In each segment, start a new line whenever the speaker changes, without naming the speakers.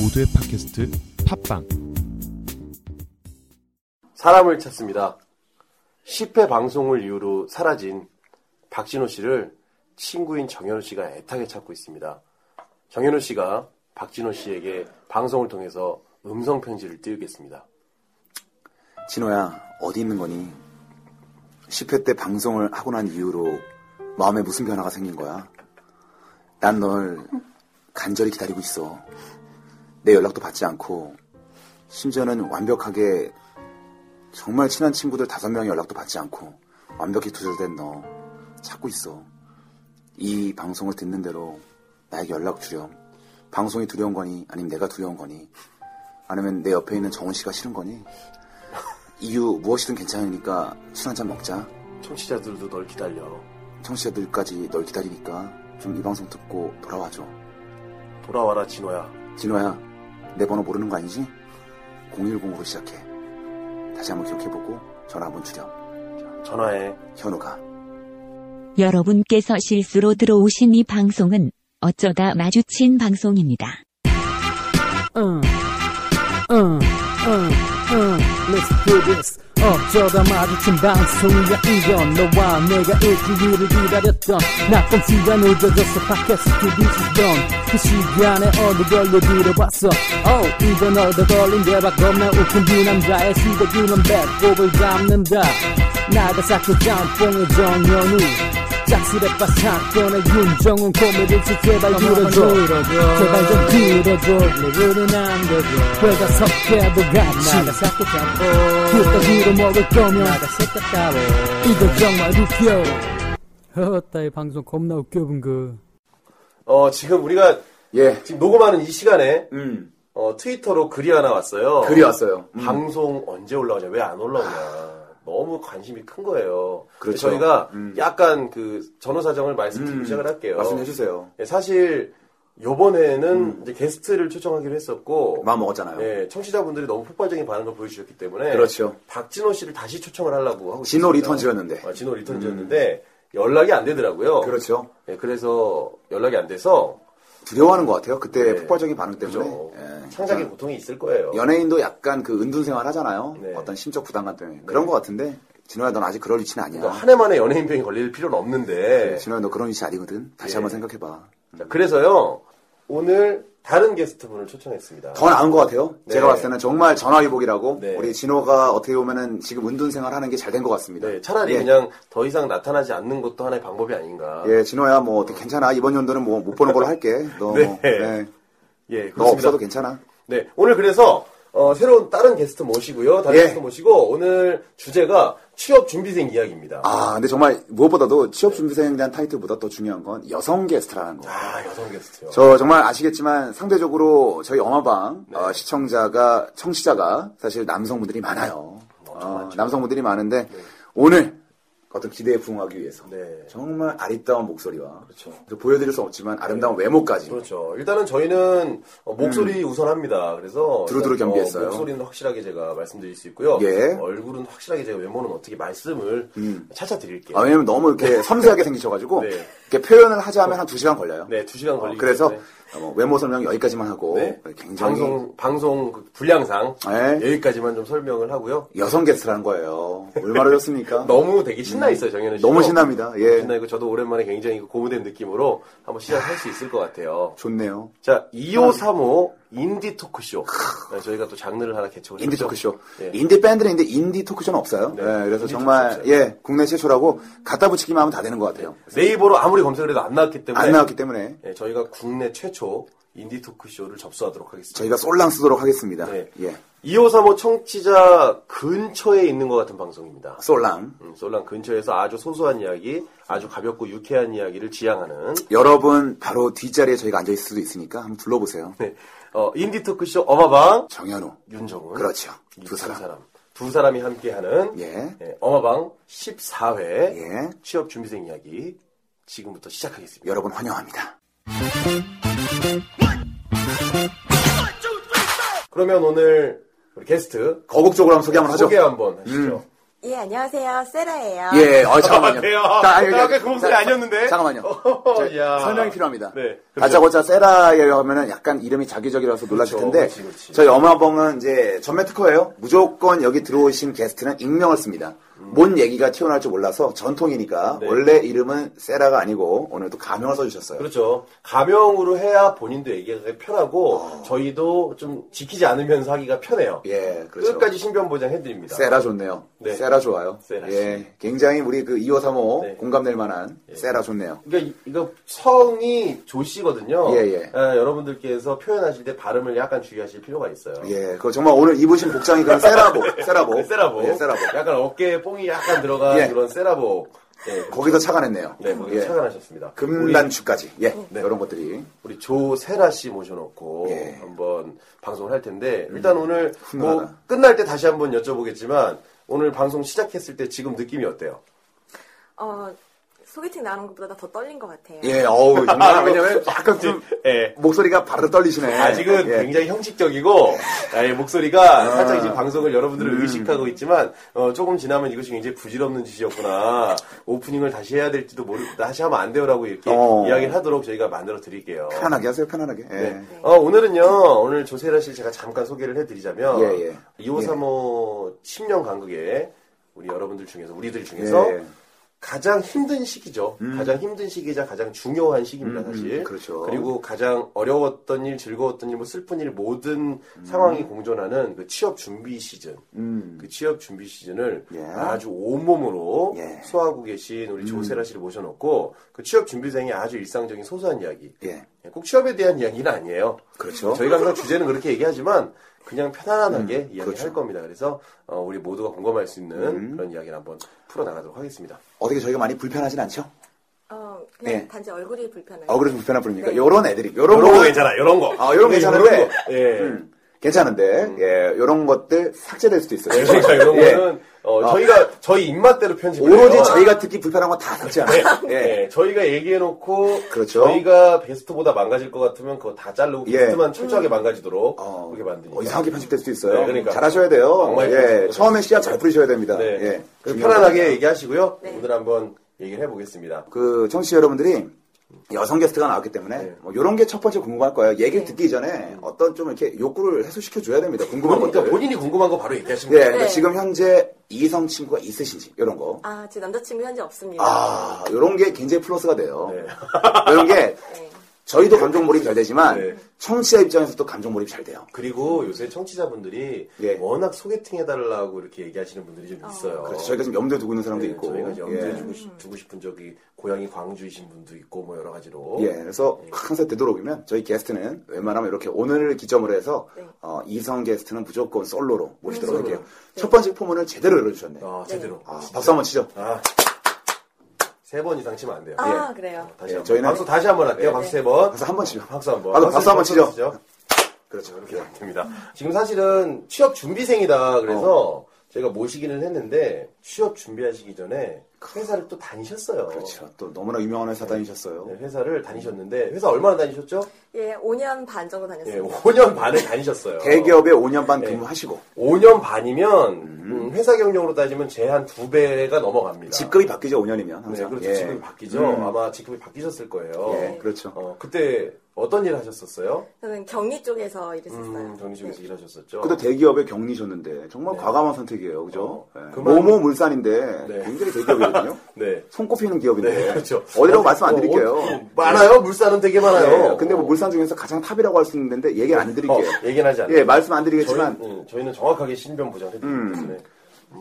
모두의 팟캐스트 팟빵
사람을 찾습니다. 10회 방송을 이후로 사라진 박진호 씨를 친구인 정현우 씨가 애타게 찾고 있습니다. 정현우 씨가 박진호 씨에게 방송을 통해서 음성 편지를 띄우겠습니다.
진호야, 어디 있는 거니? 10회 때 방송을 하고 난 이후로 마음에 무슨 변화가 생긴 거야? 난 널 간절히 기다리고 있어. 내 연락도 받지 않고, 심지어는 완벽하게 정말 친한 친구들 다섯 명의 연락도 받지 않고, 완벽히 두절된 너 찾고 있어. 이 방송을 듣는 대로 나에게 연락 주렴. 방송이 두려운 거니, 아니면 내가 두려운 거니, 아니면 내 옆에 있는 정훈 씨가 싫은 거니? 이유 무엇이든 괜찮으니까 술 한잔 먹자.
청취자들도 널 기다려.
청취자들까지 널 기다리니까 좀 이 방송 듣고 돌아와줘.
돌아와라 진호야.
진호야, 내 번호 모르는 거 아니지? 010으로 시작해. 다시 한번 기억해보고 전화 한번 주렴.
전화해.
현우가.
여러분께서 실수로 들어오신 이 방송은 어쩌다 마주친 방송입니다.
Uh, uh, uh, uh, let's do this. Uh, 어쩌다 마주친 방송이야 이건 너와 내가 일주일을 기다렸던 나쁜 시간 늦어져서 팟캐스트 뒤집던 그 시간에 어느 별로 들어봤어 oh, 이건 얻어 걸린 대박 겁나 웃긴 두 남자의 시대기는 배꼽을 잡는다 나가사쿠 짬뽕의 정연우 짝스레빠 사건의 윤정훈 코미디 지 제발 들어줘 제발 좀 들어줘 내일은 안 되죠 회가 섞여도 같이 나가사쿠 짬뽕 로 먹을 거면 나가사쿠 이거 정말 웃겨 허따이 방송 겁나 웃겨 분그
어, 지금 우리가
예.
지금 녹음하는 이 시간에
음.
어, 트위터로 글이 하나 왔어요.
글이 왔어요. 음.
방송 언제 올라오냐, 왜 안 올라오냐. 너무 관심이 큰 거예요.
그렇죠.
저희가
음.
약간 그 전후 사정을 말씀드리고
음.
시작을 할게요.
말씀해주세요. 음.
예, 사실 요번에는 이제 게스트를 초청하기로 했었고
마음 먹었잖아요.
예, 청취자분들이 너무 폭발적인 반응을 보여주셨기 때문에
그렇죠.
박진호 씨를 다시 초청을 하려고 하고
진호
있습니다.
리턴즈였는데. 음.
아, 진호 리턴즈였는데 연락이 안 되더라고요.
그렇죠.
예, 그래서 연락이 안 돼서
두려워하는 것 같아요. 그때
네.
폭발적인 반응 때문에.
그죠.
예.
창작의 고통이 있을 거예요.
연예인도 약간 그 은둔 생활 하잖아요.
네.
어떤 심적 부담감 때문에. 그런 것 같은데, 진호야, 넌 아직 그럴 위치는 아니야.
그러니까 한 해만에 연예인병이 걸릴 필요는 없는데
진호야, 너 그런 위치 아니거든. 다시
예.
한번 생각해봐.
자, 그래서요 오늘 다른 게스트분을 초청했습니다.
더 나은 것 같아요.
네.
제가 봤을 때는 정말 전화위복이라고
네.
우리 진호가 어떻게 보면은 지금 은둔 생활 하는 게 잘 된 것 같습니다.
네, 차라리
예.
그냥 더 이상 나타나지 않는 것도 하나의 방법이 아닌가.
예, 진호야, 뭐, 어떻게 괜찮아. 이번 연도는 뭐, 못 보는 걸로 할게. 너,
네.
뭐, 예.
예,
너 없어도 괜찮아.
네, 오늘 그래서 어, 새로운 다른 게스트 모시고요. 다른
예.
게스트 모시고 오늘 주제가 취업 준비생 이야기입니다.
아, 근데 정말 무엇보다도 취업준비생에 대한 타이틀보다 더 중요한 건 여성 게스트라는 거.
아, 여성 게스트요.
저 정말 아시겠지만 상대적으로 저희 영화방
네.
어, 시청자가 청취자가 사실 남성분들이 많아요. 어, 남성분들이 많은데 오늘 어떤 기대에 부응하기 위해서
네.
정말 아리따운 목소리와 또 보여드릴 수 없지만 아름다운 외모까지
그렇죠. 일단은 저희는 어, 목소리 우선합니다. 그래서
음. 두루두루
일단, 어,
겸비했어요.
목소리는 확실하게 제가 말씀드릴 수 있고요.
예.
얼굴은 확실하게 제가 외모는 어떻게 말씀을 차차 드릴게요.
아, 왜냐면 너무 이렇게 섬세하게 생기셔가지고
네.
이렇게 표현을 하자면 한 두 시간 걸려요.
네, 두 시간
어,
걸리기
그래서
때문에.
어, 뭐 외모 설명 여기까지만 하고
네.
어, 굉장히
방송 방송 그 분량상
네.
여기까지만 좀 설명을 하고요.
여성 게스트라는 거예요. 얼마나 좋습니까?
너무 되게 신나 있어요, 정현우 씨.
음. 너무 신납니다. 예.
신나고 저도 오랜만에 굉장히 그 고무된 느낌으로 한번 시작할 수 있을 것 같아요.
좋네요.
자, 2535 인디 토크쇼. 네, 저희가 또 장르를 하나 개척을
인디
했죠.
토크쇼.
예.
인디 밴드는 인데 인디 토크쇼는 없어요.
네.
예, 그래서
인디
정말
토크쇼
예 국내 최초라고 갖다 붙이기만 하면 다 되는 것 같아요.
네이버로 아무리 검색을 해도 안 나왔기 때문에
안 나왔기 때문에
예, 저희가 국내 최초 인디 토크쇼를 접수하도록 하겠습니다.
저희가 쏠랑 쓰도록 하겠습니다.
네.
예,
2535 청취자 근처에 있는 것 같은 방송입니다.
쏠랑.
음, 솔랑 근처에서 아주 소소한 이야기, 아주 가볍고 유쾌한 이야기를 지향하는
여러분 바로 뒷자리에 저희가 앉아 있을 수도 있으니까 한번 불러보세요.
네, 어, 인디 토크쇼 어마방
정현우.
윤정훈
그렇죠.
이
두 사람.
두 사람이 함께하는
예.
네, 어마방 14회
예.
취업 준비생 이야기 지금부터 시작하겠습니다.
여러분 환영합니다.
그러면 오늘 우리 게스트
거국 쪽으로 한번 소개 한번 하죠.
네, 소개
음.
한번 하시죠.
예, 안녕하세요. 세라예요.
예, 어, 잠깐만요.
돼요.
자, 아니,
아까
아니,
그 목소리
자,
아니었는데? 어,
잠깐만요. 저,
야.
설명이 필요합니다.
네, 그럼요.
다짜고짜 세라예요 하면은 약간 이름이 자기적이라서 놀라실
그렇죠,
텐데
그렇지, 그렇지.
저희 어마봉은 이제 전매 특허예요. 무조건 여기 들어오신 게스트는 익명을 씁니다. 뭔 얘기가 튀어나올 줄 몰라서 전통이니까
음. 네.
원래 이름은 세라가 아니고 오늘도 가명을 써주셨어요.
그렇죠. 가명으로 해야 본인도 얘기하기 편하고 저희도 좀 지키지 않으면서 하기가 편해요.
예, 그렇죠.
끝까지 신변 보장 해드립니다.
세라 좋네요.
네.
세라 좋아요.
세라
예, 굉장히 우리 그 2호 3호
네.
공감될 만한 세라 좋네요.
그러니까 이- 이거 성이 조씨거든요.
예, 예.
아, 여러분들께서 표현하실 때 발음을 약간 주의하실 필요가 있어요. 뭐,
예, 그 정말 오늘 입으신 복장이 그런 세라복, 세라복,
네, 세라보.
예, 세라복.
약간 어깨에 뽕이 약간 들어간
예.
그런 세라보. 예.
거기서 차가냈네요.
네, 거기
예.
착안하셨습니다.
금단추까지. 예. 이런 것들이.
우리 조세라 씨 모셔놓고
예. 음,
한번 방송을 할 텐데 일단 오늘 뭐
훈훈하다.
끝날 때 다시 한번 여쭤보겠지만 오늘 방송 시작했을 때 지금 느낌이 어때요?
어, 소개팅 나온 것보다 더 떨린 것 같아요.
예, 어우, 정말.
아,
왜냐면 약간 좀
예.
목소리가 바로 떨리시네.
아직은
예. 아.
굉장히 형식적이고 나의 목소리가 살짝 이제 방송을 여러분들을
음.
의식하고 있지만 어, 조금 지나면 이것이 굉장히 부질없는 짓이었구나 오프닝을 다시 해야 될지도 모르고 다시 하면 안 돼요라고 이렇게
어.
이야기를 하도록 저희가 만들어 드릴게요.
편안하게 하세요, 편안하게. 예.
네. 어, 오늘은요, 오늘 조세라 씨 제가 잠깐 소개를 해드리자면,
예, 예.
2535 10년 간극에 우리 여러분들 중에서, 우리들 중에서
예. 음.
가장 힘든 시기죠. 가장 힘든 시기자 가장 중요한 시기입니다, 사실.
그렇죠.
리고 가장 어려웠던 일, 즐거웠던 일, 뭐 슬픈 일, 모든 상황이 공존하는 그 취업 준비 시즌.
음.
그 취업 준비 시즌을
예.
아주 온몸으로
예. 음.
소화하고 계신 우리 조세라 씨를 모셔놓고 그 취업 준비생의 아주 일상적인 소소한 이야기
예.
꼭 취업에 대한 이야기는 아니에요.
그렇죠.
저희가 항상 주제는 그렇게 얘기하지만 그냥 편안하게 이야기할
그렇죠. 음.
겁니다. 그래서 어, 우리 모두가 공감할 수 있는 그런 이야기를 한번 풀어나가도록 하겠습니다.
어떻게 저희가 많이 불편하진 않죠?
어, 그냥
네.
단지 얼굴이 불편해요.
어, 그래서 불편한 분이니까.
네.
요런 애들이, 요런
이런 거
거는-
괜찮아, 이런 거.
아, 요런 거
네,
괜찮은데.
거. 예.
음, 괜찮은데. 예, 요런 것들 삭제될 수도 있어요.
그러니까 이런
예.
거는 어, 저희가 저희 입맛대로 편집을
오로지
해요.
저희가 듣기 불편한 건 다 삭제하네 예.
네, 저희가 얘기해놓고
그렇죠.
저희가 베스트보다 망가질 것 같으면 그거 다 자르고
예.
베스트만 철저하게 망가지도록
어,
그렇게 만드니까
어, 이상하게 편집될 수도 있어요.
네, 그러니까.
잘하셔야 돼요.
악마의
예,
편집이거든요.
처음에 씨앗 잘 뿌리셔야 됩니다.
네.
예,
그래서
중요합니다.
편안하게 얘기하시고요.
네.
오늘 한번 얘기를 해보겠습니다.
그 청취자 여러분들이 여성 게스트가 나왔기 때문에
네.
뭐 이런 게 첫 번째 궁금할 거예요. 얘기를 듣기 전에 어떤 좀 이렇게 욕구를 해소시켜 줘야 됩니다. 궁금한
그러니까
것들.
본인이 궁금한 거 바로 얘기하시면
예,
돼요.
그러니까
네.
지금 현재 이성 친구가 있으신지 이런 거.
아, 제 남자친구 현재 없습니다.
아, 이런 게 굉장히 플러스가 돼요.
네.
이런 게
네.
저희도 감정 몰입이 잘 되지만
네.
청취자 입장에서 또 감정 몰입이 잘 돼요.
그리고 요새 청취자분들이
예.
워낙 소개팅 해달라고 이렇게 얘기하시는 분들이 좀 있어요.
그렇죠. 저희가 지금 염두에 두고 있는 사람도
네,
있고.
저희가 이제 염두에
예.
두고, 싶- 두고 싶은 적이 고향이 광주이신 분도 있고 네. 뭐 여러 가지로.
예, 그래서 항상 되도록이면 저희 게스트는 웬만하면 이렇게 오늘을 기점으로 해서
네.
어, 이성 게스트는 무조건 솔로로 모시도록
음.
할게요.
솔로로.
첫 번째 포문을 제대로 열어주셨네요.
아 제대로.
아, 박수 한번 치죠.
세 번 이상 치면 안 돼요.
아, 그래요.
다시
예,
한번.
저희는- 예.
박수 다시 한번 할게요. 박수 세 번.
박수 한 번 치죠.
박수 한 번.
아, 그럼 박수 한번 치죠.
그렇죠. 그렇게 안 됩니다. 지금 사실은 취업 준비생이다. 그래서
어.
제가 모시기는 했는데 취업 준비하시기 전에 회사를 또 다니셨어요.
그렇죠. 또 너무나 유명한 회사 다니셨어요.
네, 회사를 다니셨는데 회사 얼마나 다니셨죠?
예, 5년 반 정도
예,
다녔습니다.
5년 반을 다니셨어요.
대기업에 5년 반
네.
근무하시고
5년 반이면 음, 회사 경력으로 따지면 제 한 두 배가 넘어갑니다.
직급이 바뀌죠. 5년이면
네,
항상.
그렇죠.
예.
직급이 바뀌죠. 아마 직급이 바뀌셨을 거예요.
예, 그렇죠.
어, 그때 어떤 일을 하셨었어요?
저는 경리 쪽에서 일했었어요.
음, 정리 쪽에서 일하셨었죠.
그때 대기업에 격리셨는데 정말 과감한 선택이에요. 그죠?
네. 어,
예.
그만-
모모 물산인데
네.
굉장히 대기업이거든요.
네.
손꼽히는 기업인데
네, 그렇죠.
어디라고
어디-
말씀 안
어,
드릴게요.
어디- 많아요. 물산은 되게 많아요.
네, 근데 뭐 물산 중에서 가장 탑이라고 할 수 있는데 얘기는 안 드릴게요.
예. 어, 얘기는 하지 않아요.
예, 말씀 안
저희,
드리겠지만 음.
음, 저희는 정확하게 신변 보장해 드리기 때문에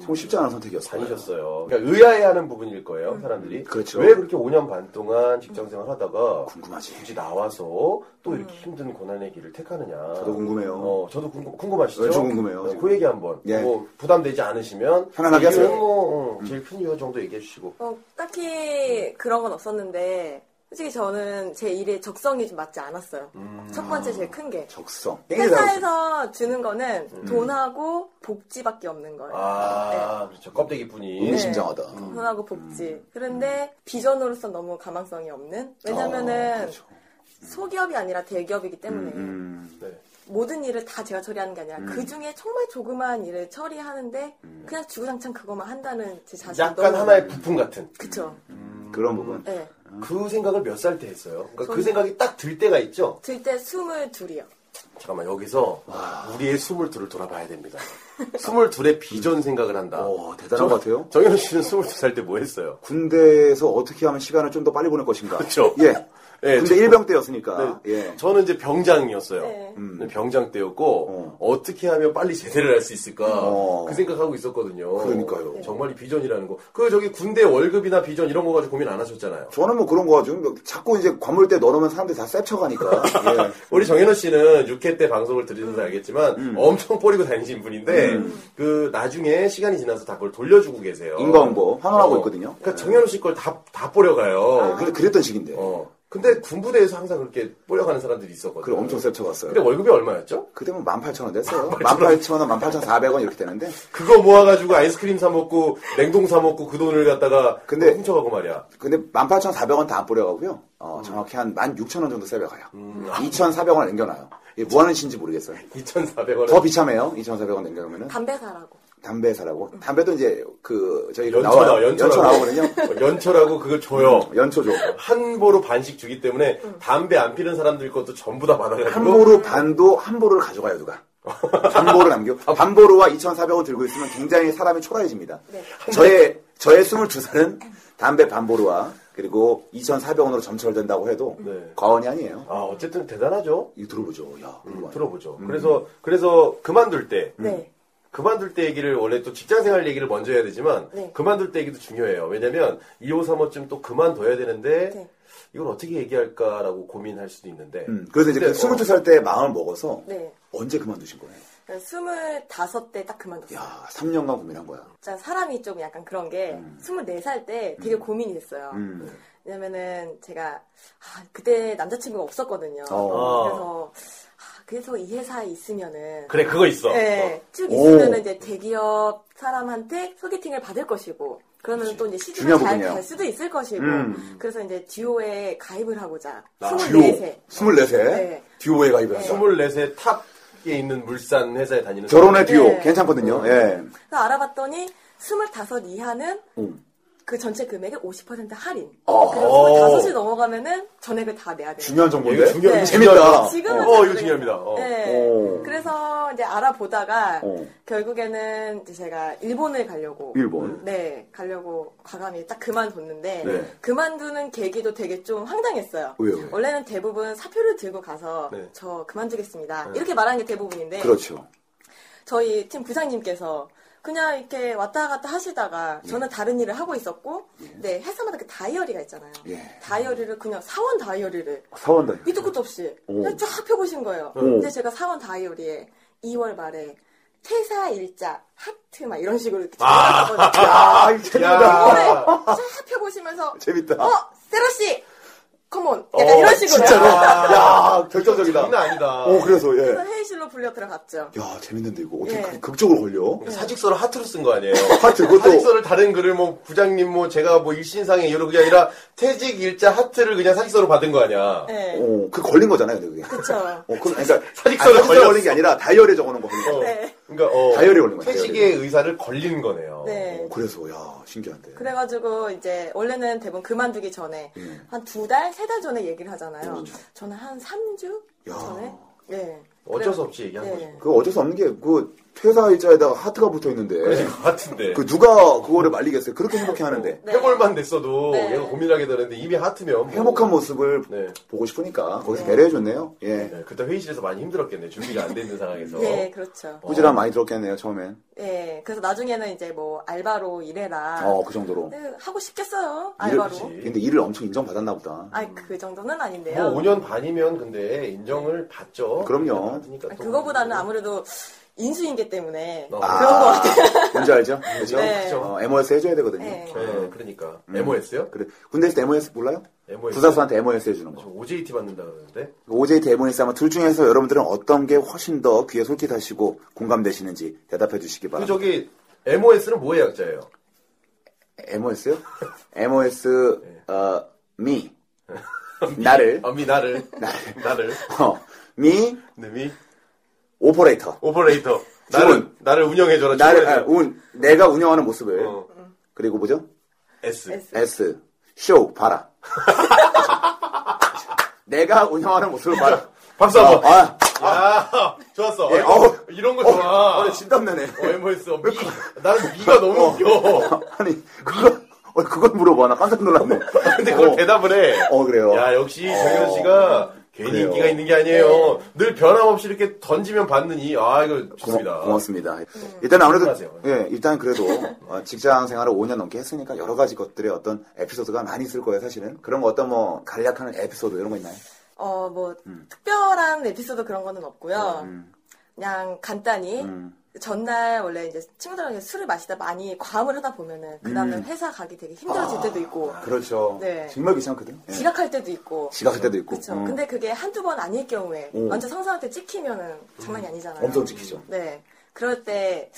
참 쉽지 않은 선택이었어요.
다니셨어요. 그러니까 의아해하는 부분일 거예요, 사람들이.
음. 그렇죠.
왜 그렇게 5년 반 동안 직장 생활 하다가
궁금하지.
굳이 나와서 또
음.
이렇게 힘든 고난의 길을 택하느냐.
저도 궁금해요.
어, 저도 궁금, 궁금하시죠?
네, 저 궁금해요,
어,
지금.
그 얘기 한번.
예.
뭐 부담되지 않으시면
편안하게
이유는
하세요. 음.
뭐, 어, 제일 큰 이유 정도 얘기해 주시고.
어, 딱히 그런 건 없었는데, 솔직히 저는 제 일에 적성이 좀 맞지 않았어요. 첫 번째 제일 큰 게.
적성.
회사에서 어, 주는 거는 돈하고 복지밖에 없는 거예요. 네.
아, 그렇죠. 껍데기뿐이.
네. 심장하다.
돈하고 복지. 그런데 비전으로서 너무 가망성이 없는? 왜냐면은 소기업이 아니라 대기업이기 때문에
아, 그렇죠. 음,
네.
모든 일을 다 제가 처리하는 게 아니라 그 중에 정말 조그마한 일을 처리하는데
음.
그냥 주구장창 그것만 한다는 제 자신도 네.
약간 하나의 부품 같은
그쵸.
그런 부분.
예.
아.
그 생각을 몇 살 때 했어요. 그러니까 그
저는-
생각이 딱 들 때가 있죠.
들때 스물 둘이요.
잠깐만 여기서 우리의 스물 둘을 돌아봐야 됩니다. 스물 둘의 비전 생각을 한다.
음. 오, 대단한 것 같아요.
정현우 씨는 스물 두 살 때 뭐 했어요?
군대에서 어떻게 하면 시간을 좀 더 빨리 보낼 것인가.
그쵸.
예.
예,
군대
저-
일병 때였으니까.
네,
예.
저는 이제 병장이었어요. 음.
네.
음.
병장 때였고 어. 떻게 하면 빨리 제대를 할 수 있을까
어.
그 생각하고 있었거든요.
그러니까요. 네.
정말 이 비전이라는 거. 그 저기 군대 월급이나 비전 이런 거 가지고 고민 안 하셨잖아요.
저는 뭐 그런 거 가지고 자꾸 이제 관물대 넣어놓으면 사람들이 다 셉쳐가니까. 예.
우리 정현호 씨는 6회 때 방송을 들으셔서 알겠지만
음.
엄청 뿌리고 다니신 분인데 그 나중에 시간이 지나서 다 그걸 돌려주고 계세요.
인과응보, 환원하고 있거든요. 네.
그러니까 정현호 씨 걸 다 다 뿌려가요.
예, 근데 그랬던 시기인데.
어. 근데 군부대에서 항상 그렇게 뿌려가는 사람들이 있었거든요.
그래 엄청 셉쳐갔어요.
근데 월급이 얼마였죠?
그때면 뭐 18,000원 됐어요. 18,000원, 18,400원 이렇게 되는데.
그거 모아가지고 아이스크림 사 먹고 냉동 사 먹고 그 돈을 갖다가
근데-
뭐 훔쳐가고 말이야.
근데 18,400원 다 안 뿌려가고요. 어,
음.
정확히 한 16,000원 정도 세배가요.
아.
2,400원 남겨놔요. 이게 뭐 하는 신지 모르겠어요.
2,400원.
더 비참해요. 2,400원 남겨놓으면은.
담배 사라고.
담배 사라고. 담배도 이제 그, 저희 가
연초다,
나와요.
연초라고.
연초 나오거든요. 음.
연초라고 그걸 줘요.
연초 줘.
한 보로 반씩 주기 때문에
음.
담배 안 피는 사람들 것도 전부 다 받아가지고
한 보루 반도 한 보루를 가져가요 누가. 반 보루 남겨.
아, 뭐.
반 보루와 2,400원 들고 있으면 굉장히 사람이 초라해집니다. 저의 저의 22살은 담배 반 보루와 그리고 2,400원으로 점철된다고 해도
네.
과언이 아니에요.
아 어쨌든 대단하죠.
이거 들어보죠. 야, 이거 아니야.
들어보죠. 그래서 그래서 그만둘 때
음.
네.
그만둘 때 얘기를 원래 또 직장생활 얘기를 먼저 해야 되지만
네.
그만둘 때 얘기도 중요해요. 왜냐면 2호 3호쯤 또 그만둬야 되는데
네.
이걸 어떻게 얘기할까라고 고민할 수도 있는데
음, 그래서 이제 그
근데,
22살 때 마음을 먹어서
네.
언제 그만두신 거예요?
스물다섯 때 딱 그만뒀어요.
야, 3년간 고민한 거야.
진짜 사람이 좀 약간 그런 게 스물네 살 때 되게 고민이 됐어요.
음.
왜냐면은 제가 아, 그때 남자친구가 없었거든요.
어.
그래서 아, 그래서 이 회사에 있으면은
그래 그거 있어.
네, 쭉
오.
있으면 이제 대기업 사람한테 소개팅을 받을 것이고 그러면 또 이제 시집을
중요한
잘
부분이에요.
갈 수도 있을 것이고
음.
그래서 이제 듀오에 가입을 하고자
아,
24세
24세?
네.
듀오에 가입했어.
24세 탑에 있는 물산 회사에 다니는
결혼의 듀오.
네.
괜찮거든요. 예.
그래서 알아봤더니 25 이하는
음.
그 전체 금액의 50% 할인
어.
그리고 25이 넘어가면은 전액을 다 내야 돼요
중요한 정보인데?
이거 중요-
네.
재밌다.
지금은
어,
잘
이거 중요합니다.
모르겠어요.
어.
네.
오.
그래서 이제 알아보다가
어.
결국에는 이제 제가 일본을 가려고
일본.
네, 가려고 과감히 딱 그만뒀는데
네.
그만두는 계기도 되게 좀 황당했어요.
왜요, 왜요?
원래는 대부분 사표를 들고 가서
네.
저 그만두겠습니다. 이렇게 말하는 게 대부분인데
네. 그렇죠.
저희 팀 부장님께서 그냥 이렇게 왔다
네.
갔다 하시다가 저는 다른 일을 하고 있었고 네, 회사마다 그 다이어리가 있잖아요.
예.
다이어리를 그냥 사원 다이어리를
사원다.
밑도 끝도 없이
어.
그냥 쫙 펴보신 거예요. 근데 제가 사원 다이어리에 2월 말에 퇴사 일자 하트 막 이런 식으로 이렇게 적어놨거든요.
아, 이거 재밌다.
야.
쫙 펴보시면서
재밌다.
어 세라 씨 컴온 약간 이런 식으로
어, 진짜로.
아.
야, 결정적이다.
장난 아니다.
오, 그래서 예.
그래서 회의실로 불려 들어갔죠.
야, 재밌는데 이거 어떻게
예.
그- 극적으로 걸려?
사직서를 하트로 쓴 거 아니에요?
하트, 그것도-
사직서를 다른 글을 뭐 부장님 뭐 제가 뭐 일신상에 이런 게 아니라 퇴직 일자 하트를 그냥 사직서로 받은 거 아니야?
네,
어, 그 걸린 거잖아요, 근데 그게.
그렇죠.
어, 그, 그러니까
사직서를
아니,
걸렸어.
걸린 게 아니라 다이어리에 적어놓은 거 걸린 거.
어.
네.
그러니까 어,
다이어리 올린 거야,
퇴직의 의사를 걸린 거네요.
네.
어, 그래서 야, 신기한데.
그래가지고 이제 원래는 대부분 그만두기 전에
음.
한 두 달, 세 달 전에 얘기를 하잖아요. 저는 한 3주
그렇죠. 야.
전에 예.
어쩔 수 없이 얘기한
네.
거죠.
그 어쩔 수 없는 게 그 퇴사 일자에다가 하트가 붙어 있는데
그거 같은데.
그 누가 그거를 말리겠어요? 그렇게 행복해 하는데
네.
해볼만 됐어도
네.
얘가 고민하게 되는데 이미 하트면 뭐-
행복한 모습을
네.
보고 싶으니까 거기서 배려해 줬네요. 예.
네, 그때 회의실에서 많이 힘들었겠네. 준비가 안 돼 있는 상황에서.
예, 그렇죠.
꾸지람 많이 들었겠네요, 처음엔.
예, 그래서 나중에는 이제 뭐 알바로 일해라.
어, 그 정도로.
네, 하고 싶겠어요,
일을-
알바로.
근데 일을 엄청 인정받았나 보다.
아니, 그 정도는 아닌데요.
뭐 5년 반이면 근데 인정을 받죠.
네. 그럼요.
받으니까
아니,
또
그거보다는 아무래도 인수인계 때문에
어.
아,
그런 거 같아요.
뭔지 알죠? 그죠?
네.
어, MOS 해줘야 되거든요.
네.
네, 그러니까
음.
MOS요?
그래. 군대에서 MOS 몰라요?
MOS.
부사수한테 MOS 해주는 거.
OJT 받는다 그러는데
OJT, MOS 아마 둘 중에서 여러분들은 어떤 게 훨씬 더 귀에 솔깃하시고 공감되시는지 대답해 주시기
그
바랍니다.
저기 MOS는 뭐의 약자예요?
MOS요? MOS, 어, me. 네. 나를.
아미 나를 나를
어, me,
네미
오퍼레이터.
오퍼레이터 나를 나를 운영해줘라.
나를
주문해줘.
아, 운 내가 운영하는 모습을
어.
그리고 뭐죠?
S.
S.
S 쇼 봐라. 내가 운영하는 모습을 봐라.
박수 한번. 아,
아,
좋았어.
예,
어,
어우.
이런 거
어,
좋아.
아, 그- 진땀나네.
엠버했어. 미, 나는 미가
어.
너무 웃겨.
아니 그거 어, 그걸 물어봐 나 깜짝 놀랐네.
근데 그걸
어,
대답을 해.
어, 그래요.
야 역시 정현 씨가 괜히
그래요. 네.
인기가 있는 게 아니에요. 늘 변함없이 이렇게 던지면 받느니 아 이거 좋습니다. 예. 음,
고맙, 습니다 일단 아무래도
하세요.
예, 일단 그래도 어, 직장 생활을 5년 넘게 했으니까 여러 가지 것들의 어떤 에피소드가 많이 있을 거예요, 사실은. 그런 거 어떤 뭐 간략하는 에피소드 이런 거 있나요?
어, 뭐,
음.
특별한 에피소드 그런 거는 없고요. 그냥 간단히,
음.
전날 원래 이제 친구들하고 술을 마시다 많이 과음을 하다 보면은, 그 다음에 회사 가기 되게 힘들어질 때도 있고,
아, 그렇죠.
네.
정말 귀찮거든. 예.
지각할 때도 있고,
지각할 때도 있고.
그렇죠.
음.
근데 그게 한두 번 아닐 경우에,
오.
완전 성사한테 찍히면은 장난이 아니잖아요.
엄청 지키죠.
네. 그럴 때,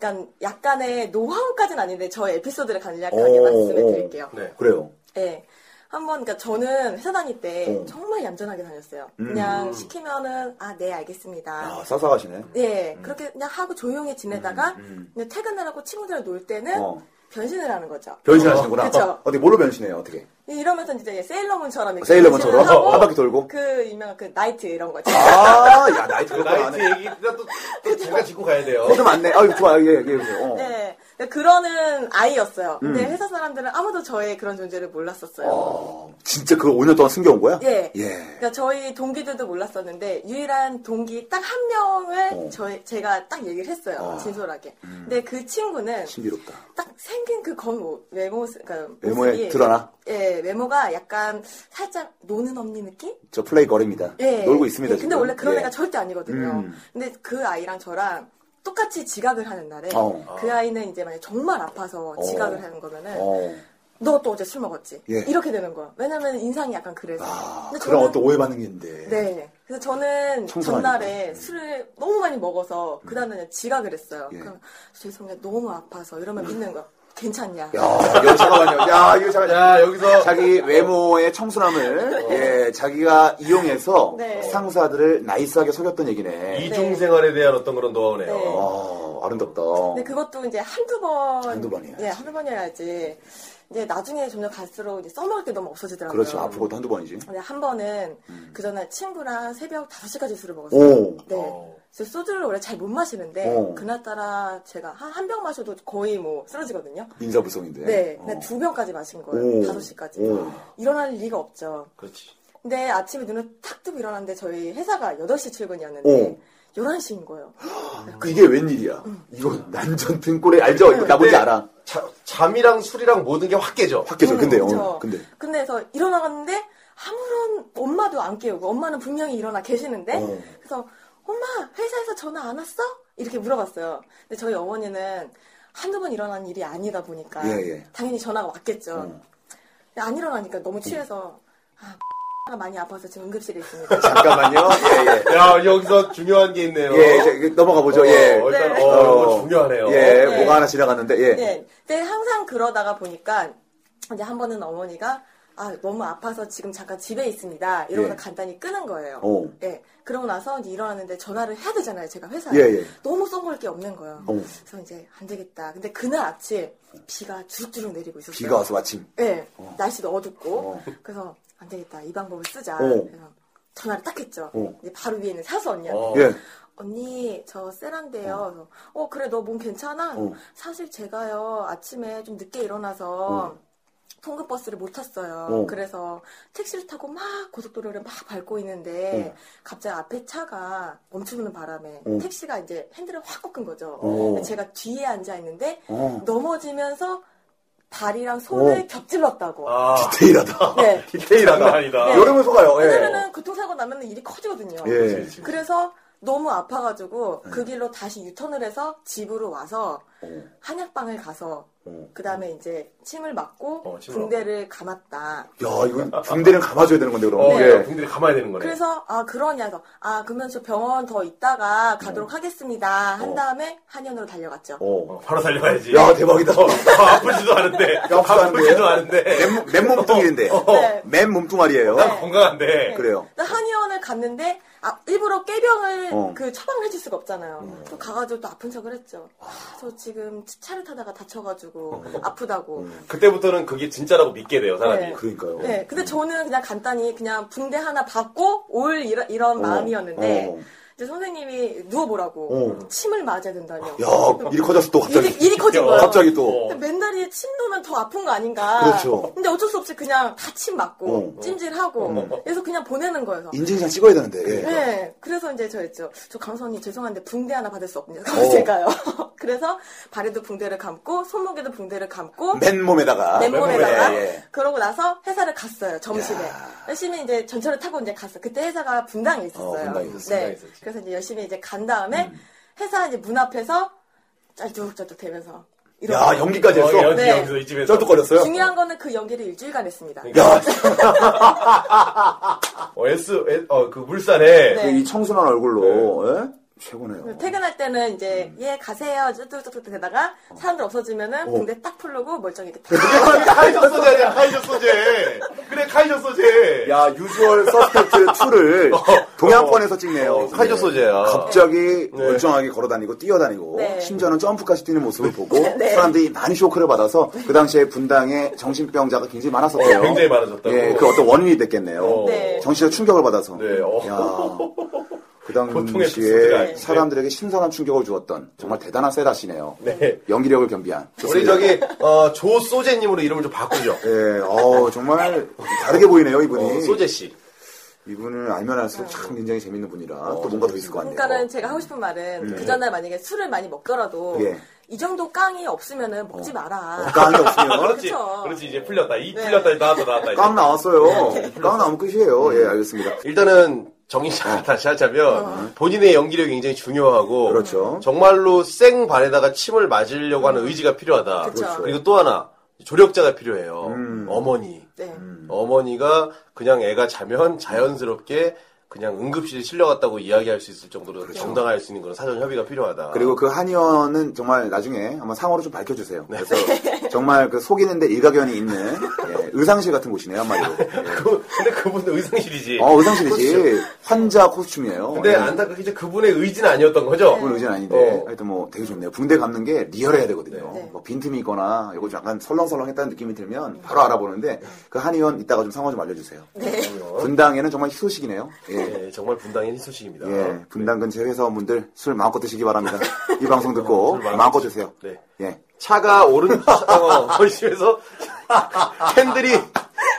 그러니까 약간의 노하우까지는 아닌데, 저 에피소드를 간략하게
오,
말씀해
오.
드릴게요.
네.
그래요.
네. 한번 그러니까 저는 회사 다닐 때
어.
정말 얌전하게 다녔어요. 그냥 시키면은 아 네 알겠습니다.
음. 아, 싸싸하시네.
네 그렇게 그냥 하고 조용히 지내다가
음.
그냥 퇴근을 하고 친구들이랑 놀 때는
어.
변신을 하는 거죠.
변신하시는구나.
그쵸.
어, 어디 뭘로 변신해요? 어떻게?
이러면서 이제 세일러문처럼 이렇게
세일러문처럼 어,
변신을 하고
한 바퀴 돌고.
그 유명한 그 나이트 이런 거죠.
아, 야 나이트
그
그거 안
나이트
네.
해.
얘기가 또, 또 제가 짚고 가야 돼요.
그것도 많네. 아유 좋아. 예, 예, 예. 어.
네, 그러니까 그러는 아이였어요. 근데 회사 사람들은 아무도 저의 그런 존재를 몰랐었어요.
음. 어, 진짜 그걸 5년 동안 숨겨온 거야?
예.
예.
그러니까 저희 동기들도 몰랐었는데 유일한 동기 딱 한 명을
어.
저희 제가 딱 얘기를 했어요
아.
진솔하게. 근데 그 친구는
신비롭다.
딱 생긴 그 겉모 외모 그러니까
외모에
모습이-
드러나?
예 외모가 약간 살짝 노는 언니 느낌?
저 플레이 거리입니다.
예
놀고 있습니다.
예, 근데
지금.
원래 그런
예.
애가 절대 아니거든요.
음.
근데 그 아이랑 저랑 똑같이 지각을 하는 날에
어.
그 아이는 이제 만약 에 정말 아파서 지각을 하는 거면은
어.
너 또 어제 술 먹었지?
예.
이렇게 되는 거야. 왜냐면 인상이 약간 그래서.
아,
근데
그런
저는-
어떤 오해 반응이 있는데.
네. 그래서 저는
청소하니까. 음.
전날에 술을 너무 많이 먹어서 그 다음날 지각을 했어요.
예.
그럼 죄송해요. 너무 아파서 이러면 믿는 거. 괜찮냐?
야, 이거 잠깐만요. 야, 이거 잠깐.
자 여기서
자기 외모의 청순함을 예, 자기가 이용해서
네.
상사들을 나이스하게 속였던 얘기네.
이중 생활에 대한 어떤 그런 노하우네요.
네.
아, 아름답다.
근데 그것도 이제 한두 번.
한두 번이어야지.
네, 한두 번이어야지. 이제 나중에 점점 갈수록 이제 써먹을 게 너무 없어지더라고요.
그렇죠. 아픈 것도 한두 번이지.
근데 네, 한 번은 그 전날 친구랑 새벽 5시까지 술을 먹었어요.
음. 오.
네.
어.
그래서 소주를 원래 잘 못 마시는데
어.
그날따라 제가 한 한 병 마셔도 거의 뭐 쓰러지거든요.
인사불성인데.
네,
어.
근데 두 병까지 마신
오.
거예요. 다섯 시까지.
오.
일어날 리가 없죠.
그렇지.
근데 아침에 눈을 탁 뜨고 일어났는데 저희 회사가 8시 출근이었는데
오.
11시인 거예요.
그 이게 웬일이야?
음.
이거 난전 등골에 알죠? 이거 나 뭔지
근데
알아.
자- 잠이랑 술이랑 모든 게 확 깨져.
확 깨져. 근데
음, 그쵸?
어, 근데
근데 그래서 일어나갔는데 아무런 엄마도 안 깨우고 엄마는 분명히 일어나 계시는데
어.
그래서 엄마 회사에서 전화 안 왔어? 이렇게 물어봤어요. 근데 저희 어머니는 한두 번 일어난 일이 아니다 보니까
예, 어. 예.
당연히 전화가 왔겠죠. 근데 안 일어나니까
음.
너무 취해서 아, 많이 아파서 지금 응급실에 있습니다.
잠깐만요. 예, 예.
야 여기서 중요한 게 있네요.
예, 이제 이거 넘어가 보죠.
어,
예.
일단
네.
어, 이거 중요하네요.
예,
네.
뭐가 하나 지나갔는데 예.
네. 근데 항상 그러다가 보니까 이제 한 번은 어머니가 아 너무 아파서 지금 잠깐 집에 있습니다. 이러고서
예. 어.
간단히 끄는 거예요.
오.
예. 그러고 나서 이제 일어났는데 전화를 해야 되잖아요. 제가 회사에
예, 어. 예.
너무 썩을 게 없는 거예요.
오.
그래서 이제 안 되겠다. 근데 그날 아침 비가 주룩주룩 내리고 있었어요.
비가 와서 마침
예. 날씨도 어둡고
어.
그래서 안 되겠다. 이 방법을 쓰자.
오.
그래서 전화를 딱 했죠.
오.
이제 바로 위에 있는 사수 언니한테.
어.
예.
언니 저 세란데요. 그래서, 어 그래 너 몸 괜찮아?
어.
사실 제가요 아침에 좀 늦게 일어나서 통근 버스를 못 탔어요.
어.
그래서 택시를 타고 막 고속도로를 막 밟고 있는데 갑자기 앞에 차가 멈추는 바람에
어.
택시가 이제 핸들을 확 꺾은 거죠.
어.
제가 뒤에 앉아 있는데
어.
넘어지면서 발이랑 손을
어.
겹질렀다고.
아
디테일하다.
네.
디테일하다. 아니다.
네.
여름에 속아요. 예.
왜냐면은 교통사고 나면 일이 커지거든요.
예. 네.
그래서 너무 아파가지고 그 길로 다시 유턴을 해서 집으로 와서 한약방을 가서
어.
그 다음에 이제 침을 맞고
어, 침을
붕대를 감았다.
야, 이건 붕대는 감아줘야 되는 건데, 그럼.
어,
네.
예.
예. 군대를 감아야 되는 거네.
그래서 아 그러냐 해서 아 그러면 저 병원 더 있다가 가도록 하겠습니다 한 다음에 한의원으로 달려갔죠.
음. 어.
어, 바로 살려야지.
야, 대박이다.
어, 아프지도 않은데.
아프지도 않은데.
아프지도 않은데.
맨, 맨 몸뚱이인데.
어.
네.
맨 몸뚱아리예요
난 건강한데.
네, 그래요.
근데 한의원을 갔는데 아 일부러 깨병을
어. 음.
그 처방을 해줄 수가 없잖아요. 또 가가지고 또 아픈 척을 했죠. 아, 저 지금 차를 타다가 다쳐가지고
어.
아프다고.
음.
그때부터는 그게 진짜라고 믿게 돼요, 사람이.
네.
그러니까요.
네, 근데 저는 그냥 간단히 그냥 붕대 하나 받고 올 이런, 이런
어.
마음이었는데
어.
이제 선생님이 누워보라고
어.
침을 맞아야 된다뇨.
야, 일이 커졌어, 또 갑자기.
일이, 일이 커진 거예요.
갑자기 또.
어.
근데 맨다리에 침 놓으면 더 아픈 거 아닌가.
그렇죠.
근데 어쩔 수 없이 그냥 다 침 맞고
어.
찜질하고 그래서 그냥 보내는 거예요.
인증샷 찍어야 되는데. 예.
네, 그래서 이제 저 했죠. 저 강선이 죄송한데 붕대 하나 받을 수 없냐.
어.
그랬을까요? 그래서 발에도 붕대를 감고 손목에도 붕대를 감고
맨몸에다가.
맨몸에다가
예, 예.
그러고 나서 회사를 갔어요 점심에 열심히 이제 전철을 타고 이제 갔어 그때 회사가 분당에 있었어요
어, 분당에 있었어,
분당에
네
있었지.
그래서 이제 열심히 이제 간 다음에 회사 이제 문 앞에서 짤뚝짤뚝 대면서 이런
야, 연기까지
어,
했어.
여기,
네.
여기서 이 집에서.
쩔뚝거렸어요?
중요한 거는 그 연기를 일주일간 했습니다
야,
어, S, S- 어, 그 울산에.
네.
그 이 청순한 얼굴로,
네.
예? 최고네요.
퇴근할 때는 이제 예 가세요 짤뚝짤뚝 대다가 사람들 없어지면은 붕대 딱 풀르고 멀쩡히 이렇게 탁
그 카이저 소재야, 카이저 소재. 그래, 카이저 소재.
야, 유주얼 서스펙트 2를 동양권에서 찍네요.
어, 카이저
네.
소재야.
갑자기
네.
멀쩡하게 걸어다니고 뛰어다니고
네.
심지어는 점프까지 뛰는 모습을 보고
네.
사람들이 많이 쇼크를 받아서 그 당시에 분당에 정신병자가 굉장히 많았었대요.
어, 굉장히 많아졌다고.
예, 그 어떤 원인이 됐겠네요.
어.
네.
정신적 충격을 받아서.
네, 어.
야, 그
보통의 에피소드가
당시에
아닌데.
사람들에게 신선한 충격을 주었던 정말 대단한 세다시네요.
네.
연기력을 겸비한.
우리 저기, 어, 조소재님으로 이름을 좀 바꾸죠.
예, 어 정말 다르게 보이네요 이분이.
어, 소재씨.
이분을 알면 알수록 참 굉장히 재밌는 분이라
어,
또 뭔가 더 있을 것 같네요.
그러니까는 제가 하고 싶은 말은 그 전날 만약에 술을 많이 먹더라도
예. 어,
이 정도 깡이 없으면은 먹지 마라.
깡이 없으면
그렇지.
아, 그쵸.
그렇지, 이제 풀렸다. 이
네.
풀렸다. 나왔다, 나왔다. 이제.
깡
네,
나왔어요. 깡 나오면 끝이에요.
음.
예, 알겠습니다.
일단은 정인씨가 다시
어.
하자면 본인의 연기력이 굉장히 중요하고
그렇죠.
정말로 생 발에다가 침을 맞으려고 하는 의지가 필요하다.
그렇죠.
리고또 하나 조력자가 필요해요.
음.
어머니.
네.
어머니가 그냥 애가 자면 자연스럽게 그냥 응급실에 실려갔다고 이야기할 수 있을 정도로 정당화할 수 있는 그런 사전 협의가 필요하다.
그렇죠. 그리고 그 한의원은 정말 나중에 한번 상호로 좀 밝혀주세요.
네.
그래서 정말 그 속이는데 일가견이 있는 예, 의상실 같은 곳이네요 한마디로. 예.
그- 근데 그분 은 의상실이지.
어 의상실이지 환자 코스튬이에요.
그렇죠. 근데
예.
안타깝게 이제 그분의 의지는 아니었던 거죠.
그건 의지는 아닌데
어.
하여튼 뭐 되게 좋네요. 붕대 감는 게 리얼해야 되거든요.
네.
뭐 빈틈이 있거나 이거 좀 약간 설렁설렁했다는 느낌이 들면 바로 알아보는데 그 한의원 이따가 좀 상황 좀 알려주세요.
네.
분당에는 정말 희소식이네요. 예.
예, 정말 분당의 소식입니다.
예, 분당 근처 회사원분들 술 마음껏 드시기 바랍니다. 이 방송 듣고
술 마음껏
마음껏 드세요.
네.
예.
차가 오른 어, 심해서 핸들이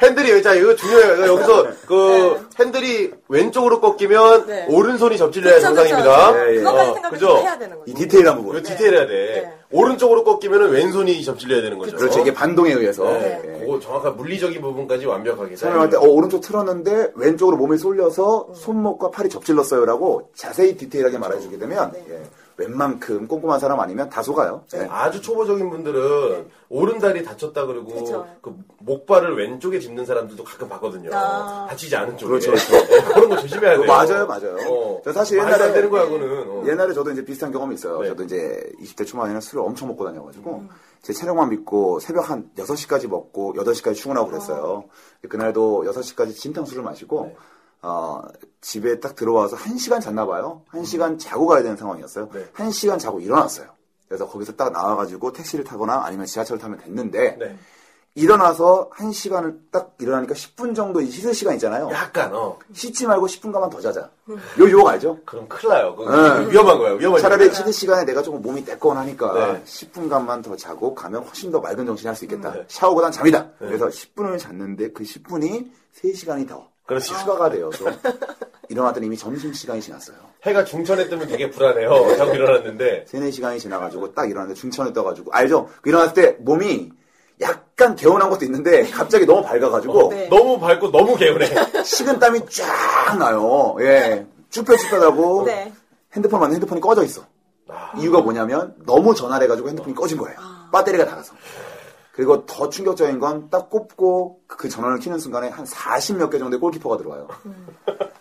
핸들이 왜자 이거 중요해요. 이거 여기서 그 핸들이 왼쪽으로 꺾이면
네.
오른손이 접질려야
그쵸, 그쵸.
정상입니다.
예, 예.
그것까지
어,
생각을
그죠?
좀 해야 되는
이
거죠.
디테일 한번
이거
보세요.
디테일해야 돼.
네.
오른쪽으로 꺾이면 왼손이 접질려야 되는 거죠.
그렇죠. 이게 반동에 의해서.
네.
예.
그거 정확한 물리적인 부분까지 완벽하게
설명할 때,
잘-
어, 오른쪽 틀었는데, 왼쪽으로 몸이 쏠려서, 손목과 팔이 접질렀어요. 라고 자세히 디테일하게 말해주게 되면, 예, 웬만큼 꼼꼼한 사람 아니면 다 속아요. 예.
아주 초보적인 분들은 오른다리 다쳤다 그러고
그쵸.
그 목발을 왼쪽에 짚는 사람들도 가끔 봤거든요.
아.
다치지 않은 쪽에.
그렇죠,
어, 그런 거 조심해야 돼요.
맞아요, 맞아요.
어.
저 사실
말도
옛날에-
안 되는 거야, 그거는. 어.
옛날에 저도 이제 비슷한 경험이 있어요.
네.
저도 이제 20대 초반에는 술을 엄청 먹고 다녀가지고, 제 체력만 믿고 새벽 한 6시까지 먹고, 8시까지 출근하고 그랬어요. 그날도 6시까지 진탕수를 마시고,
네.
어, 집에 딱 들어와서 1시간 잤나 봐요. 1시간 자고 가야 되는 상황이었어요.
음. 네.
1시간 자고 일어났어요. 그래서 거기서 딱 나와가지고 택시를 타거나 아니면 지하철을 타면 됐는데,
네.
일어나서 1시간을 딱 일어나니까 10분 정도 이 씻을 시간 있잖아요.
약간 어.
씻지 말고 10분간만 더 자자. 요 유혹 알죠?
그럼 큰일 나요. 그거
네.
위험한 거예요. 위험한
차라리
거예요.
쉬는 시간에 내가 조금 몸이 떼거나니까
네. 음,
10분간만 더 자고 가면 훨씬 더 맑은 정신이 할 수 있겠다. 샤워보단 잠이다.
네.
그래서 10분을 잤는데 그 10분이 3시간이 더
그렇지.
추가가 되어서 일어났더니 이미 점심시간이 지났어요.
해가 중천에 뜨면 되게 불안해요. 자고 일어났는데
3, 4시간이 지나가지고 딱 일어났는데 중천에 떠가지고 알죠? 그 일어났을 때 몸이 약간 개운한 것도 있는데 갑자기 너무 밝아가지고
네.
너무 밝고 너무 개운해.
식은 땀이 쫙 나요. 예. 쭈뼛쭈뼛하고
네.
핸드폰만 핸드폰이 꺼져 있어. 이유가 뭐냐면 너무 전화를 해가지고 핸드폰이 꺼진 거예요. 배터리가 닳아서. 그리고 더 충격적인 건 딱 꼽고 그 전원을 켜는 순간에 한 40 몇 개 정도의 골키퍼가 들어와요.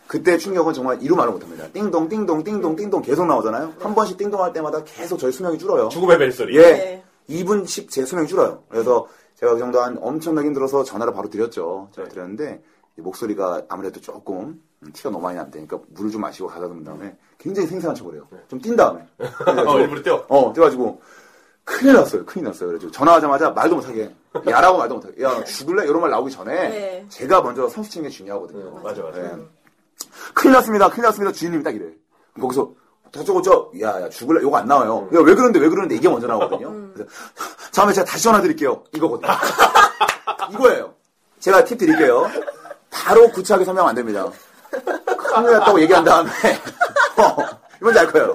그때 충격은 정말 이루 말을 못합니다. 띵동 띵동 띵동 띵동 계속 나오잖아요. 한 번씩 띵동할 때마다 계속 저희 수명이 줄어요.
주고배벨 소리.
예.
네.
2분씩 제 수명이 줄어요. 그래서 제가 그 정도 한 엄청나게 힘들어서 전화를 바로 드렸죠. 제가
네.
드렸는데 이 목소리가 아무래도 조금 티가 너무 많이 난다니까 물을 좀 마시고 가다듬은 다음에 굉장히 생생한 척을 해요. 좀 뛴 다음에.
어, 일부러 뛰어.
어, 그래가지고 큰일 났어요. 큰일 났어요. 그래가지고 전화하자마자 말도 못하게 야라고 말도 못하게 야 죽을래? 이런 말 나오기 전에
네.
제가 먼저 선수 치는 게 중요하거든요.
맞아, 맞아.
네. 큰일 났습니다. 큰일 났습니다. 주인님이 딱 이래. 거기서 다저고저 야야 죽을래? 요거 안
음.
나와요. 야, 왜 그런데 왜 그런데 이게 먼저 나오거든요. 그래서 다음에 제가 다시 전화 드릴게요. 이거거든요. 이거예요. 제가 팁 드릴게요. 바로 구차하게 설명 안 됩니다. 큰일 났다고 얘기한 다음에 어, 뭔지 알 거예요.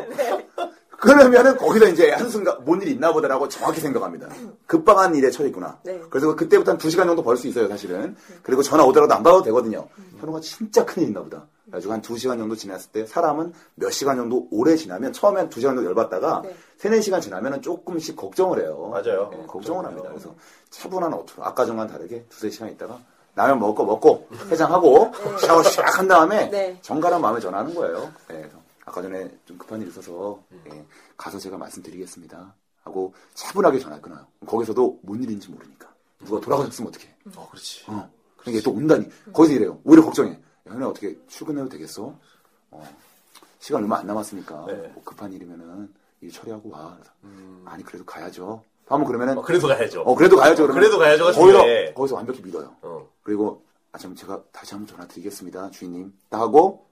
그러면은 거기서 이제 한순간 뭔 일이 있나 보다라고 정확히 생각합니다. 급박한 일에 처했구나.
네.
그래서 그때부터 한 2시간 정도 벌 수 있어요, 사실은. 그리고 전화 오더라도 안 받아도 되거든요. 현우가 진짜 큰일 있나 보다. 그래가지고 한 2시간 정도 지났을 때 사람은 몇 시간 정도 오래 지나면 처음엔 2시간 정도 열받다가
네.
세 3, 4시간 지나면은 조금씩 걱정을 해요.
맞아요. 그렇죠.
예,
걱정을
걱정을
해요.
합니다. 그래서 차분한 어투로 아까 전과 다르게 두세 시간 있다가 라면 먹을 거 먹고
음.
해장하고
네.
샤워 샥 한 다음에
네.
정갈한 마음에 전화하는 거예요. 예, 그래서 아까 전에 좀 급한 일이 있어서
음.
예, 가서 제가 말씀드리겠습니다. 하고 차분하게 전화 끊어요. 거기서도 뭔 일인지 모르니까 누가 돌아가셨으면 어떡해.
어, 그렇지.
어, 그러니까 또 온다니. 거기서 이래요. 오히려 걱정해. 야, 현우야 어떻게 출근해도 되겠어? 어, 시간 얼마 안 남았으니까
네. 음.
뭐 급한 일이면은 일 처리하고 와. 그래서 아니 그래도 가야죠. 한번 그러면은
어, 그래도 가야죠.
어, 그래도 가야죠. 그러면.
그래도 가야죠가
거기서,
중요해.
거기서 완벽히 믿어요.
어.
그리고, 아, 참, 제가 다시 한번 전화 드리겠습니다. 주인님. 딱 하고,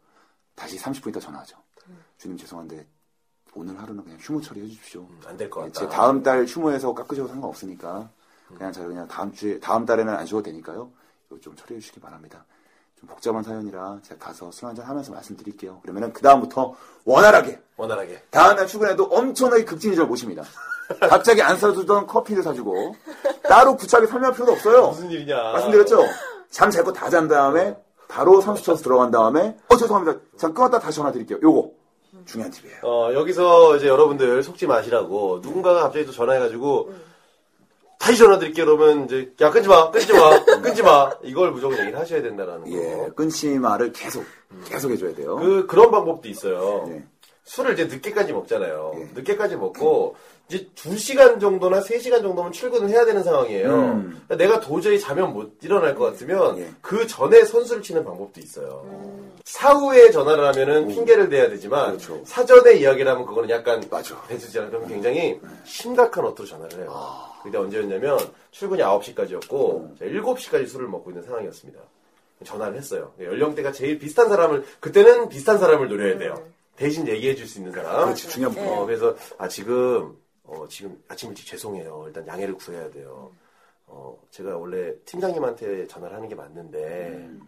다시 30분 있다 전화하죠.
음.
주인님 죄송한데, 오늘 하루는 그냥 휴무 처리해 주십시오.
안 될 것 같다.
제 다음 달 휴무에서 깎으셔도 상관없으니까, 그냥 저 그냥 다음 주에, 다음 달에는 안 쉬어도 되니까요. 이거 좀 처리해 주시기 바랍니다. 좀 복잡한 사연이라 제가 가서 술 한잔 하면서 말씀드릴게요. 그러면은 그다음부터 원활하게
원활하게.
다음날 출근해도 엄청나게 급진이절 모십니다. 갑자기 안 사주던 커피를 사주고 따로 구차하게 설명할 필요도 없어요.
무슨 일이냐.
말씀드렸죠? 잠 잘 거 다 잔 다음에 바로 30초에서 들어간 다음에 어 죄송합니다. 잠 끊었다 다시 전화 드릴게요. 요거 중요한 팁이에요.
어, 여기서 이제 여러분들 속지 마시라고 누군가가 갑자기 또 전화해가지고
음.
다시 전화 드릴게요. 그러면 이제 야 끊지 마, 끊지 마, 끊지 마. 이걸 무조건 얘기를 하셔야 된다라는 거.
예, 끊지마를 계속 계속 해줘야 돼요.
그 그런 방법도 있어요.
예.
술을 이제 늦게까지 먹잖아요.
예.
늦게까지 먹고 이제 2시간 정도나 3시간 정도면 출근을 해야 되는 상황이에요.
음.
그러니까 내가 도저히 자면 못 일어날 것 같으면
예.
그 전에 선수를 치는 방법도 있어요. 사후에 전화를 하면은 핑계를 대야 되지만
그렇죠.
사전에 이야기를 하면 그거는 약간
맞아. 네.
배수지랑 그럼 굉장히 심각한 어투로 전화를 해요.
아.
그때 언제였냐면 출근이
음.
9시까지였고 7시까지 술을 먹고 있는 상황이었습니다. 전화를 했어요. 네, 연령대가 제일 비슷한 사람을 그때는 비슷한 사람을 노려야 돼요. 대신 얘기해 줄 수 있는 사람.
그렇지, 중요한 부분.
어, 그래서 아 지금 어, 지금 아침 일찍 죄송해요. 일단 양해를 구해야 돼요. 어, 제가 원래 팀장님한테 전화를 하는 게 맞는데
음.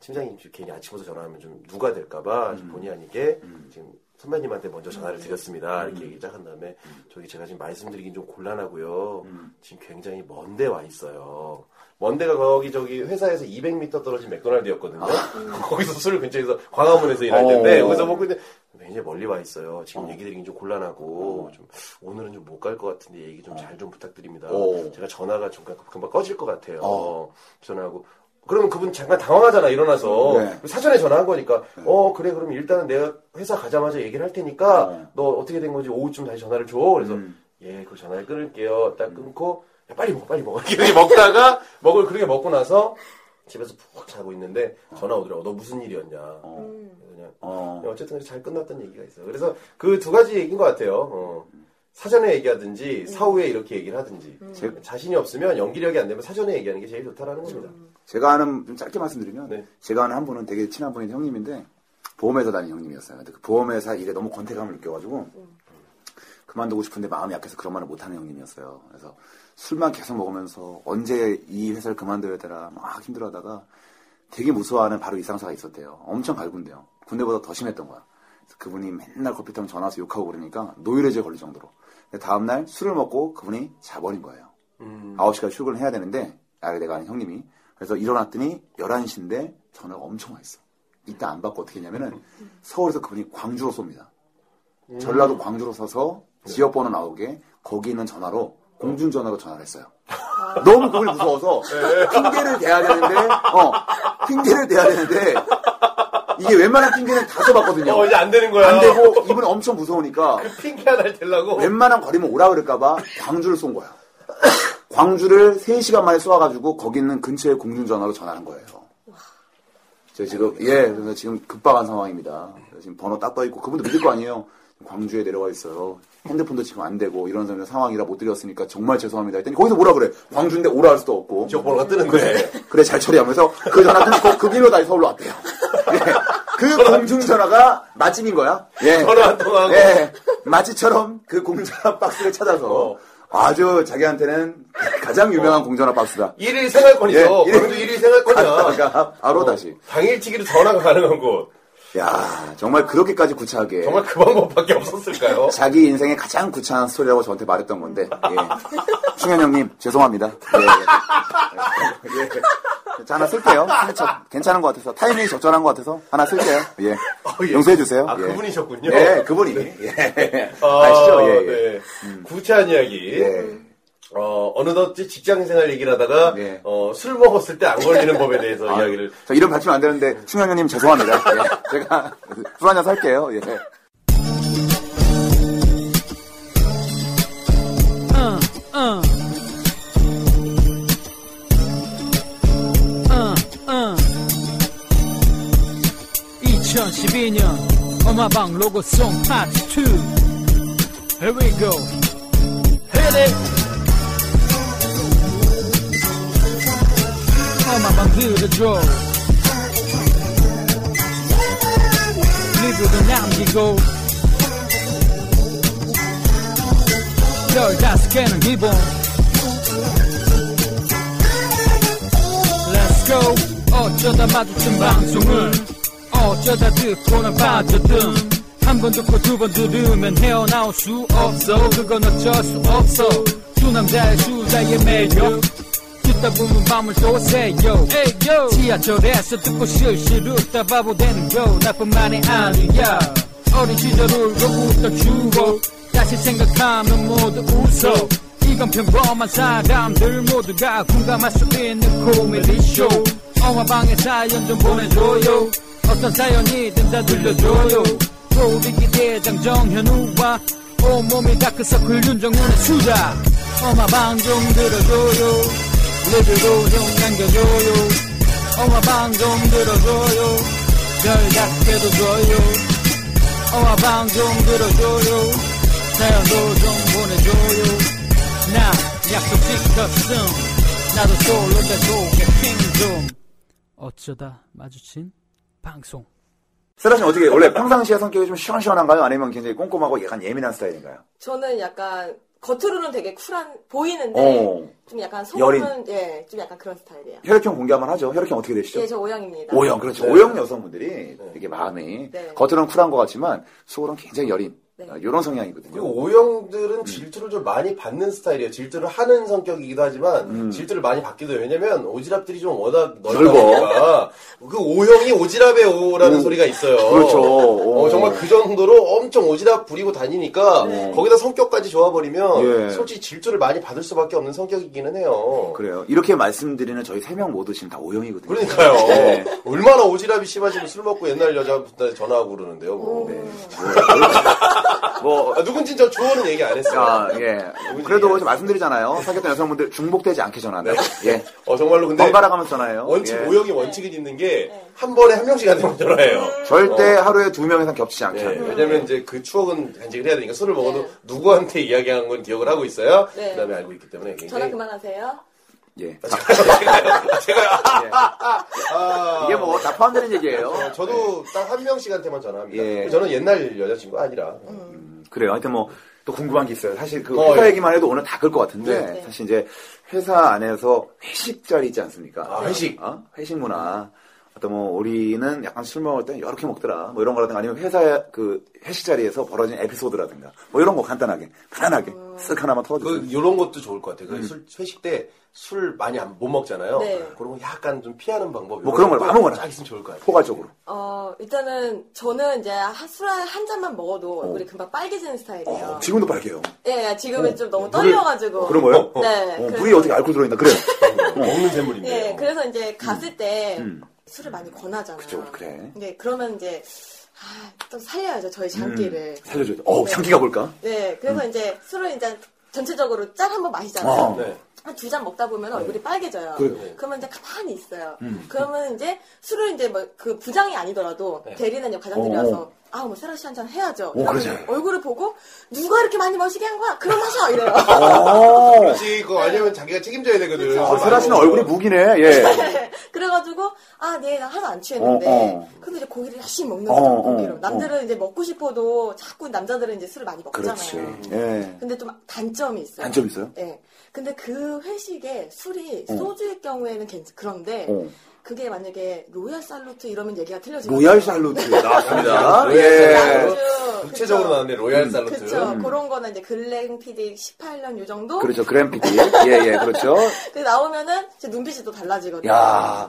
팀장님 지금 괜히 아침부터 전화하면 좀 누가 될까봐 좀 본의 아니게 지금 선배님한테 먼저 전화를 드렸습니다. 이렇게 얘기 시작한 음. 다음에 음. 저기 제가 지금 말씀드리긴 좀 곤란하고요. 지금 굉장히 먼데 와 있어요. 먼데가 거기 저기 회사에서 200m 떨어진 맥도날드였거든요. 거기서 술을 근처에서 광화문에서 일할 텐데
어.
거기서 먹고 있는데 굉장히 멀리 와 있어요. 어. 지금 얘기 드리긴 좀 곤란하고 좀 오늘은 좀 못 갈 것 같은데 얘기 좀 잘 좀 부탁드립니다.
오.
제가 전화가 좀 금방 꺼질 것 같아요.
어.
전화하고 그러면 그분 잠깐 당황하잖아 일어나서
네.
사전에 전화한 거니까 어 그래 그럼 일단은 내가 회사 가자마자 얘기를 할 테니까
네. 음.
너 어떻게 된 건지 오후쯤 다시 전화를 줘 그래서 예 그 전화를 끊을게요 딱 끊고 야, 빨리 먹어 빨리 먹어 이렇게 먹다가 먹을 그렇게 먹고 나서 집에서 푹 자고 있는데 전화 오더라고 너 무슨 일이었냐 그냥
어.
어. 쨌든 잘 끝났다는 얘기가 있어요. 그래서 그 두 가지 얘기인 것 같아요. 어, 사전에 얘기하든지 사후에 이렇게 얘기를 하든지
제-
자신이 없으면 연기력이 안 되면 사전에 얘기하는 게 제일 좋다라는 겁니다.
제가 아는 좀 짧게 말씀드리면
네.
제가 아는 한 분은 되게 친한 분인 형님인데 보험회사 다니는 형님이었어요. 근데 그 보험회사 일에 너무 권태감을 느껴가지고 그만두고 싶은데 마음이 약해서 그런 말을 못하는 형님이었어요. 그래서 술만 계속 먹으면서 언제 이 회사를 그만둬야 되나 막 힘들어하다가 되게 무서워하는 바로 이 상사가 있었대요. 엄청 갈군데요. 군대보다 더 심했던 거야. 그래서 그분이 맨날 커피 타면 전화 와서 욕하고 그러니까 노이레즈에 걸릴 정도로. 근데 다음날 술을 먹고 그분이 자버린 거예요. 9시까지 출근을 해야 되는데, 아, 내가 아는 형님이. 그래서 일어났더니 11시인데 전화가 엄청 와 있어. 이따 안 받고 어떻게 했냐면은 서울에서 그분이 광주로 쏩니다.
음.
전라도 광주로 서서 지역 번호 나오게 거기 있는 전화로 공중 전화로 전화를 했어요.
아.
너무 그걸 무서워서
네.
핑계를 대야 되는데 어 핑계를 대야 되는데 이게 웬만한 핑계는 다 써봤거든요.
어, 이제 안 되는 네. 거야.
안 되고 이분 엄청 무서우니까
핑계 하나 대려고.
뭐 웬만한 거리면 오라 그럴까봐 광주를 쏜 거야. 광주를 3시간 만에 쏘아가지고 거기 있는 근처에 공중전화로 전화한 거예요. 저 지금, 예, 그래서 지금 급박한 상황입니다. 지금 번호 딱 떠있고, 그분도 믿을 거 아니에요. 광주에 내려와 있어요. 핸드폰도 지금 안 되고, 이런 상황- 상황이라 못 드렸으니까 정말 죄송합니다. 했더니 거기서 뭐라 그래. 광주인데 오라 할 수도 없고.
지역 번호가 뜨는 거예요.
그래, 잘 처리하면서 그 전화 끊고 그 길로 다시 서울로 왔대요. 예. 그 공중전화가 맛집인 거야. 예.
전화 안 통하고.
예. 마치처럼 그 공전화 박스를 찾아서
어.
아주 자기한테는 가장 유명한 공전화 박스다.
일일 생활권이 있어.
예,
광주 일일 아, 그러니까 생활권이야.
갔다가 바로 다시.
당일치기로 전화가 가능한 곳.
야 정말 그렇게까지 구차하게.
정말 그 방법밖에 없었을까요?
자기 인생의 가장 구차한 스토리라고 저한테 말했던 건데, 예. 충현 형님, 죄송합니다. 예, 예. 예. 자, 하나 쓸게요. 저, 괜찮은 것 같아서. 타이밍이 적절한 것 같아서. 하나 쓸게요. 예.
예.
용서해주세요.
아,
예.
그분이셨군요.
예, 그분이. 예. 아시죠? 예, 예.
네. 구차한 이야기.
예.
어, 어느덧 이제 직장 생활 얘기를 하다가,
네.
어, 술 먹었을 때 안 걸리는 법에 대해서
아,
네. 이야기를.
저 이름 밝히면 안 되는데, 충현 형님 죄송합니다. 예. 제가 술 한잔 살게요. 예.
Uh, uh. Uh, uh. 2012년 엄마방 로고송 파트 2 Here we go Hit it 엄마방 들어줘 리뷰도 남기고 열다섯 개는 기본 Let's go 어쩌다 마주친 방송을 어쩌다 듣고는 빠져든 한 번 듣고 두 번 들으면 헤어나올 수 없어 그건 어쩔 수 없어 두 남자의 수다의 매력 듣다 보면 밤을 쏘세요 지하철에서 듣고 실실 웃다 바보 되는 거 나뿐만이 아니야 어린 시절 울고 웃던 추억 다시 생각하면 모두 웃어 이건 평범한 사람들 모두가 공감할 수 있는 코미디쇼 영화방에 사연 좀 보내줘요 어떤 사연이든 다 들려줘요 고리기 대장 정현우와 온몸이 다크서클 윤정훈의 수다 엄마방 좀 들어줘요 레드로 좀 남겨줘요 엄마방 좀 들어줘요 별 약해도 줘요 어, 엄마방 좀 들어줘요 사연도 좀 보내줘요 나 약속 지켰음 나도 솔로 내 속에 킹좀 어쩌다 마주친 방송
세라 씨는 어떻게, 원래 평상시에 성격이 좀 시원시원한가요? 아니면 굉장히 꼼꼼하고 약간 예민한 스타일인가요?
저는 약간 겉으로는 되게 쿨한 보이는데
어.
좀 약간
여린.
속으로는 예, 좀 약간 그런 스타일이에요.
혈액형 공개 한번 하죠. 혈액형 어떻게 되시죠?
예, 저 O형입니다.
오형 그렇죠.
네.
오형 여성분들이 되게 마음이
네.
겉으로는 쿨한 것 같지만 속으로는 굉장히 여린
네.
이런 성향이거든요.
그리고 오형들은 질투를 좀 많이 받는 스타일이에요. 질투를 하는 성격이기도 하지만 질투를 많이 받기도 해요. 왜냐면 오지랖들이 좀 워낙 음. 넓다
넓어.
보니까 그 오형이 오지랖의 오라는 소리가 있어요.
그렇죠. 오.
어, 정말 그 정도로 엄청 오지랖 부리고 다니니까 거기다 성격까지 좋아버리면
예.
솔직히 질투를 많이 받을 수밖에 없는 성격이기는 해요.
그래요. 이렇게 말씀드리는 저희 세 명 모두 지금 다 오형이거든요.
그러니까요.
네.
얼마나 오지랖이 심하시면 술 먹고 옛날 여자분한테 전화하고 그러는데요. 뭐.
뭐
아, 누군진 저 주어는 얘기 안 했어요.
아, 예.
네.
그래도 이제 말씀드리잖아요. 사귀었던 여성분들 중복되지 않게 전화한다고. 예.
어, 정말로 근데
번갈아 가면서 전화해요.
원칙
예.
오형이 원칙은
네.
있는 게 한 번에 한 명씩 한테만 전화해요.
절대 하루에 두 명 이상 겹치지 않게.
예,
네.
합니다.
왜냐면 이제 그 추억은 간직을 해야 되니까 술을 먹어도 누구한테 이야기한 건 기억을 하고 있어야
네.
그다음에 알고 있기 때문에 굉장히
전화 그만하세요.
예.
아,
이게 뭐 다 포함되는 얘기예요.
어, 저도 딱 한 명씩한테만 전화합니다.
예.
저는 옛날 여자친구 아니라
그래요. 하여튼 뭐 또 궁금한 게 있어요. 사실 그
어,
회사
예.
얘기만 해도 오늘 다 끌 것 같은데
네.
사실 이제 회사 안에서 회식 자리 있지 않습니까?
아, 회식.
어? 회식 문화. 어떤 뭐 오리는 약간 술 먹을 때 이렇게 먹더라 뭐 이런 거라든가 아니면 회사 그 회식 자리에서 벌어진 에피소드라든가 뭐 이런 거 간단하게 편안하게
어.
쓱 하나만 털어주세요.
그 이런 것도 좋을 것
음.
같아요. 그 술, 회식 때 술 많이 안, 못 먹잖아요.
네.
그런 거 약간 좀 피하는 방법.
뭐 그런 걸 아무거나.
딱 있으면 좋을 것 같아요.
포괄적으로.
어, 일단은 저는 이제 술한 잔만 먹어도 얼굴이 금방 빨개지는 스타일이에요.
어, 지금도 빨개요.
예, 예, 지금은 좀 너무
물을-
떨려가지고.
그런 거예요?
네.
어,
그래서-
물이 어떻게 알코올 들어있나 음, 그래요.
먹는 샘물인데.
예,
요
그래서 이제 갔을 때
음.
술을 많이 권하잖아요.
그쵸, 그래.
네, 그러면 이제, 아, 좀 살려야죠, 저희 장기를.
살려줘야 돼. 어 향기가 볼까?
네, 그래서 이제 술을 이제 전체적으로 짤 한 번 마시잖아요.
음. 어.
네.
한 두 잔 먹다 보면 얼굴이 빨개져요.
그래요. 음.
러면 이제 가만히 있어요. 그러면 이제 술을 이제 뭐 그 부장이 아니더라도
네.
대리나 이제 과장들이 와서
어.
아, 뭐 세라 씨 한 잔 해야죠.
오, 그러지.
그러면 얼굴을 보고 누가 이렇게 많이 마시게 한 거야? 그럼 마셔 이래요.
어,
그렇지 그거 아니면 자기가 책임져야 되거든
그쵸.
아, 세라 씨는 얼굴이 무기네. 예.
그래가지고 아, 네, 나 하나 안 취했는데.
어, 어.
근데 이제 고기를 열심히 먹는
어,
거죠.
어,
고기로.
어.
남들은 이제 먹고 싶어도 자꾸 남자들은 이제 술을 많이 먹잖아요.
그렇지. 예.
근데 좀 단점이 있어요.
단점 있어요?
네. 근데 그 회식에 술이 소주일 경우에는 괜찮, 그런데
어.
그게 만약에 로얄 살루트 이러면 얘기가 틀려지고.
로얄 살루트 나왔습니다.
로얄
예.
살루트. 네. 구체적으로 나왔네 로얄 살로트.
그쵸. 그런 거는 이제 글랭 PD 18년 요 정도?
음.
그
그렇죠. 그램피디. 예, 예, 그렇죠.
나오면은 이제 눈빛이 또 달라지거든요.
야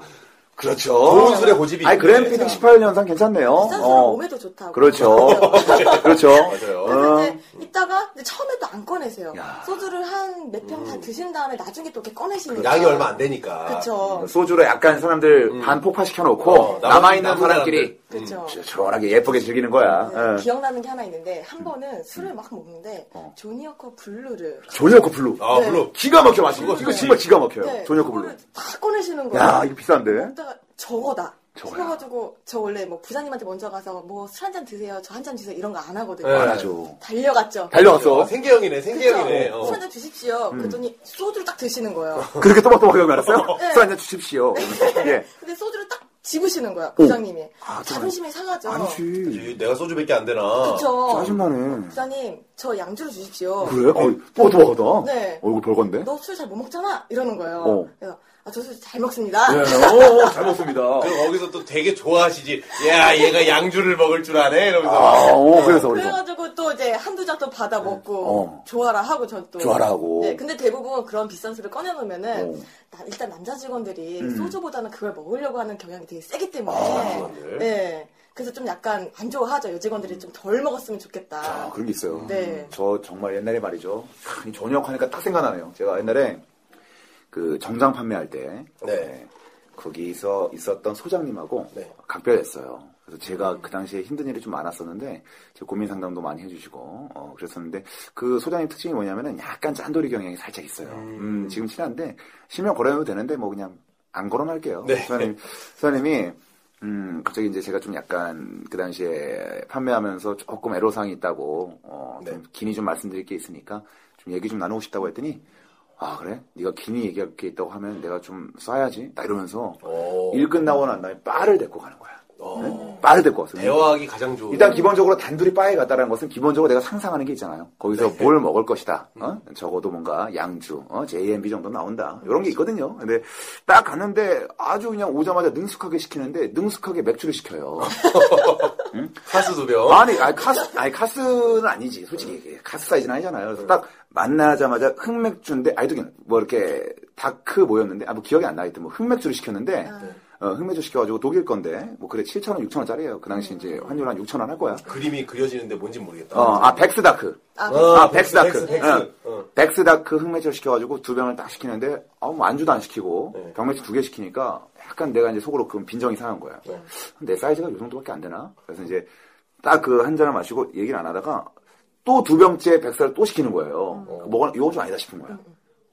그렇죠.
좋은 술의 고집이
아니,
있네.
그램피디 18년상 괜찮네요.
비싼 술은 몸에도 좋다고.
어, 그렇죠. 그렇죠.
그래서
어.
이제 이따가 이제 처음에 또 안 꺼내세요. 소주를 한 몇 병 다 드신 다음에 나중에 또 이렇게 꺼내시는
그렇죠.
거예요.
양이 얼마 안 되니까.
그쵸.
소주로 약간 사람들 반 폭파시켜놓고
어, 나머지
음. 남아있는
남은
사람끼리
그쵸.
음. 시원하게 예쁘게 즐기는 거야.
어. 네,
예. 음.
기억나는 게 하나 있는데 한 번은 술을 막 먹는데 조니어커 블루를
존여코 블루.
아
네.
물론
기가 막혀 마시고.
이거
이거 정말 기가 막혀요.
네,
존여코 블루.
그거를 다 꺼내시는 거예요.
야, 이거 비싼데?
먹다가 저거다.
저거야.
그래가지고 저 원래 뭐 부장님한테 먼저 가서 뭐 술 한 잔 드세요, 저 한 잔 주세요 이런 거 안 하거든요.
네.
안 하죠.
달려갔죠.
달려갔어. 음.
생계형이네 생계형이네. 어.
술한잔 주십시오. 그랬더니 소주를 딱 드시는 거예요.
그렇게 또박또박 알았어요?
네.
술 한잔 주십시오. 예.
근데 소주를 딱 집으시는 거예요, 부장님이.
아, 좀-
자존심이 상하죠.
아니지.
이제 내가 소주밖에 안 되나.
그쵸.
짜증나네.
부장님, 저 양주를 주십시오.
그래? 어이, 뽀드뽀하다.
네.
얼굴 벌건데?
너 술 잘 못 먹잖아? 이러는 거예요.
어. 네.
그래서 아, 저 술 잘 먹습니다.
예. 오, 잘 먹습니다.
그럼 거기서 또 되게 좋아하시지. 야 얘가 양주를 먹을 줄 아네 이러면서.
아, 오, 그래서, 그래서.
그래가지고 또 이제 한두 잔 또 받아 먹고
어.
좋아라 하고 전 또.
좋아라 하고.
네, 근데 대부분 그런 비싼 술을 꺼내놓으면은
어. 음.
나- 일단 남자 직원들이 소주보다는 그걸 먹으려고 하는 경향이 되게 세기 때문에.
아,
직원들.
네. 그래서 좀 약간 안 좋아하죠. 여직원들이 좀 덜 먹었으면 좋겠다.
아, 그런 게 있어요.
네.
저 정말 옛날에 말이죠. 이 저녁 하니까 딱 생각나네요. 제가 옛날에 그 정장 판매할 때
네.
네, 거기서 있었던 소장님하고
네.
각별했어요. 그래서 제가 그 당시에 힘든 일이 좀 많았었는데 제 고민 상담도 많이 해주시고 어, 그랬었는데 그 소장님 특징이 뭐냐면은 약간 짠돌이 경향이 살짝 있어요. 음, 지금 친한데 실명 걸어도 되는데 뭐 그냥 안 걸어놓을게요.
네.
소장님, 소장님이 음, 갑자기 이제 제가 좀 약간 그 당시에 판매하면서 조금 애로사항이 있다고, 어, 좀
네.
기니 좀 말씀드릴 게 있으니까 좀 얘기 좀 나누고 싶다고 했더니, 아, 그래? 네가 기니 얘기할 게 있다고 하면 내가 좀 쏴야지? 나 이러면서
오.
일 끝나고 난 다음에 빠를 데리고 가는 거야.
어.
네? 빠를 데리고 왔어.
대화하기 가장 좋은.
일단 기본적으로 단둘이 바에 갔다라는 것은 기본적으로 내가 상상하는 게 있잖아요. 거기서 뭘 먹을 것이다. 어? 적어도 뭔가 양주, 어? JMB 정도 나온다. 이런 게 있거든요. 근데 딱 갔는데 아주 그냥 오자마자 능숙하게 시키는데 능숙하게 맥주를 시켜요.
하수 두 병.
아니, 아니, 카스, 아니, 카스는 아니지. 솔직히. 카스 사이즈는 아니잖아요. 그래서 딱 만나자마자 흑맥주인데, 아니, 또뭐 이렇게 다크 뭐였는데, 아, 뭐 기억이 안 나겠다. 뭐 흑맥주를 시켰는데, 어, 흑맥주 시켜가지고 독일 건데, 뭐 그래, 7,000원, 6,000원짜리예요. 그 당시 이제 환율 한 6,000원 할 거야.
그림이 그려지는데 뭔진 모르겠다.
어, 아, 백스다크.
아,
아, 백스다크.
백스, 백스.
응.
어.
백스다크 흑맥주를 시켜가지고 두 병을 딱 시키는데, 아무 뭐 안주도 안 시키고,
네.
병맥주 두 개 시키니까, 약간 내가 이제 속으로 그 빈정이 상한 거야.
네.
내 사이즈가 이 정도밖에 안 되나? 그래서 이제, 딱 그 한 잔을 마시고, 얘기를 안 하다가, 또 두 병째 백사를 또 시키는 거예요.
음.
그 먹어, 이거 좀 아니다 싶은 거야.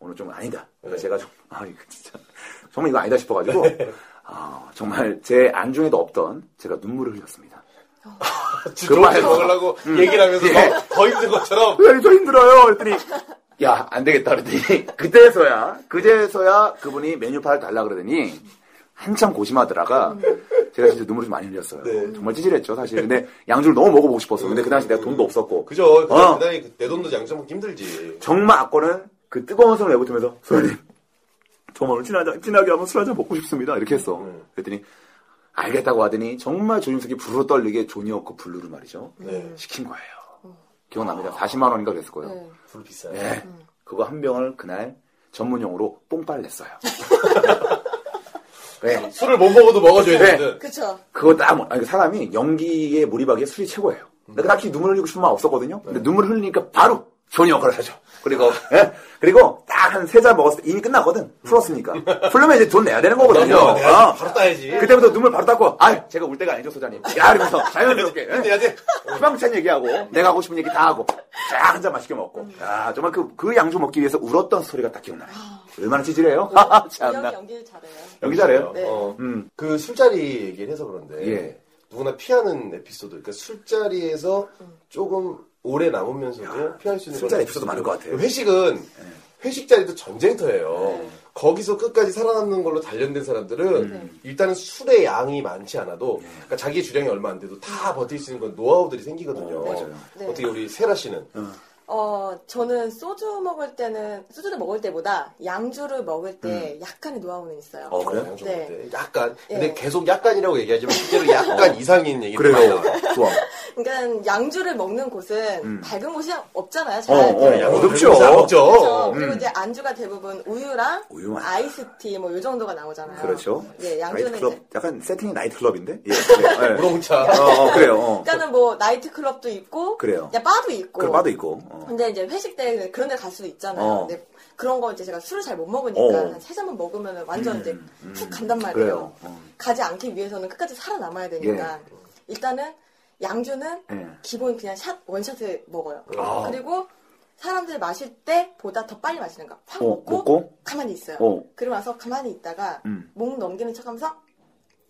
오늘 좀 아니다.
네.
그래서 제가 좀, 아, 이거 진짜. 정말 이거 아니다 싶어가지고,
네.
아, 정말 제 안중에도 없던 제가 눈물을 흘렸습니다.
그
아, 그만.
먹으려고 얘기를 하면서
예.
더, 더 힘든 것처럼.
왜 이렇게 힘들어요? 그랬더니, 야, 안 되겠다. 그랬더니, 그때서야, 그제서야 그분이 메뉴판을 달라 그러더니, 한참 고심하더라가, 제가 진짜 눈물이 좀 많이 흘렸어요. 정말 찌질했죠, 사실. 근데 양주를 너무 먹어보고 싶었어. 근데 그 당시 내가 돈도 없었고.
그죠. 그,
어.
그 나이 내 돈도 양심은 힘들지.
정말 악권은 그 뜨거운 손을 내뱉으면서, 네. 소연님, 정말 오늘 진하게, 진하게 한번 술 한잔 먹고 싶습니다. 이렇게 했어. 그랬더니, 알겠다고 하더니 정말 조윤석이 부르르 떨리게 조니어커 블루를 말이죠.
네.
시킨 거예요. 기억납니다. 40만 원인가 그랬을 거예요.
네.
불 비싸요.
네. 그거 한 병을 그날 전문용어로 뽕빨 냈어요. 네.
술을 못 먹어도 먹어줘야
네.
되거든.
그쵸.
그거 딱, 먹- 아니, 사람이 연기에 몰입하기에 술이 최고예요. 근데 딱히 눈물 흘리고 싶은 마음 없었거든요.
네.
근데 눈물 흘리니까 바로 존이 역할을 하죠. 그리고, 예? 그리고 딱 한 세 잔 먹었을 때 이미 끝났거든. 풀었으니까. 풀려면 이제 돈 내야 되는 거거든요.
그럼요. 내가
어.
바로 따야지.
그때부터 눈물 바로 닦고, 아 제가 울 때가 아니죠, 소장님. 야, 이러면서 자연스럽게. 예?
내야 돼.
희망찬 얘기하고 내가 하고 싶은 얘기 다 하고 쫙 한 잔 맛있게 먹고
음.
야 정말 그, 그 양주 먹기 위해서 울었던 소리가 딱 기억나요
아.
얼마나 찌질해요
이형이
아, 참나
네, 연기를 잘해요.
연기 잘해요
네.
어.
음.
그 술자리 얘기를 해서 그런데
예.
누구나 피하는 에피소드. 그러니까 술자리에서
음.
조금 오래 남으면서도 피할 수 있는
술자리
그런
에피소드 많을 것 같아요. 예. 네.
회식은 회식 자리도 전쟁터예요. 거기서 끝까지 살아남는 걸로 단련된
음.
사람들은
네.
일단은 술의 양이 많지 않아도
예.
그러니까 자기 주량이 얼마 안 돼도 다 버틸 수 있는 그런 노하우들이 생기거든요.
어, 맞아요.
네.
어떻게 우리 세라 씨는
어, 저는 소주 먹을 때는, 소주를 먹을 때보다 양주를 먹을 때 약간의 노하우는 있어요.
음. 어 그래요?
양주
네.
먹을 때 약간
예.
근데 계속 약간이라고 얘기하지만 실제로 약간 이상인 얘기
어. 그래요 좋아
그러니까 양주를 먹는 곳은 밝은 곳이 없잖아요.
음. 어,
잘.
아,
어, 어둡죠 네. 음.
그렇죠.
없죠. 음.
그리고 이제 안주가 대부분 우유랑
우유 맞아.
아이스티 뭐 요 정도가 나오잖아요.
그렇죠
예, 양주는
나이트클럽
이제
약간 세팅이 나이트클럽인데 예, 그래요. 예.
우롱차.
어, 어, 그래요 어.
그러니까는 뭐 나이트클럽도 있고
그래요.
그냥 바도 있고.
그럼 바도 있고 어.
근데 이제 회식 때 그런 데 갈 수도 있잖아요.
어.
근데 그런 거 이제 제가 술을 잘 못 먹으니까
어.
한 세 잔만 먹으면 완전 이제 푹 간단 말이에요.
음, 그래요 어.
가지 않기 위해서는 끝까지 살아남아야 되니까 일단은 양주는
예. 아.
기본 그냥 샷 원샷을 먹어요. 그리고 사람들 마실 때보다 더 빨리 마시는 거. 확
어,
먹고,
먹고?
가만히 있어요.
어.
그러고 나서 가만히 있다가
음.
목 넘기는 척하면서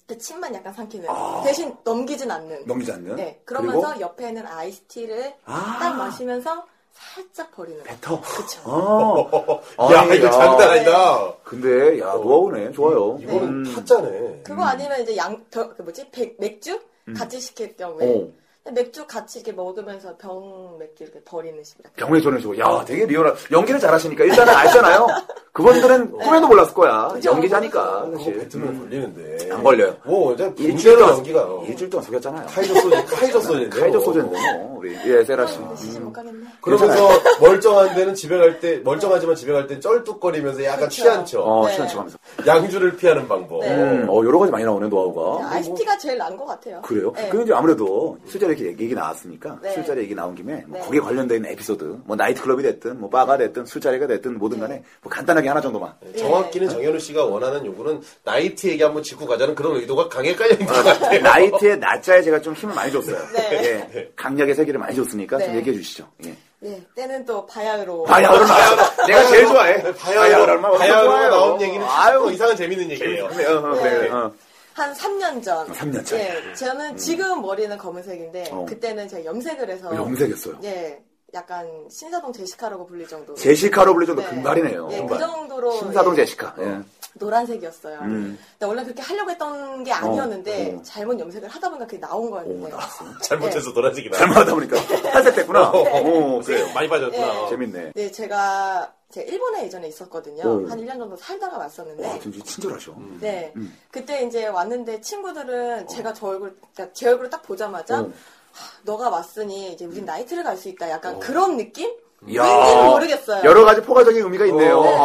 그 침만 약간 삼키는 대신 넘기진 않는.
아. 넘기지 않는
네.
그리고
그러면서 옆에 있는 아이스티를
아.
딱 마시면서 살짝 버리는 거.
뱉어
그쵸.
어.
야,
아니,
이거 장난 아니다.
근데 야 노하우네 좋아요
이거는
음.
타짜네.
그거 아니면 이제 양, 벼, 그 뭐지? 백- 맥주? 같이 시킬 경우에.
음. 어.
맥주 같이 이렇게 먹으면서 병 맥주 이렇게 버리는 식이라.
병에 전해주고, 야, 되게 리얼한, 연기를 잘하시니까, 일단은 알잖아요. 그분들은 꿈에도 몰랐을 거야.
네. 그죠.
연기자니까,
그거
사실. 음.
뱉으면 걸리는데.
안 걸려요.
뭐, 이제
일주일
분대로
동안,
연기가.
일주일 동안 속였잖아요.
카이저 소재, 카이저 소재인데.
카이저 소재인데, 뭐, 우리, 예, 세라 씨.
아, 시집 못 가겠네.
그러면서 멀쩡한 데는 집에 갈 때, 멀쩡하지만 집에 갈 땐 쩔뚝거리면서 약간
그렇죠.
취한 척.
어,
네.
시간 쳐가면서.
양주를 피하는 방법.
네.
음, 어, 여러 가지 많이 나오네,
그냥
노하우가.
아이스티가 제일 나은 것 같아요.
어? 그래요?
네.
근데 이제 아무래도 술자리 이렇게 얘기, 얘기 나왔으니까
네.
술자리 얘기 나온 김에 뭐
네.
거기에 관련된 에피소드 뭐 나이트클럽이 됐든 뭐 바가 됐든 술자리가 됐든 뭐든
네.
간에 뭐 간단하게 하나 정도만
정확히는
네.
정현우 씨가 원하는 요구는 나이트 얘기 한번 짚고 가자는 그런 의도가 강하게 깔려있는 것 같아요.
네, 나이트의 낮자에 제가 좀 힘을 많이 줬어요
네.
예, 강약의 세계를 많이 줬으니까 좀
네.
얘기해 주시죠 예.
네, 때는 또 바야흐로.
바야흐로 나와. 내가 제일 좋아해.
바야흐로,
얼마나
바야흐로
좋아요.
나온 얘기는 아유,
아유.
이상한 재밌는 얘기예요.
어, 그래. 어.
한 3년 전.
삼년 전. 음.
예, 저는 지금 머리는 검은색인데,
어.
그때는 제가 염색을
네.
해서.
염색했어요.
예, 약간 신사동 제시카라고 불릴 정도로.
제시카로 불릴 정도
네.
금발이네요.
예, 그
금발.
정도로.
신사동
예,
제시카. 예.
노란색이었어요. 근데 원래 그렇게 하려고 했던 게 아니었는데,
어, 어.
잘못 염색을 하다 보니까 그게 나온 거였는데.
잘못해서 노란색이 나.
네. 잘못하다 보니까 탈색 됐구나. 어, 그래요. 아,
많이 빠졌구나.
재밌네.
네, 제가, 제가 일본에 예전에 있었거든요.
오. 아,
한 1년 정도 살다가 왔었는데.
와, 진짜 어, 친절하셔.
네.
음.
그때 이제 왔는데 친구들은 제가 저 얼굴, 그러니까 제 얼굴을 딱 보자마자
어.
하, 너가 왔으니 이제 우린 나이트를 갈 수 있다. 약간 그런 느낌?
음. 이야.
왠지는 모르겠어요.
여러 가지 포괄적인 의미가 있네요.
어,
어,
네.
어,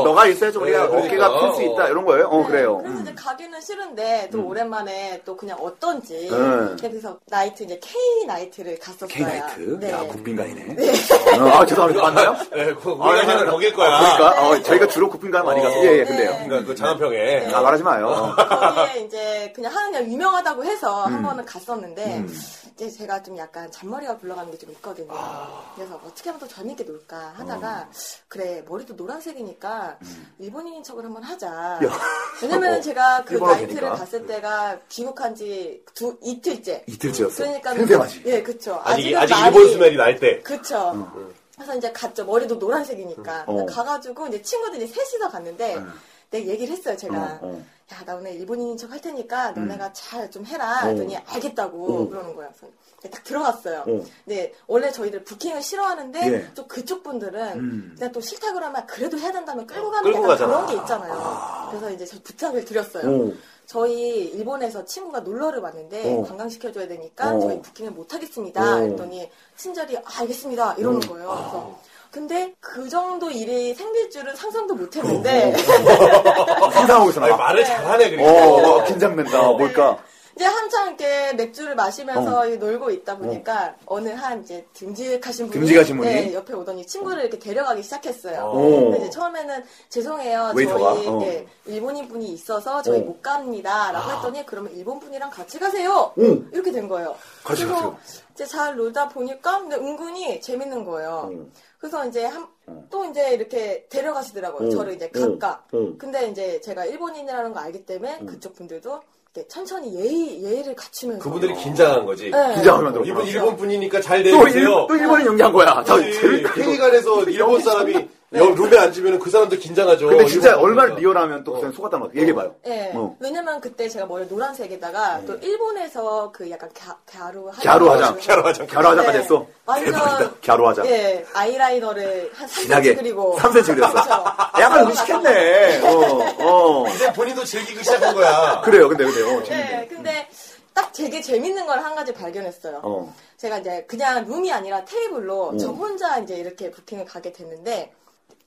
어. 너가 있어야 좀 우리가
네,
어깨가
그러니까.
클 수 있다 이런 거예요. 어,
네,
그래요.
그래서 이제 가기는 싫은데 또 오랜만에 또 그냥 어떤지 네,
음.
그래서 나이트 이제 K 나이트를 갔었어요.
K 나이트.
네.
야, 국빈가이네. 어, 아, 죄송합니다. 맞나요?
네, 그, 우리가
아니,
는 거길 거야.
그러니까 어, 저희가 주로 국빈가 많이 가서 예, 예, 근데요.
네.
그러니까 그 장안평에.
아, 말하지 마요. 어.
거기에 이제 그냥 하는 게 유명하다고 해서
음.
한 번은 갔었는데 이제 제가 좀 약간 잔머리가 굴러가는 게 좀 있거든요.
아.
그래서 뭐 어떻게 하면 더 재밌게 놀까 하다가
어.
그래 머리도 노란색이니까
음.
일본인인 척을 한번 하자. 왜냐면
어,
제가 그
일본어
나이트를
되니까.
갔을 때가 귀국한 지 두, 이틀째.
이틀째였어.
그러니까
생생하지.
예, 그쵸.
아직,
아직은
아직
말이-
일본 스멜이 날 때.
그쵸. 그래서 이제 갔죠. 머리도 노란색이니까.
어.
가가지고 이제 친구들이 셋이서 갔는데 내 얘기를 했어요, 제가.
어, 어.
야, 나 오늘 일본인인 척 할 테니까 너네가 잘 좀 해라. 그랬더니 알겠다고 그러는 거예요. 그래서 이제 딱 들어갔어요.
어.
근데 원래 저희들 부킹을 싫어하는데
예.
또 그쪽 분들은
음.
그냥 또 싫다 그러면 그래도 해야 된다면 끌고 가는
끌고
약간
가잖아.
그런 게 있잖아요. 그래서 이제 저 부탁을 드렸어요.
오.
저희 일본에서 친구가 놀러를 왔는데
어.
관광시켜줘야 되니까
어.
저희 부킹을 못하겠습니다.
어. 음. 아.
그랬더니 친절히 아, 알겠습니다 이러는 거예요. 그래서 근데 그 정도 일이 생길 줄은 상상도
어,
못했는데
상상하고 있어.
아니,
나.
말을 잘하네 그러니까.
어, 긴장된다.
네.
뭘까?
이제 한참 이렇게 맥주를 마시면서
어.
이렇게 놀고 있다 보니까 어. 느한 이제 듬직하신 분이,
듬직하신 분이?
네, 옆에 오더니 친구를 이렇게 데려가기 시작했어요.
어.
네, 근데 이제 처음에는 죄송해요.
웨이터가?
저희
어.
예, 일본인 분이 있어서 저희
어. 아.
못 갑니다. 라고 했더니 그러면 일본 분이랑 같이 가세요. 이렇게 된 거예요.
같이
그래서
가세요.
이제 잘 놀다 보니까 근데 은근히 재밌는 거예요.
어.
그래서 이제 한, 또 이제 이렇게 데려가시더라고요.
어.
저를 이제
어.
각각.
어.
근데 이제 제가 일본인이라는 거 알기 때문에 그쪽 분들도 이렇게 천천히 예의, 예의를 갖추면서.
그분들이
어.
긴장한 거지.
네.
긴장하면 안 돼.
이분 일본 분이니까 잘
또, 일,
내주세요.
또 일본인 연기한 거야. 자,
네,
재밌다.
회의관에서 일본 사람이 여- 룸에 앉으면 그 사람들 긴장하죠.
네. 근데 진짜
일본
얼마나
분이니까.
리얼하면 또 그냥 속았단 것 같아. 얘기해봐요.
예.
어.
왜냐면 그때 제가 머리 노란색에다가 또 일본에서 그 약간 갸, 갸루 화장.
갸루 화장.
갸루 화장.
갸루 화장까지
네.
했어.
완전.
갸루 화장.
예. 아이라이너를 한 3cm
진하게.
그리고.
3cm 그렸어.
그렇죠.
약간 음식했네.
아,
어, 어.
이제 본인도 즐기기 시작한 거야.
그래요. 근데, 근데, 어, 재밌네.
네. 근데 딱 되게 재밌는 걸 한 가지 발견했어요.
어.
제가 이제 그냥 룸이 아니라 테이블로
음.
저 혼자 이제 이렇게 부킹을 가게 됐는데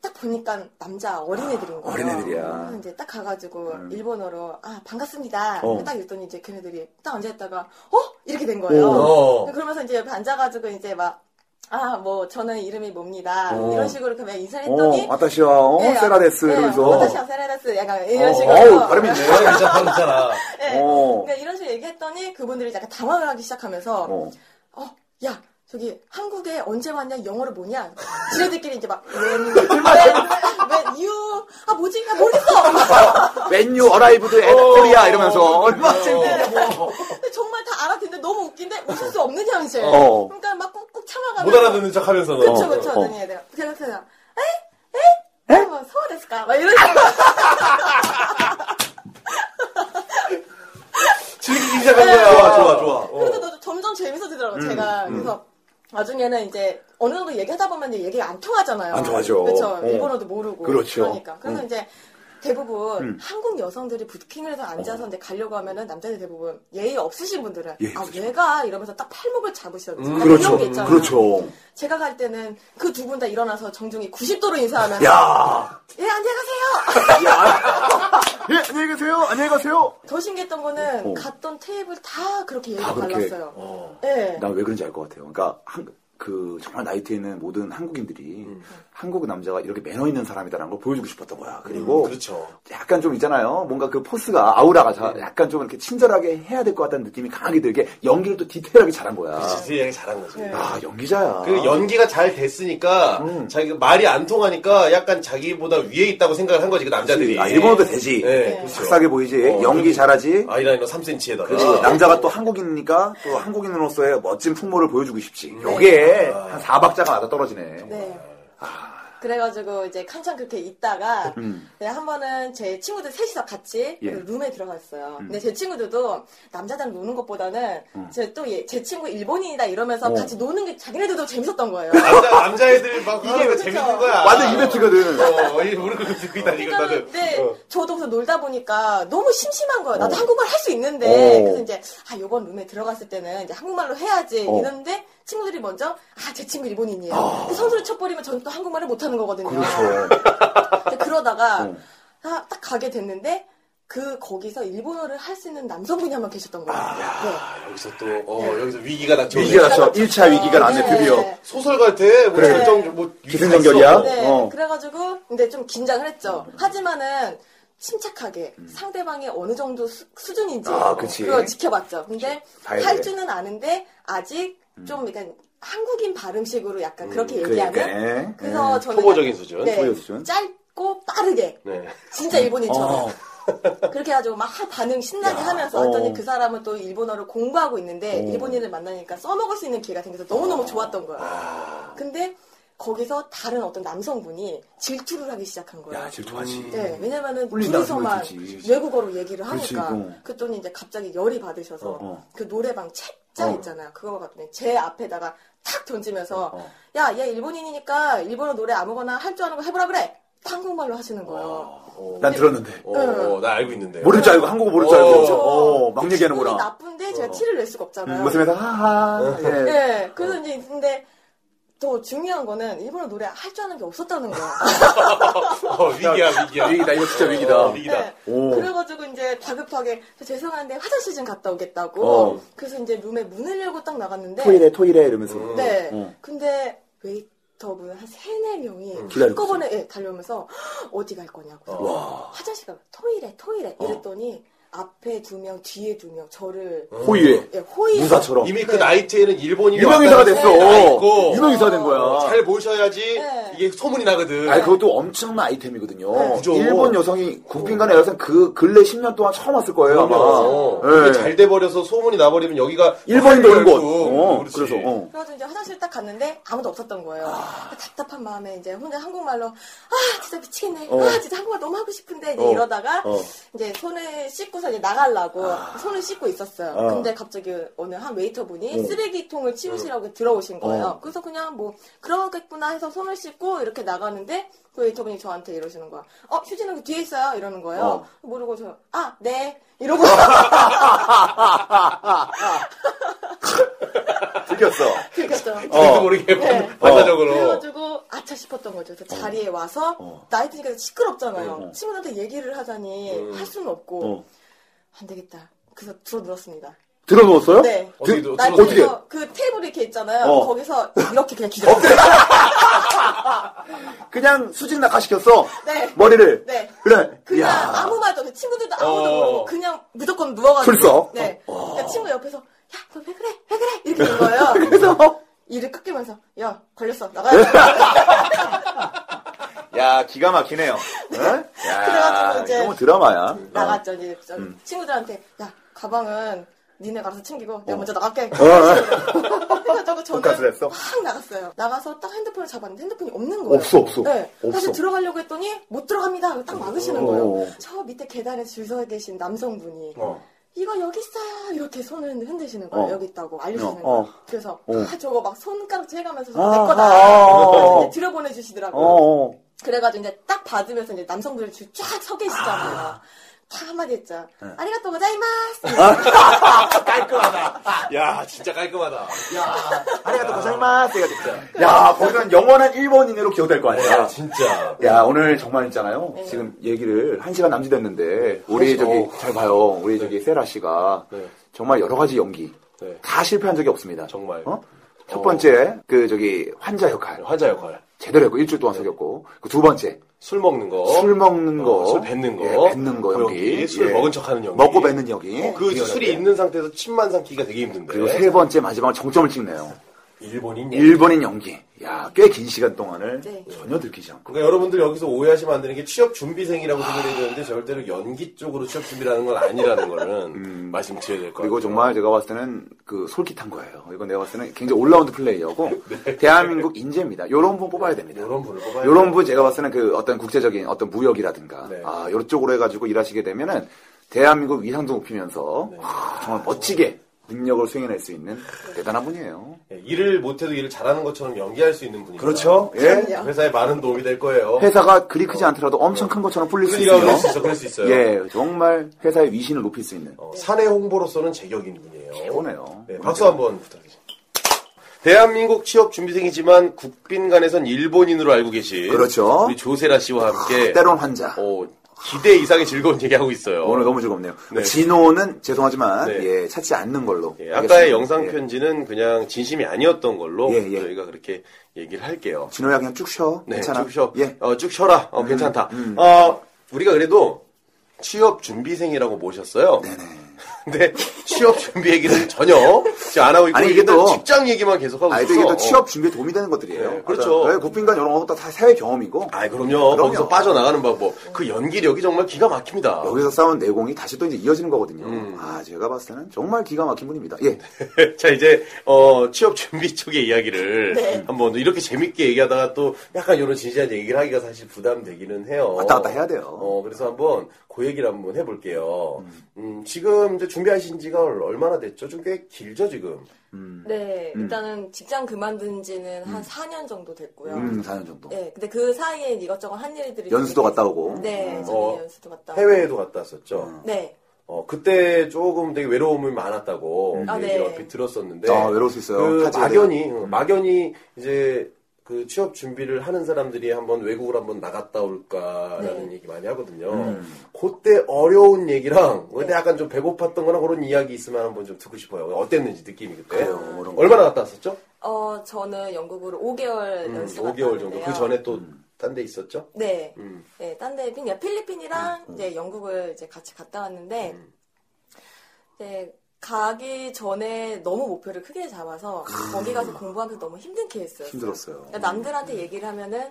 딱 보니까 남자 어린애들인 거예요.
어린애들이야. 음.
그래서 이제 딱 가가지고 일본어로 아 반갑습니다.
어.
딱 읽더니 이제 걔네들이 딱 앉아있다가 어 이렇게 된 거예요.
어.
그러면서 이제 옆에 앉아가지고 이제 막 아 뭐 저는 이름이 뭡니다.
어.
이런 식으로 그냥 인사를 했더니
어, 아타시와, 어,
예,
세라데스,
예,
이러면서.
와타시와 세라데스 약간 이런
어.
식으로
어우, 발음 있네.
바로 있잖아, 바로 있잖아.
예.
어.
그러니까 이런 식으로 얘기했더니 그분들이 약간 당황을 하기 시작하면서
어.
어, 야, 저기 한국에 언제 왔냐? 영어로 뭐냐? 지네들끼리 이제 막 when, when, when you 아 뭐지? 나 모르겠어.
When you arrived at Korea
어.
이러면서. 얼마나 재밌네.
어.
근데 정말 다 알아듣는데 너무 웃긴데 웃을 수 없는 현실.
어.
그러니까 막 꾹꾹 참아가면서
못 알아듣는 척 하면서. 너.
그쵸 그쵸
어.
언니 내가 그래서 그냥 에? 에? 에? 뭐 소화 됐을까? 막 이런 식으로
즐기기 시작한 거야. 좋아, 좋아, 좋아. 어.
그래서 너 점점
음,
재밌어지더라고요, 제가. 그래서 나중에는 이제 어느 정도 얘기하다 보면 이제 얘기가 안 통하잖아요.
안 통하죠.
그렇죠.
어.
일본어도 모르고.
그렇죠. 음.
러니까 그래서 이제 대부분 한국 여성들이 부킹을 해서 앉아서 이제 가려고 하면은 남자들 대부분 예의 없으신 분들은
어. 예의
아,
없으신
얘가 이러면서 딱 팔목을 잡으시던지.
그렇죠.
이런 게 있잖아요.
그렇죠.
제가 갈 때는 그 두 분 다 일어나서 정중히 90도로 인사하면서
야.
예, 안녕하세요.
예, 안녕히 계세요. 안녕히 가세요.
더 신기했던 거는
어.
갔던 테이블 다 그렇게 예의가
다 그렇게.
달랐어요. 예.
난 왜 그런지 알 것 같아요. 그러니까 한, 그 정말 나이트에 있는 모든 한국인들이 한국 남자가 이렇게 매너 있는 사람이다라는 걸 보여주고 싶었던 거야. 음, 그리고
그렇죠.
약간 좀 있잖아요. 뭔가 그 포스가 아우라가 자- 약간 좀 이렇게 친절하게 해야 될 것 같다는 느낌이 강하게 들게 연기를 또 디테일하게 잘한 거야.
지수 양이 잘한 거지.
네.
아 음. 연기자야.
그 연기가 잘 됐으니까 자기가 말이 안 통하니까 약간 자기보다 위에 있다고 생각을 한 거지 그 남자들이.
아 일본어도 되지.
네, 그렇죠.
싹싹해 보이지.
어,
연기
그리고
잘하지.
아이라이너 3cm에다가.
그리고 남자가 또 한국인이니까 또 한국인으로서의 멋진 풍모를 보여주고 싶지. 요게 한 4박자가 맞아 떨어지네.
네. 그래가지고 이제 한참 그렇게 있다가 네, 한 번은 제 친구들 셋이서 같이
예.
그 룸에 들어갔어요. 근데 제 친구들도 남자들 노는 것보다는 제또제 친구 일본인이다 이러면서 같이 노는 게 자기네들도 재밌었던 거예요.
남자, 남자애들 막 하는 거
그렇죠.
재밌는 거야.
완전 이벤트거든.
어, 이 모르고 듣고 있다, 이거 나는.
근데
어.
저도 그래서 놀다 보니까 너무 심심한 거예요. 나도 한국말 할 수 있는데
어.
그래서 이제 아 요번 룸에 들어갔을 때는 이제 한국말로 해야지
어.
이러는데 친구들이 먼저 아 제 친구 일본인이에요. 근데 선수를 쳐버리면 저는 또 한국말을 못하는 거거든요.
그렇죠.
근데 그러다가
어.
아, 딱 가게 됐는데 그 거기서 일본어를 할 수 있는 남성분이 한 명 계셨던 거예요.
아,
네.
여기서 또, 어, 여기서 위기가 닥쳐.
위기가 닥쳐. 1차 위기가 났네,
네.
드디어.
소설 같아. 뭐,
그래.
결정, 뭐, 위기가
기승전결이야?
있어.
네,
어.
그래가지고 근데 좀 긴장을 했죠. 하지만은 침착하게 상대방이 어느 정도 수, 준인지
음. 아, 그치.
그걸 지켜봤죠. 근데
봐야
할
돼. 음.
줄은 아는데 아직 좀 약간 한국인 발음식으로 약간 그렇게
그러니까,
얘기하는.
예.
그래서 저는
초보적인
약간-
수준.
네,
초보적 수준.
짧고 빠르게
네.
진짜 일본인처럼.
어.
그렇게 해가지고 막 하- 반응 신나게 하면서
어.
했더니 그 사람은 또 일본어를
아.
공부하고 있는데 일본인을 만나니까 써먹을 수 있는 기회가 생겨서 너무너무 좋았던 거야. 근데 거기서 다른 어떤 남성분이 질투를 하기 시작한 거예요.
야, 질투하지.
네, 왜냐면은
홀린다,
둘이서만
그거지, 그치.
외국어로 얘기를
그치,
하니까
어.
그랬더니 이제 갑자기 열이 받으셔서
어, 어.
그 노래방 책자
어.
있잖아요. 그거 갖더니 제 앞에다가 탁 던지면서
어.
야, 얘 일본인이니까 일본어 노래 아무거나 할 줄 아는 거 해보라 그래. 한국말로 하시는 거예요.
난 들었는데.
어, 어, 나 알고 있는데.
모를 줄 알고, 한국어 모를 줄 알고.
그렇죠.
어, 막
기분이
얘기하는구나. 어. 음,
나쁜데 제가 티를 낼 수가 없잖아요.
웃으면서 하하. 예.
예, 그래서 이제 근데 더 중요한 거는 일본어 노래 할 줄 아는 게 없었다는 거예요.
어, 위기야, 위기야.
위기다, 이거 진짜 위기다.
어, 위기다.
네.
오.
그래가지고 이제 다급하게 저 죄송한데 화장실 좀 갔다 오겠다고.
어.
그래서 이제 룸에 문을 열고 딱 나갔는데.
토이래, 토이래 이러면서.
네.
어.
근데 웨이터분 한 세네 명이
음, 기다리고
한꺼번에 예, 달려오면서 "헉, 어디 갈 거냐고. 요 화장실 가 토이래 토이래
어.
이랬더니 앞에 두 명, 뒤에 두 명 저를
호위에.
예, 호의
무사처럼.
이미 그 나이트에는 일본인이
어. 유명인사가
왔다는
됐어.
소문이 나 있고
유명인사가 된 거야.
잘 모셔야지
네.
이게 소문이 나거든.
아니 그것도 엄청난 아이템이거든요.
네.
그죠.
일본 여성이 국빈간의 여성 그 근래 10년 동안 처음 왔을 거예요
그럼요.
아마.
이게
예.
잘 돼버려서 소문이 나버리면 여기가
일본인도 온
할
곳.
거고.
어,
그렇지.
그래서 어.
그래가지고 이제 화장실 딱 갔는데 아무도 없었던 거예요. 답답한 마음에 이제 혼자 한국말로 아 진짜 미치겠네. 아 진짜 한국말 너무 하고 싶은데 이제
어.
이러다가
어. 아.
이제 손을 씻고서 이제 나가려고 손을 씻고 있었어요.
어.
근데 갑자기 어느 한 웨이터분이
어.
쓰레기통을 치우시라고 들어오신 거예요.
어.
그래서 그냥 뭐 그러겠구나 해서 손을 씻고 이렇게 나가는데 그 웨이터분이 저한테 이러시는 거야. 어 휴지는 그 뒤에 있어요 이러는 거예요. 모르고 저 아 네 이러고
들켰어.
들켰죠.
자기도 모르게
네.
반사적으로.
그래가지고 아차 싶었던 거죠. 그래서 자리에 와서
어.
나이트니까 시끄럽잖아요.
어.
친구들한테 얘기를 하자니 할 수는 없고
어.
안 되겠다. 그래서 들어 누웠습니다.
들어 놓았어요?
네.
어디
들-
어,
어떻게?
나이트에서 그 테이블 이렇게 있잖아요.
어.
거기서 이렇게 그냥 기절.
그냥 수직 낙하시켰어.
네.
머리를.
네.
그래.
그냥
이야.
아무 말도 없이 친구들도 아무도
어.
모르고 그냥 무조건 누워가지고.
풀썩?
네.
어.
그러니까 친구 옆에서 야 너 왜 그래 왜 그래 이렇게 된 거예요.
그래서
이를 끄기면서 야 걸렸어 나가야 돼.
야 기가 막히네요. 네.
그래가지고 이제
너무 뭐 드라마야.
나갔죠 이제 저
음.
친구들한테 야 가방은 니네 가서 챙기고 내가 먼저 나갈게
어. 어.
해가지고
독학을
저는
했어?
확 나갔어요 나가서 딱 핸드폰을 잡았는데 핸드폰이 없는 거예요
없어 없어.
네,
없어.
다시 들어가려고 했더니 못 들어갑니다 하고 딱 막으시는
어.
거예요 저 밑에 계단에 줄 서 계신 남성분이
어.
이거 여기 있어요 이렇게 손을 흔드시는 거예요
어.
여기 있다고 알려주시는
어.
거예요
어.
그래서
어.
아 저거 막 손가락 재가면서
아,
내 거다
아, 아, 아.
이렇게 들여보내주시더라고요
어. 어.
그래가지고 이제 딱 받으면서 이제 남성분들 쫙서 계시잖아요. 다 한마디 했죠.
네.
아리가또 고자이마스!
야, 진짜 깔끔하다.
야. 아리가또 고생마스. 야 거기는 영원한 일본인으로 기억될 거 아니야.
야, 진짜.
야 오늘 정말 있잖아요. 지금 얘기를 한 시간 남짓됐는데 우리
한 시간.
저기 잘 봐요. 우리 저기 세라 씨가
네.
정말 여러 가지 연기
네.
다 실패한 적이 없습니다.
정말.
어? 첫 번째 그 저기 환자 역할
환자 역할.
제대로 했고 일주일 동안 속였고 그 두 번째
술 먹는 거.
술 먹는
어,
거,
술 뱉는 거.
예, 뱉는 거
그
연기,
술
예.
먹은 척하는 연기.
먹고 뱉는 연기,
그
이런
술이
연기.
있는 상태에서 침만 삼키기가 되게 힘든데.
어, 그리고 세 번째 마지막 정점을 찍네요.
일본인 얘기.
일본인 연기, 야 꽤 긴 시간 동안을
네.
전혀 들키지 않고
그러니까 여러분들 여기서 오해하시면 안 되는 게 취업 준비생이라고
아.
생각이 되는데 절대로 연기 쪽으로 취업 준비라는 건 아니라는 거는 말씀드려야 될 것 같아요.
음. 그리고 정말 제가 봤을 때는 그 솔깃한 거예요. 이건 내가 봤을 때는 굉장히 올라운드 플레이어고 대한민국 인재입니다. 요런 분 뽑아야 됩니다.
네. 요런 분을 뽑아야
요런 분 제가 봤을 때는 그 어떤 국제적인 어떤 무역이라든가
네.
아 요쪽으로 해가지고 일하시게 되면은 대한민국 위상도
네.
높이면서 아, 정말 멋지게 능력을 수행해낼 수 있는 대단한 분이에요.
예, 일을 못해도 일을 잘하는 것처럼 연기할 수 있는 분이에요.
예.
그럼요.
회사에 많은 도움이 될 거예요.
회사가 그리 크지 않더라도 엄청 큰 것처럼 불릴 수
그러니까 그럴 수
있어요.
있어, 그럴 수 있어요.
예, 정말 회사의 위신을 높일 수 있는
어, 사내 홍보로서는 제격인 분이에요.
최고네요.
네, 박수 한번 부탁드립니다. 대한민국 취업 준비생이지만 국빈간에선 일본인으로 알고 계신
그렇죠. 아,
우리 조세라 씨와 함께
때론 환자.
어, 기대 이상의 즐거운 얘기하고 있어요.
오늘 너무 즐겁네요.
네.
진호는 죄송하지만
네.
예, 찾지 않는 걸로.
예, 아까의
알겠습니다.
영상
예.
편지는 그냥 진심이 아니었던 걸로
예, 예.
저희가 그렇게 얘기를 할게요.
진호야 그냥 쭉 쉬어.
네,
괜찮아.
쭉 쉬어.
예. 음.
어, 쭉 쉬어라. 어, 괜찮다. 어, 우리가 그래도 취업 준비생이라고 모셨어요.
네네.
근데 취업 준비 얘기는 전혀 지금 안 하고 있고
아니,
이게
이게
또
또-
직장 얘기만 계속하고
아이도 이게
있어서
또 취업 준비에 도움이 되는 것들이에요.
네, 그렇죠.
네, 고핑간 이런 것도 다 사회 경험이고.
아 그럼요.
그럼요.
거기서 빠져나가는 방법. 그 연기력이 정말 기가 막힙니다.
여기서 싸운 내공이 다시 또 이제 이어지는 거거든요.
음.
아, 제가 봤을 때는 정말 기가 막힌 분입니다. 예.
자 이제 어, 취업 준비 쪽의 이야기를 한번 이렇게 재밌게 얘기하다가 또 약간 이런 진지한 얘기를 하기가 사실 부담되기는 해요.
왔다 갔다 해야 돼요.
어, 그래서 한번 그 얘기를 한번 해볼게요. 음, 지금 이제 준비하신 지가 얼- 얼마나 됐죠? 좀 꽤 길죠 지금.
음.
네,
음.
일단은 직장 그만둔 지는 한 4년 정도 됐고요.
음, 4년 정도.
네, 근데 그 사이에 이것저것 한 일들이.
연수도
되게
갔다 오고.
네, 저는
어,
연수도 갔다 오고.
해외에도 갔다 왔었죠.
음.
네.
어, 그때 조금 되게 외로움이 많았다고
아,
얘기를
네.
얼핏 들었었는데.
음. 아, 외로울 수 있어요. 음.
그
타지에
막연히, 어, 막연히 이제 그 취업 준비를 하는 사람들이 한번 외국을 한번 나갔다 올까라는
네.
얘기 많이 하거든요.
음.
그때 어려운 얘기랑 그때
네.
약간 좀 배고팠던 거나 그런 이야기 있으면 한번 좀 듣고 싶어요. 어땠는지 느낌이 그때.
그래요, 그런 거.
얼마나 갔다 왔었죠?
어, 저는 영국으로 5개월
음,
연수 갔다
5개월 정도.
왔는데요. 음.
그 전에 또 딴 데 있었죠?
네.
음.
네, 딴 데, 그냥 필리핀이랑 이제 영국을 이제 같이 갔다 왔는데,
음.
이제 가기 전에 너무 목표를 크게 잡아서 거기 가서 공부하는 게 너무 힘든 케이스였어요.
힘들었어요.
그러니까 남들한테
음.
얘기를 하면은,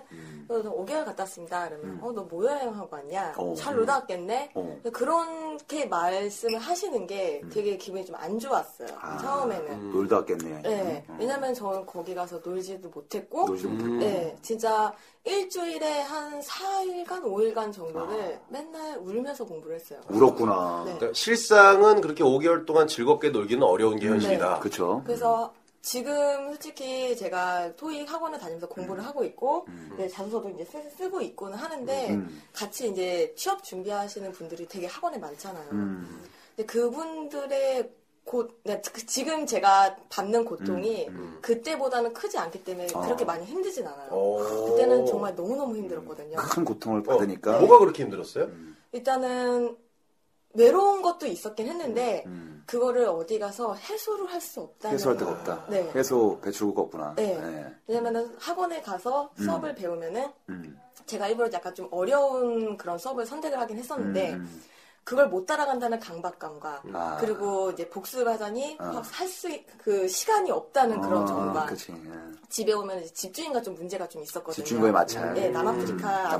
어, 너 5개월 갔다 왔습니다. 그러면, 어, 너 뭐 여행하고 왔냐?
어,
잘
음.
놀다 왔겠네?
어. 음.
근데 그렇게 말씀을 하시는 게 되게 기분이 좀 안 좋았어요.
아,
처음에는.
놀다 왔겠네. 어.
네, 왜냐면 저는 거기 가서 놀지도 못했고,
놀지 못했고.
네, 진짜 일주일에 한 4일간, 5일간 정도를 맨날 울면서 공부를 했어요.
아. 울었구나. 아,
네.
그러니까 실상은 그렇게 5개월 동안 즐겁게 놀기는 어려운
음.
게 현실이다.
네.
그쵸.
그래서 지금 솔직히 제가 토익 학원을 다니면서
음.
공부를 하고 있고, 네, 자소서도 이제 쓰, 쓰고 있고는 하는데,
음.
같이 이제 취업 준비하시는 분들이 되게 학원에 많잖아요.
음.
근데 그분들의 곧, 네, 그- 지금 제가 받는 고통이
음,
그때보다는 크지 않기 때문에
아.
그렇게 많이 힘들진 않아요.
어.
그때는 정말 너무너무 힘들었거든요.
큰 고통을
어,
받으니까.
네.
음.
뭐가 그렇게 힘들었어요?
일단은 외로운 것도 있었긴 했는데 그거를 어디 가서 해소를 할 수
음,
없다는
해소할 데가
거.
없다.
네.
해소 배출구가 없구나.
네.
네.
왜냐면은 학원에 가서 수업을 배우면은
음.
제가 일부러 약간 좀 어려운 그런 수업을 선택을 하긴 했었는데
음.
그걸 못 따라간다는 강박감과
아.
그리고 이제 복습하자니
아.
할수그 시간이 없다는 그런
아,
정과
그치. 예.
집에 오면 이제 집주인과 좀 문제가 좀 있었거든요.
집중구에 맞춰야
네, 남아프리카
음.
네.
남아프리카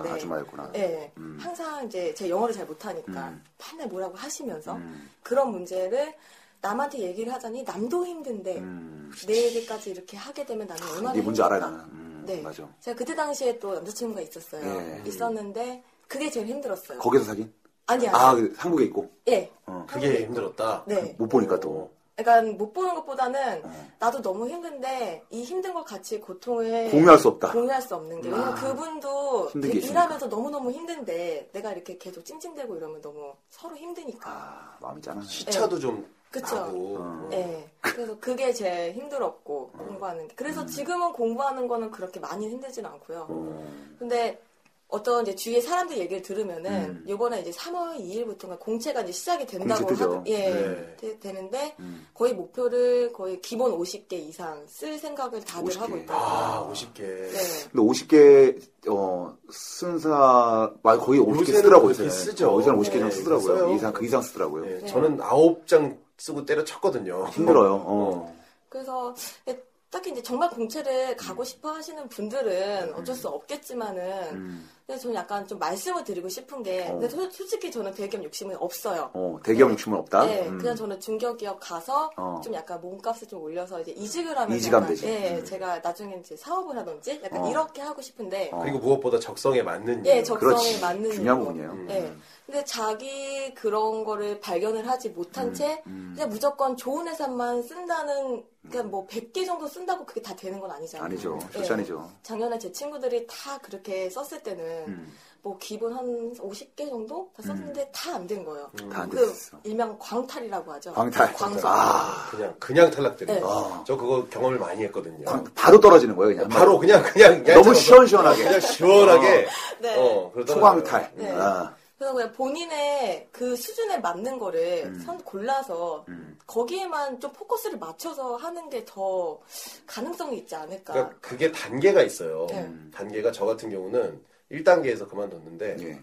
아줌마였는데.
아줌마였구나.
예,
음.
항상 이제 제 영어를 잘 못하니까
음.
맨날 뭐라고 하시면서
음.
그런 문제를 남한테 얘기를 하자니 남도 힘든데
음.
내 얘기까지 이렇게 하게 되면 나는 얼마나
네 뭔지 알아,
힘들까.
나는. 음,
네,
맞아.
제가 그때 당시에 또 남자친구가 있었어요.
예.
있었는데 그게 제일 힘들었어요.
거기서 사귄?
아니야.
아, 그 한국에 있고.
예,
어.
그게 힘들었다.
네.
못 보니까 또.
그러니까 못 보는 것보다는
네.
나도 너무 힘든데 이 힘든 걸 같이 고통을
공유할 수 없다.
네.
아,
공유할 수 없는 게 왜냐면 그분도
힘든 게
되게
있으니까.
일하면서 너무 너무 힘든데 내가 이렇게 계속 찡찡대고 이러면 너무 서로 힘드니까.
아, 마음이 짠하네.
시차도 좀
그쵸.
나고. 어.
네. 그래서 그게 제일 힘들었고 공부하는 게. 그래서 지금은 공부하는 거는 그렇게 많이 힘들진 않고요.
음.
근데 어떤 이제 주위에 사람들 얘기를 들으면은 요번에 이제 3월 2일부터가 공채가 이제 시작이 된다고
음. 공채 뜨죠. 음.
하, 예,
네.
되- 되는데 거의 목표를 거의 기본 50개 이상 쓸 생각을 다들
50개.
하고 있다.
아, 50개.
네.
근데 50개, 어, 쓴 사, 말 거의 50개
요새는
쓰더라고요,
그렇게
요새는.
쓰죠.
어, 요새는 50개 이상
네,
쓰더라고요.
써요.
이상, 그 이상 쓰더라고요.
네, 저는 9장 쓰고 때려쳤거든요.
아, 힘들어요, 어.
그래서 예, 딱히 이제 정말 공채를 가고 싶어 하시는 분들은 어쩔 수 없겠지만은
음.
근데 저는 약간 좀 말씀을 드리고 싶은 게 근데 소- 솔직히 저는 대기업 욕심은 없어요.
어, 대기업 욕심은 없다?
네,
음.
그냥 저는 중견기업 가서
어.
좀 약간 몸값을 좀 올려서 이제 이직을 하면
이직하면
약간,
되지. 음.
예, 제가 나중에 이제 사업을 하든지 약간
어.
이렇게 하고 싶은데
어.
그리고 무엇보다 적성에 맞는
예,
일.
적성에
그렇지.
맞는
중요한
거.
부분이에요.
음.
예. 근데 자기 그런 거를 발견을 하지 못한
음,
채 그냥 무조건 좋은 회사만 쓴다는 그냥 뭐 100개 정도 쓴다고 그게 다 되는 건 아니잖아요.
아니죠.
예.
출산이죠.
작년에 제 친구들이 다 그렇게 썼을 때는
음.
뭐 기본 한 50개 정도 다 썼는데 다 안 된 거예요.
다안
그
됐어.
일명 광탈이라고 하죠.
광탈.
광탈.
아,
그냥, 그냥 탈락되는
네.
거. 저 그거 경험을 많이 했거든요.
광- 바로 떨어지는 거예요, 그냥.
바로 네. 그냥, 그냥, 그냥
너무 시원시원하게.
그냥 시원하게.
네.
어, 그러다가
초광탈.
네.
아,
그래서 그냥 본인의 그 수준에 맞는 거를 선 골라서
음.
거기에만 좀 포커스를 맞춰서 하는 게 더 가능성이 있지 않을까.
그러니까 그게 단계가 있어요.
네.
예. 단계가 저 같은 경우는 1단계에서 그만뒀는데
예.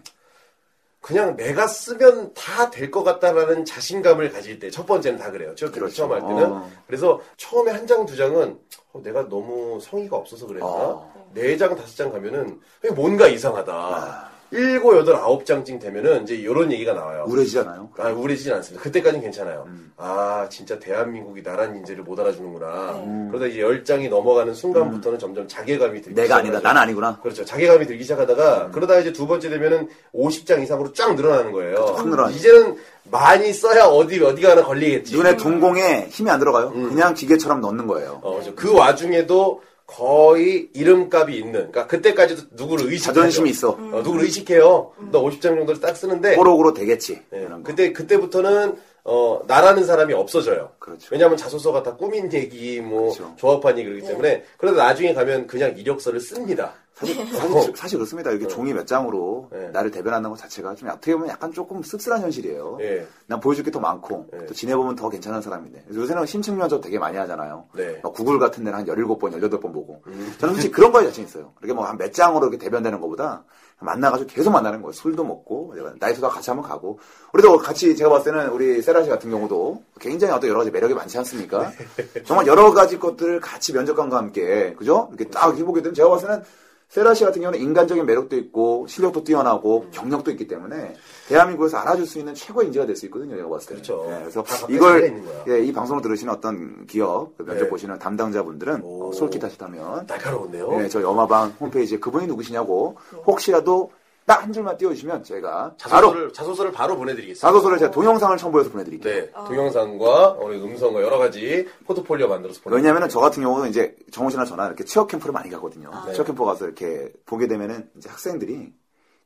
그냥 내가 쓰면 다 될 것 같다라는 자신감을 가질 때 첫 번째는 다 그래요. 저 그렇죠. 처음 할 때는
어.
그래서 처음에 한 장 두 장은 어, 내가 너무 성의가 없어서 그랬나
어.
네 장 다섯 장 가면은 그냥 뭔가 이상하다 일곱 여덟 아홉 장쯤 되면은 이제 이런 얘기가 나와요.
우울해지잖아요.
아, 우울해지진 않습니다. 그때까지는 괜찮아요.
음.
아, 진짜 대한민국이 나란 인재를 못 알아주는구나. 그러다 이제 열장이 넘어가는 순간부터는 점점 자괴감이 들기
음. 내가 아니다. 음.
시작하죠.
난 아니구나.
그렇죠. 자괴감이 들기 시작하다가 그러다 이제 두 번째 되면은 50장 이상으로 쫙 늘어나는 거예요.
확 늘어나죠.
이제는 많이 써야 어디 어디가 하나 걸리겠지.
눈에 동공에 힘이 안 들어가요.
음.
그냥 기계처럼 넣는 거예요.
어, 그렇죠. 그 와중에도 거의 이름값이 있는. 그러니까 그때까지도 누구를 의식해요.
자존심이 있어. 뭐
어, 누구를 의식해요. 너 50장 정도를 딱 쓰는데
호록으로 되겠지.
예,
이런 거.
그때 그때부터는 어, 나라는 사람이 없어져요.
그렇죠.
왜냐하면 자소서가 다 꾸민 얘기, 뭐
그렇죠.
조합한 얘기 그러기 때문에 그러다 나중에 가면 그냥 이력서를 씁니다. 어,
사실, 사실, 사실 그렇습니다. 이렇게 종이 몇 장으로
네.
나를 대변하는 것 자체가 좀 어떻게 보면 약간 조금 씁쓸한 현실이에요.
예.
난 보여줄 게 더 많고
네.
또 지내보면 더 괜찮은 사람인데 그래서 요새는 심층 면접 되게 많이 하잖아요. 그러니까
네.
막 어, 구글 같은 데는 한 17번, 18번 보고
음.
저는 솔직히 그런 거에 자신 있어요. 이렇게 뭐 한 몇 장으로 이렇게 대변되는 것보다 만나가지고 계속 만나는 거예요. 술도 먹고 내가 나이트도 같이 한번 가고 우리도 같이 제가 봤을 때는 우리 세라 씨 같은 경우도 굉장히 어떤 여러 가지 매력이 많지 않습니까?
네.
정말 여러 가지 것들을 같이 면접관과 함께 그죠? 이렇게 딱 이렇게 보게 되면 제가 봤을 때는 세라 씨 같은 경우는 인간적인 매력도 있고 실력도 뛰어나고
음.
경력도 있기 때문에 대한민국에서 알아줄 수 있는 최고의 인재가 될 수 있거든요. 제가 봤을 때.
그렇죠.
예, 그래서
다 각자 차이가
이걸
있는 거야.
예, 이 방송을 들으시는 어떤 기업 그 면접
네.
보시는 담당자분들은
오.
어, 솔깃하시다면
날카로운데요.
예, 저 영화방 홈페이지에 그분이 누구시냐고 혹시라도 딱 한 줄만 띄워주시면 제가 바로
자소서를 자소서를 바로 보내드리겠습니다.
자소서를 제가 동영상을 첨부해서 보내드릴게요.
네, 동영상과 우리 음성과 여러 가지 포트폴리오 만들어서 보내.
왜냐면은 저 같은 경우는 이제 정호 씨나 저나 이렇게 취업 캠프를 많이 가거든요.
아, 네.
취업 캠프 가서 이렇게 보게 되면은 이제 학생들이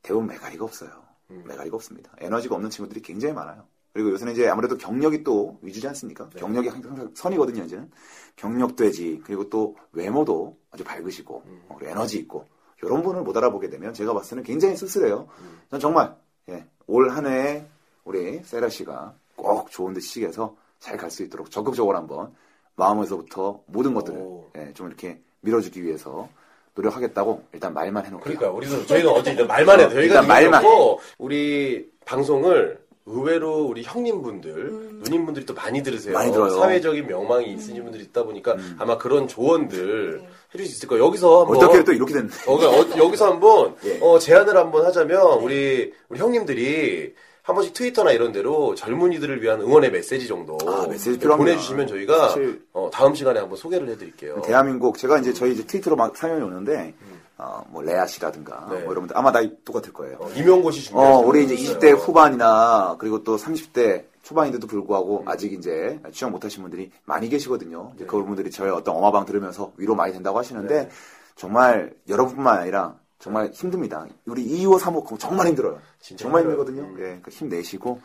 대부분 메가리가 없어요.
음.
메가리가 없습니다. 에너지가 없는 친구들이 굉장히 많아요. 그리고 요새는 이제 아무래도 경력이 또 위주지 않습니까?
네.
경력이 항상 선이거든요, 이제는. 경력 돼지, 그리고 또 외모도 아주 밝으시고,
음.
어, 그리고 에너지 있고, 이런 분을 못 알아보게 되면 제가 봤을 때는 굉장히 씁쓸해요.
음.
전 정말, 예, 올 한 해에 우리 세라 씨가 꼭 좋은 데 시식에서 잘 갈 수 있도록 적극적으로 한번 마음에서부터 모든 것들을
오.
예, 좀 이렇게 밀어주기 위해서 노력하겠다고 일단 말만 해놓을게요.
그러니까 우리도 저희는 어제 일단 말만 해도
어,
저희가
일단 말만.
고 우리 방송을 의외로 우리 형님분들, 누님분들이 또 많이 들으세요.
많이 들어요. 음.
사회적인 명망이 있으신 분들이 있다 보니까 아마 그런 조언들 해줄 수 있을 거예요. 여기서 한번
어떻게 또 이렇게 됐네.
어, 그러니까 어, 여기서 한번
예.
어, 제안을 한번 하자면 우리 우리 형님들이 한 번씩 트위터나 이런 데로 젊은이들을 위한 응원의 메시지 정도
아, 메시지 필요합니다.
보내주시면 저희가
사실-
어, 다음 시간에 한번 소개를 해드릴게요.
대한민국 제가 이제 저희 이제 트위터로 막 사연이 오는데 어, 뭐 레아 씨라든가
음. 네.
뭐 이런 분들 아마 다 똑같을 거예요.
어, 임용고 씨 준비.
어, 올해 이제 20대 후반이나 그리고 또 30대 초반인데도 불구하고
음.
아직 이제 취업 못하신 분들이 많이 계시거든요. 이제 그분들이 저의 어떤 엄마방 들으면서 위로 많이 된다고 하시는데
네.
정말 여러분뿐만 아니라 정말 힘듭니다. 우리 2호, 3호 정말 힘들어요.
진짜
정말
힘들어요. 음.
힘들거든요. 예, 그러니까 힘내시고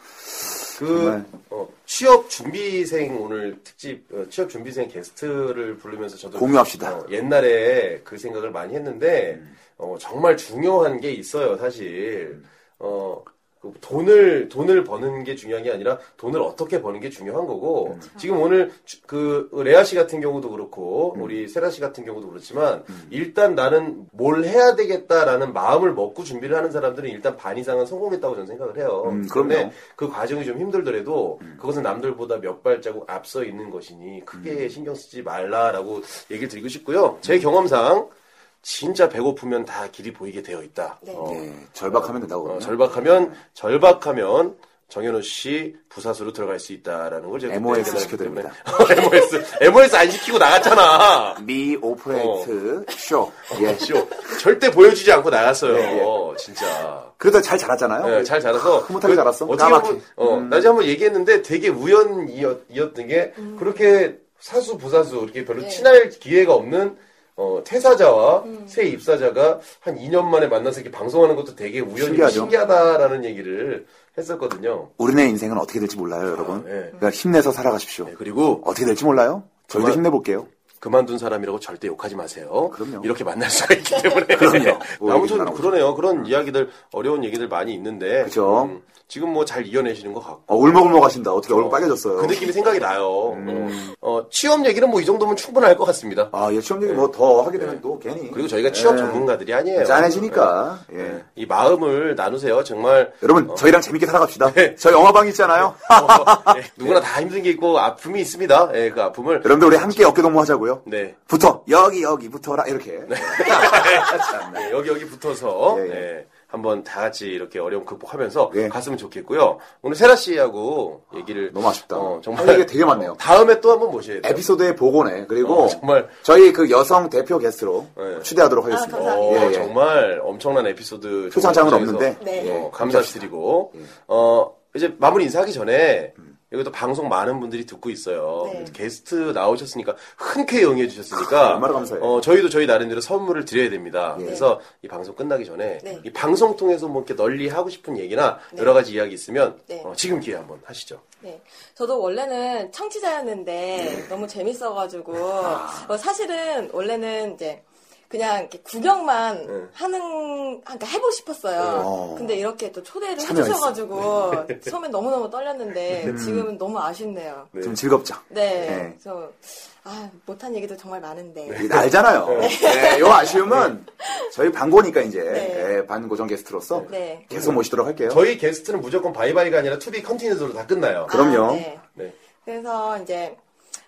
그
정말.
어, 취업 준비생 오늘 특집 어, 취업 준비생 게스트를 부르면서 저도
공유합시다.
어, 옛날에 그 생각을 많이 했는데 어, 정말 중요한 게 있어요 사실 어, 그 돈을 돈을 버는 게 중요한 게 아니라 돈을 어떻게 버는 게 중요한 거고
그렇죠.
지금 오늘 주- 그 레아 씨 같은 경우도 그렇고
음.
우리 세라 씨 같은 경우도 그렇지만 일단 나는 뭘 해야 되겠다라는 마음을 먹고 준비를 하는 사람들은 일단 반 이상은 성공했다고 저는 생각을 해요.
음,
근데
그럼요. 음.
그 과정이 좀 힘들더라도 그것은 남들보다 몇 발자국 앞서 있는 것이니
음.
크게 신경 쓰지 말라라고 얘기를 드리고 싶고요. 제 경험상 진짜 배고프면 다 길이 보이게 되어 있다.
네.
어,
예, 절박하면 된다고.
어,
그러거든요. 음.
절박하면 절박하면 정현우 씨 부사수로 들어갈 수 있다라는 걸 제가
MOS
그때
시켜드립니다.
때문에- MOS MOS 안 시키고 나갔잖아.
미
어.
오프레이트 쇼. 예.
쇼. 절대 보여주지 않고 나갔어요.
예,
진짜.
그래도 잘 자랐잖아요.
네, 잘 자라서
아, 흐뭇하게 자랐어. 음.
어떻게
까맣게.
보면 어, 나중에 한번 얘기했는데 되게 우연이었던 게 그렇게 사수 부사수 이렇게 별로
네.
친할 기회가 없는 어, 퇴사자와 새 입사자가 한 2년 만에 만나서 이렇게 방송하는 것도 되게 우연이고
신기하죠.
신기하다라는 얘기를 했었거든요.
우리네 인생은 어떻게 될지 몰라요, 여러분.
예.
그러니까 힘내서 살아가십시오.
네, 그리고
어떻게 될지 몰라요. 저희도
정말-
힘내볼게요.
그만둔 사람이라고 절대 욕하지 마세요.
그럼요.
이렇게 만날 수가 있기 때문에. 네.
그럼요. 뭐 얘기도
아무튼
나오죠. 음.
그러네요. 그런 이야기들 어려운 얘기들 많이 있는데.
그죠.
지금 뭐 잘 이겨내시는 것 같고.
어, 울먹울먹 하신다. 어떻게 얼굴 빨개졌어요.
그 느낌이 생각이 나요.
음.
어, 어, 취업 얘기는 뭐 이 정도면 충분할 것 같습니다.
아, 예, 취업 얘기 뭐 더 하게 되면 또 괜히.
네. 그리고 저희가 취업
예.
전문가들이 아니에요.
짠해지니까. 음. 예.
네. 어. 이 마음을 나누세요. 정말
여러분, 저희랑 재밌게 살아갑시다.
네.
저희 영화방 있잖아요.
어, 예, 누구나 다 힘든 게 있고 아픔이 있습니다. 예, 그 아픔을
여러분들 우리 함께 어깨동무 하자고요.
네.
붙어 여기 여기 붙어라 이렇게. 참나.
예, 여기 여기 붙어서
예, 예.
예, 한번 다 같이 이렇게 어려움 극복하면서
예.
갔으면 좋겠고요. 오늘 세라 씨하고 얘기를
너무 아쉽다.
어,
정말 이게 되게 많네요.
다음에 또 한번 모셔야 돼요.
에피소드의 보고네. 그리고
어, 정말.
저희 그 여성 대표 게스트로
예.
추대하도록 하겠습니다.
아,
어,
감사합니다.
예, 예.
정말 엄청난 에피소드
표창장은
정말
없는데. 예.
중에서
네.
어, 감사드리고 어 이제 마무리 인사하기 전에
음.
여기 또 방송 많은 분들이 듣고 있어요.
네.
게스트 나오셨으니까 흔쾌히 응해 주셨으니까
아, 얼마나 감사해요. 예.
어 저희도 저희 나름대로 선물을 드려야 됩니다. 그래서 이 방송 끝나기 전에
네.
이 방송 통해서 뭐 이렇게 널리 하고 싶은 얘기나 여러 가지 이야기 있으면
네.
어, 지금 기회 한번 하시죠.
네. 저도 원래는 청취자였는데 너무 재밌어가지고 어, 사실은 원래는 이제 그냥 이렇게 구경만 하는 그러니까 해보고 싶었어요.
어.
근데 이렇게 또 초대를
참여했어.
해주셔가지고 처음엔 너무 너무 떨렸는데 지금은 너무 아쉽네요.
네.
좀 즐겁죠.
네.
네.
그래서 아, 못한 얘기도 정말 많은데.
나 네, 알잖아요. 네, 요 아쉬움은
네.
저희 반고니까 이제
네.
예, 반고정 게스트로서
네.
계속 모시도록 할게요.
저희 게스트는 무조건 바이바이가 아니라 투비 컨티뉴스로 다 끝나요.
그럼요.
아, 네.
네.
그래서 이제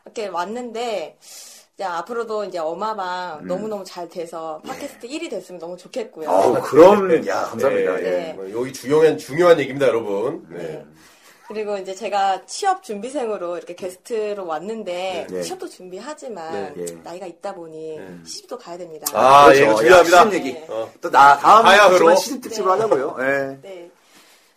이렇게 왔는데 이제 앞으로도 이제 엄마방
음.
너무너무 잘 돼서 팟캐스트 1위 됐으면 너무 좋겠고요.
어우, 그럼 야 감사합니다.
네,
예.
네. 뭐 여기 중요한 중요한 얘기입니다, 여러분. 네.
네. 그리고 이제 제가 취업 준비생으로 이렇게 게스트로 왔는데
네.
취업도 준비하지만
네.
나이가 있다 보니 시집도 가야 됩니다.
아, 예, 이거
그렇죠. 야,
중요합니다.
시집 얘기.
네.
어.
또 나
가야
다음
그럼.
주에 시즌 특집을
네.
하자고요. 예.
네.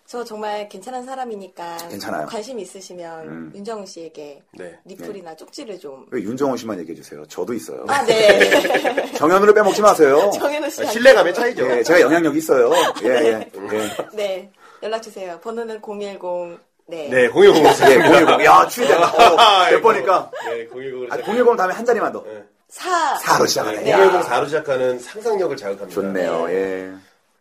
저 정말 괜찮은 사람이니까
괜찮아요. 음.
관심 있으시면 윤정우 씨에게
네.
리플이나 쪽지를 좀.
왜 윤정호 씨만 얘기해 주세요. 저도 있어요.
아, 네.
정현으로 빼먹지 마세요.
정현우 씨.
아, 신뢰감의 차이죠.
예, 제가 영향력 있어요. 예, 예. 예.
네. 연락 주세요. 번호는 010. 네.
네, 공유공사.
예, 010. 야, 추위잖아. 어, 몇 번이니까.
네, 010으로
아, 010 다음에 한 자리만 더.
사
4로 아, 시작하네.
네,
야,
010사로 시작하는 상상력을 자극합니다.
좋네요. 예.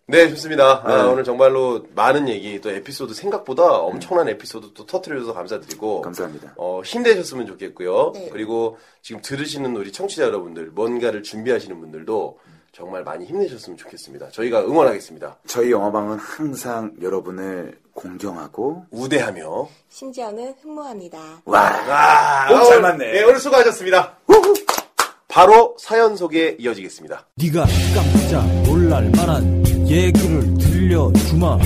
네, 좋습니다. 아, 오늘 정말로 많은 얘기, 또 에피소드 생각보다 엄청난 에피소드 또 터트려줘서 감사드리고.
네. 감사합니다.
어, 힘내셨으면 좋겠고요.
네.
그리고 지금 들으시는 우리 청취자 여러분들, 뭔가를 준비하시는 분들도 정말 많이 힘내셨으면 좋겠습니다. 저희가 응원하겠습니다.
저희 영화방은 항상 여러분을 공경하고
우대하며.
심지어는 흠모합니다.
와.
아,
오늘 잘
오늘-
맞네.
네, 오늘 수고하셨습니다. 바로 사연 소개 이어지겠습니다.
네가 깜짝 놀랄 만한 얘기를 들려주마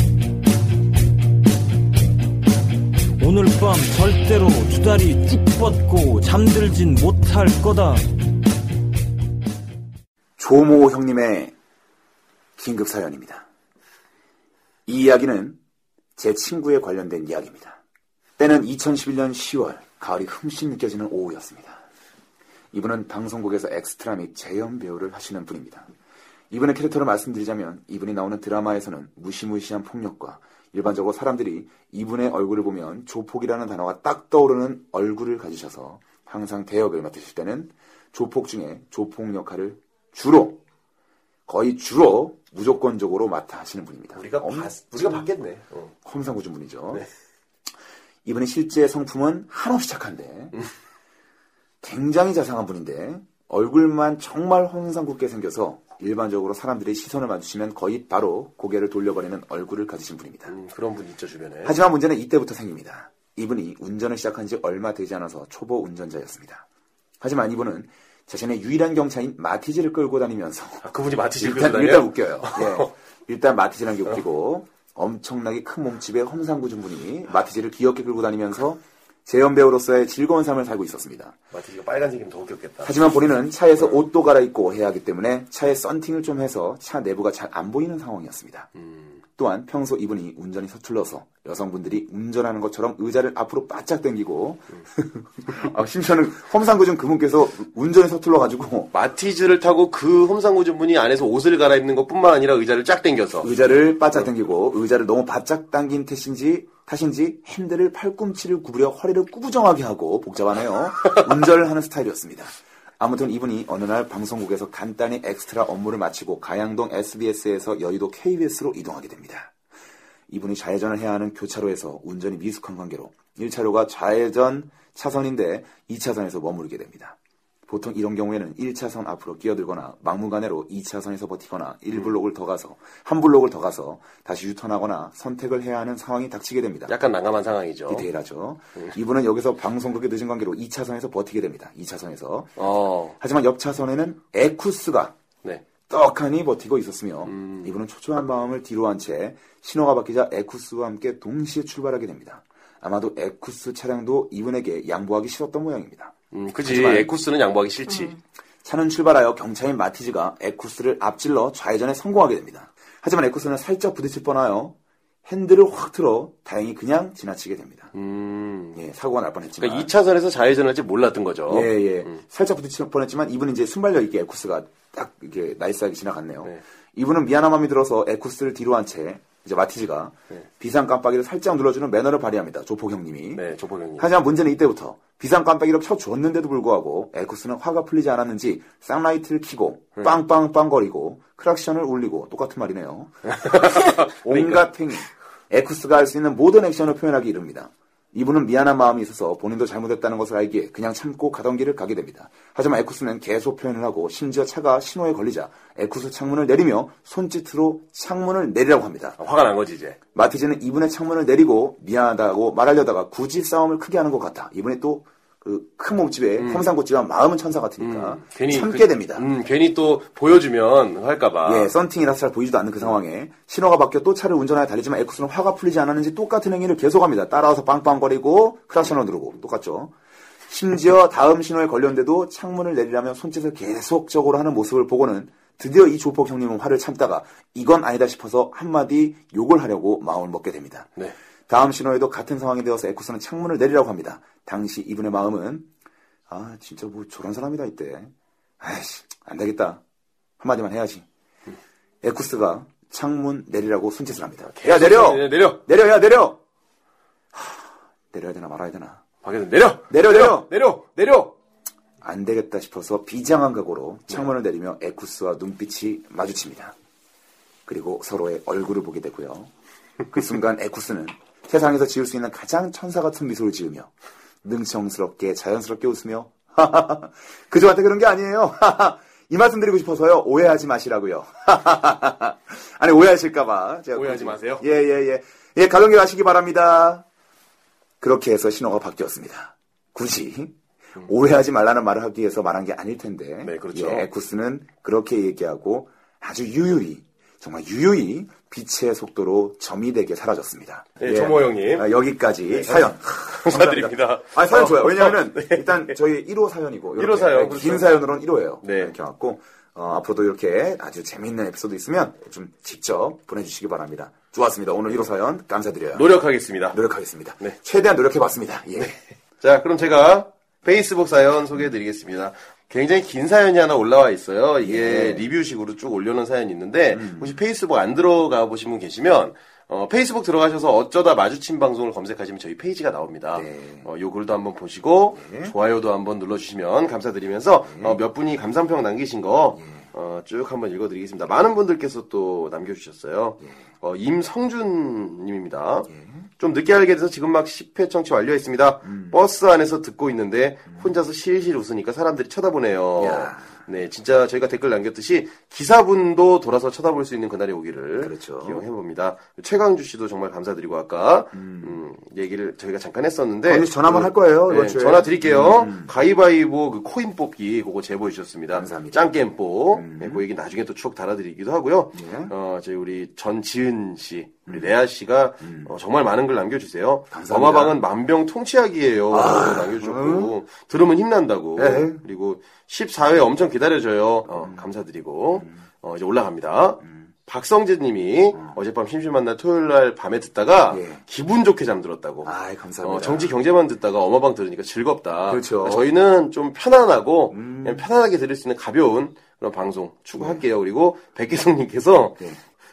오늘 밤 절대로 두 다리 쭉 뻗고 잠들진 못할 거다
조모 형님의 긴급 사연입니다. 이 이야기는 제 친구에 관련된 이야기입니다. 때는 2011년 10월 가을이 흠씬 느껴지는 오후였습니다. 이분은 방송국에서 엑스트라 및 재연 배우를 하시는 분입니다. 이분의 캐릭터를 말씀드리자면 이분이 나오는 드라마에서는 무시무시한 폭력과 일반적으로 사람들이 이분의 얼굴을 보면 조폭이라는 단어가 딱 떠오르는 얼굴을 가지셔서 항상 대역을 맡으실 때는 조폭 중에 조폭 역할을 주로 거의 주로 무조건적으로 맡아 하시는 분입니다.
우리가
엄-
봤, 우리가 봤겠네. 어.
험상궂은 분이죠. 이분의 실제 성품은 한없이 착한데 굉장히 자상한 분인데 얼굴만 정말 험상궂게 생겨서 일반적으로 사람들이 시선을 마주치면 거의 바로 고개를 돌려버리는 얼굴을 가지신 분입니다.
음, 그런 분 있죠 주변에.
하지만 문제는 이때부터 생깁니다. 이분이 운전을 시작한 지 얼마 되지 않아서 초보 운전자였습니다. 하지만 이분은 자신의 유일한 경차인 마티즈를 끌고 다니면서
아, 그분이 마티즈
일단,
그러다니요?
일단 웃겨요. 예. 일단 마티즈라는 게 웃기고 엄청나게 큰 몸집의 험상궂은 분이 마티즈를 귀엽게 끌고 다니면서 재현 배우로서의 즐거운 삶을 살고 있었습니다.
마티즈가 빨간색이면 더 웃겼겠다.
하지만 본인은 차에서 옷도 갈아입고 해야 하기 때문에 차에 썬팅을 좀 해서 차 내부가 잘 안 보이는 상황이었습니다. 또한 평소 이분이 운전이 서툴러서 여성분들이 운전하는 것처럼 의자를 앞으로 바짝 당기고 아, 심지어는 험상궂은 그분께서 운전이 서툴러가지고
마티즈를 타고 그 험상궂은 분이 안에서 옷을 갈아입는 것뿐만 아니라 의자를 쫙 당겨서
의자를 바짝 당기고 의자를 너무 바짝 당긴 탓인지 탓인지 핸들을 팔꿈치를 구부려 허리를 꾸부정하게 하고 복잡하네요. 운전을 하는 스타일이었습니다. 아무튼 이분이 어느 날 방송국에서 간단히 엑스트라 업무를 마치고 가양동 SBS에서 여의도 KBS로 이동하게 됩니다. 이분이 좌회전을 해야 하는 교차로에서 운전이 미숙한 관계로 1차로가 좌회전 차선인데 2차선에서 머무르게 됩니다. 보통 이런 경우에는 1차선 앞으로 끼어들거나 막무가내로 2차선에서 버티거나 1블록을 더 가서 한 블록을 더 가서 다시 유턴하거나 선택을 해야 하는 상황이 닥치게 됩니다.
약간 어. 난감한 상황이죠.
디테일하죠. 이분은 여기서 방송국에 늦은 관계로 2차선에서 버티게 됩니다. 2차선에서.
어,
하지만 옆 차선에는 에쿠스가
네.
떡하니 버티고 있었으며
음.
이분은 초조한 마음을 뒤로 한 채 신호가 바뀌자 에쿠스와 함께 동시에 출발하게 됩니다. 아마도 에쿠스 차량도 이분에게 양보하기 싫었던 모양입니다.
음, 그지.
하지만-
에쿠스는 양보하기 싫지.
차는 출발하여 경찰인 마티즈가 에쿠스를 앞질러 좌회전에 성공하게 됩니다. 하지만 에쿠스는 살짝 부딪힐 뻔하여 핸들을 확 틀어 다행히 그냥 지나치게 됩니다.
음.
예, 사고가 날 뻔했지만
그러니까 2차선에서 좌회전할 지 몰랐던 거죠. 음.
예, 예. 살짝 부딪힐 뻔했지만 이분은 이제 순발력 있게 에쿠스가 딱 이렇게 나이스하게 지나갔네요.
네.
이분은 미안한 마음이 들어서 에쿠스를 뒤로 한 채 이제 마티즈가 비상 깜빡이를 살짝 눌러주는 매너를 발휘합니다. 조폭 형님이.
네, 조폭 형님.
하지만 문제는 이때부터 비상 깜빡이를 쳐주었는데도 불구하고 에쿠스는 화가 풀리지 않았는지 쌍라이트를 켜고
네.
빵빵빵거리고 크락션을 울리고 똑같은 말이네요. 온갖 행위. 에쿠스가 할 수 있는 모든 액션을 표현하기 이릅니다. 이분은 미안한 마음이 있어서 본인도 잘못했다는 것을 알기에 그냥 참고 가던 길을 가게 됩니다. 하지만 에쿠스는 계속 표현을 하고 심지어 차가 신호에 걸리자 에쿠스 창문을 내리며 손짓으로 창문을 내리라고 합니다.
아, 화가 난 거지, 이제.
마티즈는 이분의 창문을 내리고 미안하다고 말하려다가 굳이 싸움을 크게 하는 것 같아. 이분이 또 그 큰 몸집에 험상궂지만 마음은 천사 같으니까 참게
그-
됩니다.
음, 괜히 또 보여주면 할까봐.
예, 썬팅이라 잘 보이지도 않는 그 상황에 신호가 바뀌어 또 차를 운전하여 달리지만 에쿠스는 화가 풀리지 않았는지 똑같은 행위를 계속합니다. 따라와서 빵빵거리고 크락션을 누르고 똑같죠. 심지어 다음 신호에 걸렸는데도 창문을 내리려면 손짓을 계속적으로 하는 모습을 보고는 드디어 이 조폭 형님은 화를 참다가 이건 아니다 싶어서 한마디 욕을 하려고 마음을 먹게 됩니다.
네.
다음 신호에도 같은 상황이 되어서 에쿠스는 창문을 내리라고 합니다. 당시 이분의 마음은 아 진짜 뭐 저런 사람이다 이때 아이씨 안 되겠다 한마디만 해야지 에쿠스가 창문 내리라고 손짓을 합니다. 야 내려
네, 내려!
내려 야 내려 하, 내려야 되나 말아야 되나
밖에서 내려!
내려, 내려!
내려! 내려!
안 되겠다 싶어서 비장한 각오로 창문을 내리며 에쿠스와 눈빛이 마주칩니다. 그리고 서로의 얼굴을 보게 되고요. 그 순간 에쿠스는 세상에서 지을 수 있는 가장 천사 같은 미소를 지으며 능청스럽게 자연스럽게 웃으며 그 저한테 그런 게 아니에요. 이 말씀 드리고 싶어서요. 오해하지 마시라고요. 아니 오해하실까봐 제가
오해하지
굳이-
마세요.
예 예, 예. 예, 가볍게 가시기 바랍니다. 그렇게 해서 신호가 바뀌었습니다. 굳이 오해하지 말라는 말을 하기 위해서 말한 게 아닐 텐데.
음. 네, 그렇죠.
예, 에쿠스는 그렇게 얘기하고 아주 유유히 정말 유유히 빛의 속도로 점이 되게 사라졌습니다.
네, 조모 형님. 네,
아, 여기까지 사연.
감사드립니다.
아, 사연 좋아요.
어,
왜냐면은, 일단 저희 1호 사연이고, 이렇게
1호 사연,
긴
그렇죠.
사연으로는 1호예요.
네.
이렇게 왔고, 어, 앞으로도 이렇게 아주 재미있는 에피소드 있으면 좀 직접 보내주시기 바랍니다. 좋았습니다. 오늘 1호 사연 감사드려요.
노력하겠습니다.
노력하겠습니다.
네.
최대한 노력해봤습니다. 예.
자, 그럼 제가 페이스북 사연 소개해드리겠습니다. 굉장히 긴 사연이 하나 올라와 있어요. 이게 리뷰식으로 쭉 올려놓은 사연이 있는데, 혹시 페이스북 안 들어가 보신 분 계시면, 어, 페이스북 들어가셔서 어쩌다 마주친 방송을 검색하시면 저희 페이지가 나옵니다. 어, 요 글도 한번 보시고, 좋아요도 한번 눌러주시면 감사드리면서, 어, 몇 분이 감상평 남기신 거, 어, 쭉 한번 읽어드리겠습니다. 많은 분들께서 또 남겨주셨어요.
예.
어, 임성준님입니다. 좀 늦게 알게 돼서 지금 막 10회 청취 완료했습니다.
음.
버스 안에서 듣고 있는데 혼자서 실실 웃으니까 사람들이 쳐다보네요.
야.
네, 진짜 저희가 댓글 남겼듯이 기사분도 돌아서 쳐다볼 수 있는 그날의 오기를
그렇죠.
기용해봅니다. 최강주 씨도 정말 감사드리고 아까 음, 얘기를 저희가 잠깐 했었는데 그, 네,
아니, 전화 한번 할 거예요, 이번 주에.
전화 드릴게요. 가위바위보 그 코인 뽑기 그거 제보해 주셨습니다.
음, 감사합니다. 음.
짱게임 뽑. 네, 그 얘기 나중에 또 추억 달아드리기도 하고요.
예.
어, 저희 우리 전지은 씨, 우리 레아 씨가 어, 정말 많은 글 남겨주세요.
음. 감사합니다. 아.
엄마방은 만병통치약이에요.
어?
남겨주셨고 들으면 힘난다고.
에헤이.
그리고 14회 엄청 기다려줘요. 어,
음.
감사드리고 어, 이제 올라갑니다. 박성재님이 어젯밤 심심한 날 토요일 날 밤에 듣다가
음. 예.
기분 좋게 잠들었다고.
아이, 감사합니다.
어, 정치 경제만 듣다가 어마방 들으니까 즐겁다. 그러니까
그렇죠. 음.
저희는 좀 편안하고
네.
그냥 편안하게 들을 수 있는 가벼운 그런 방송 추구할게요. 그리고 백혜성님께서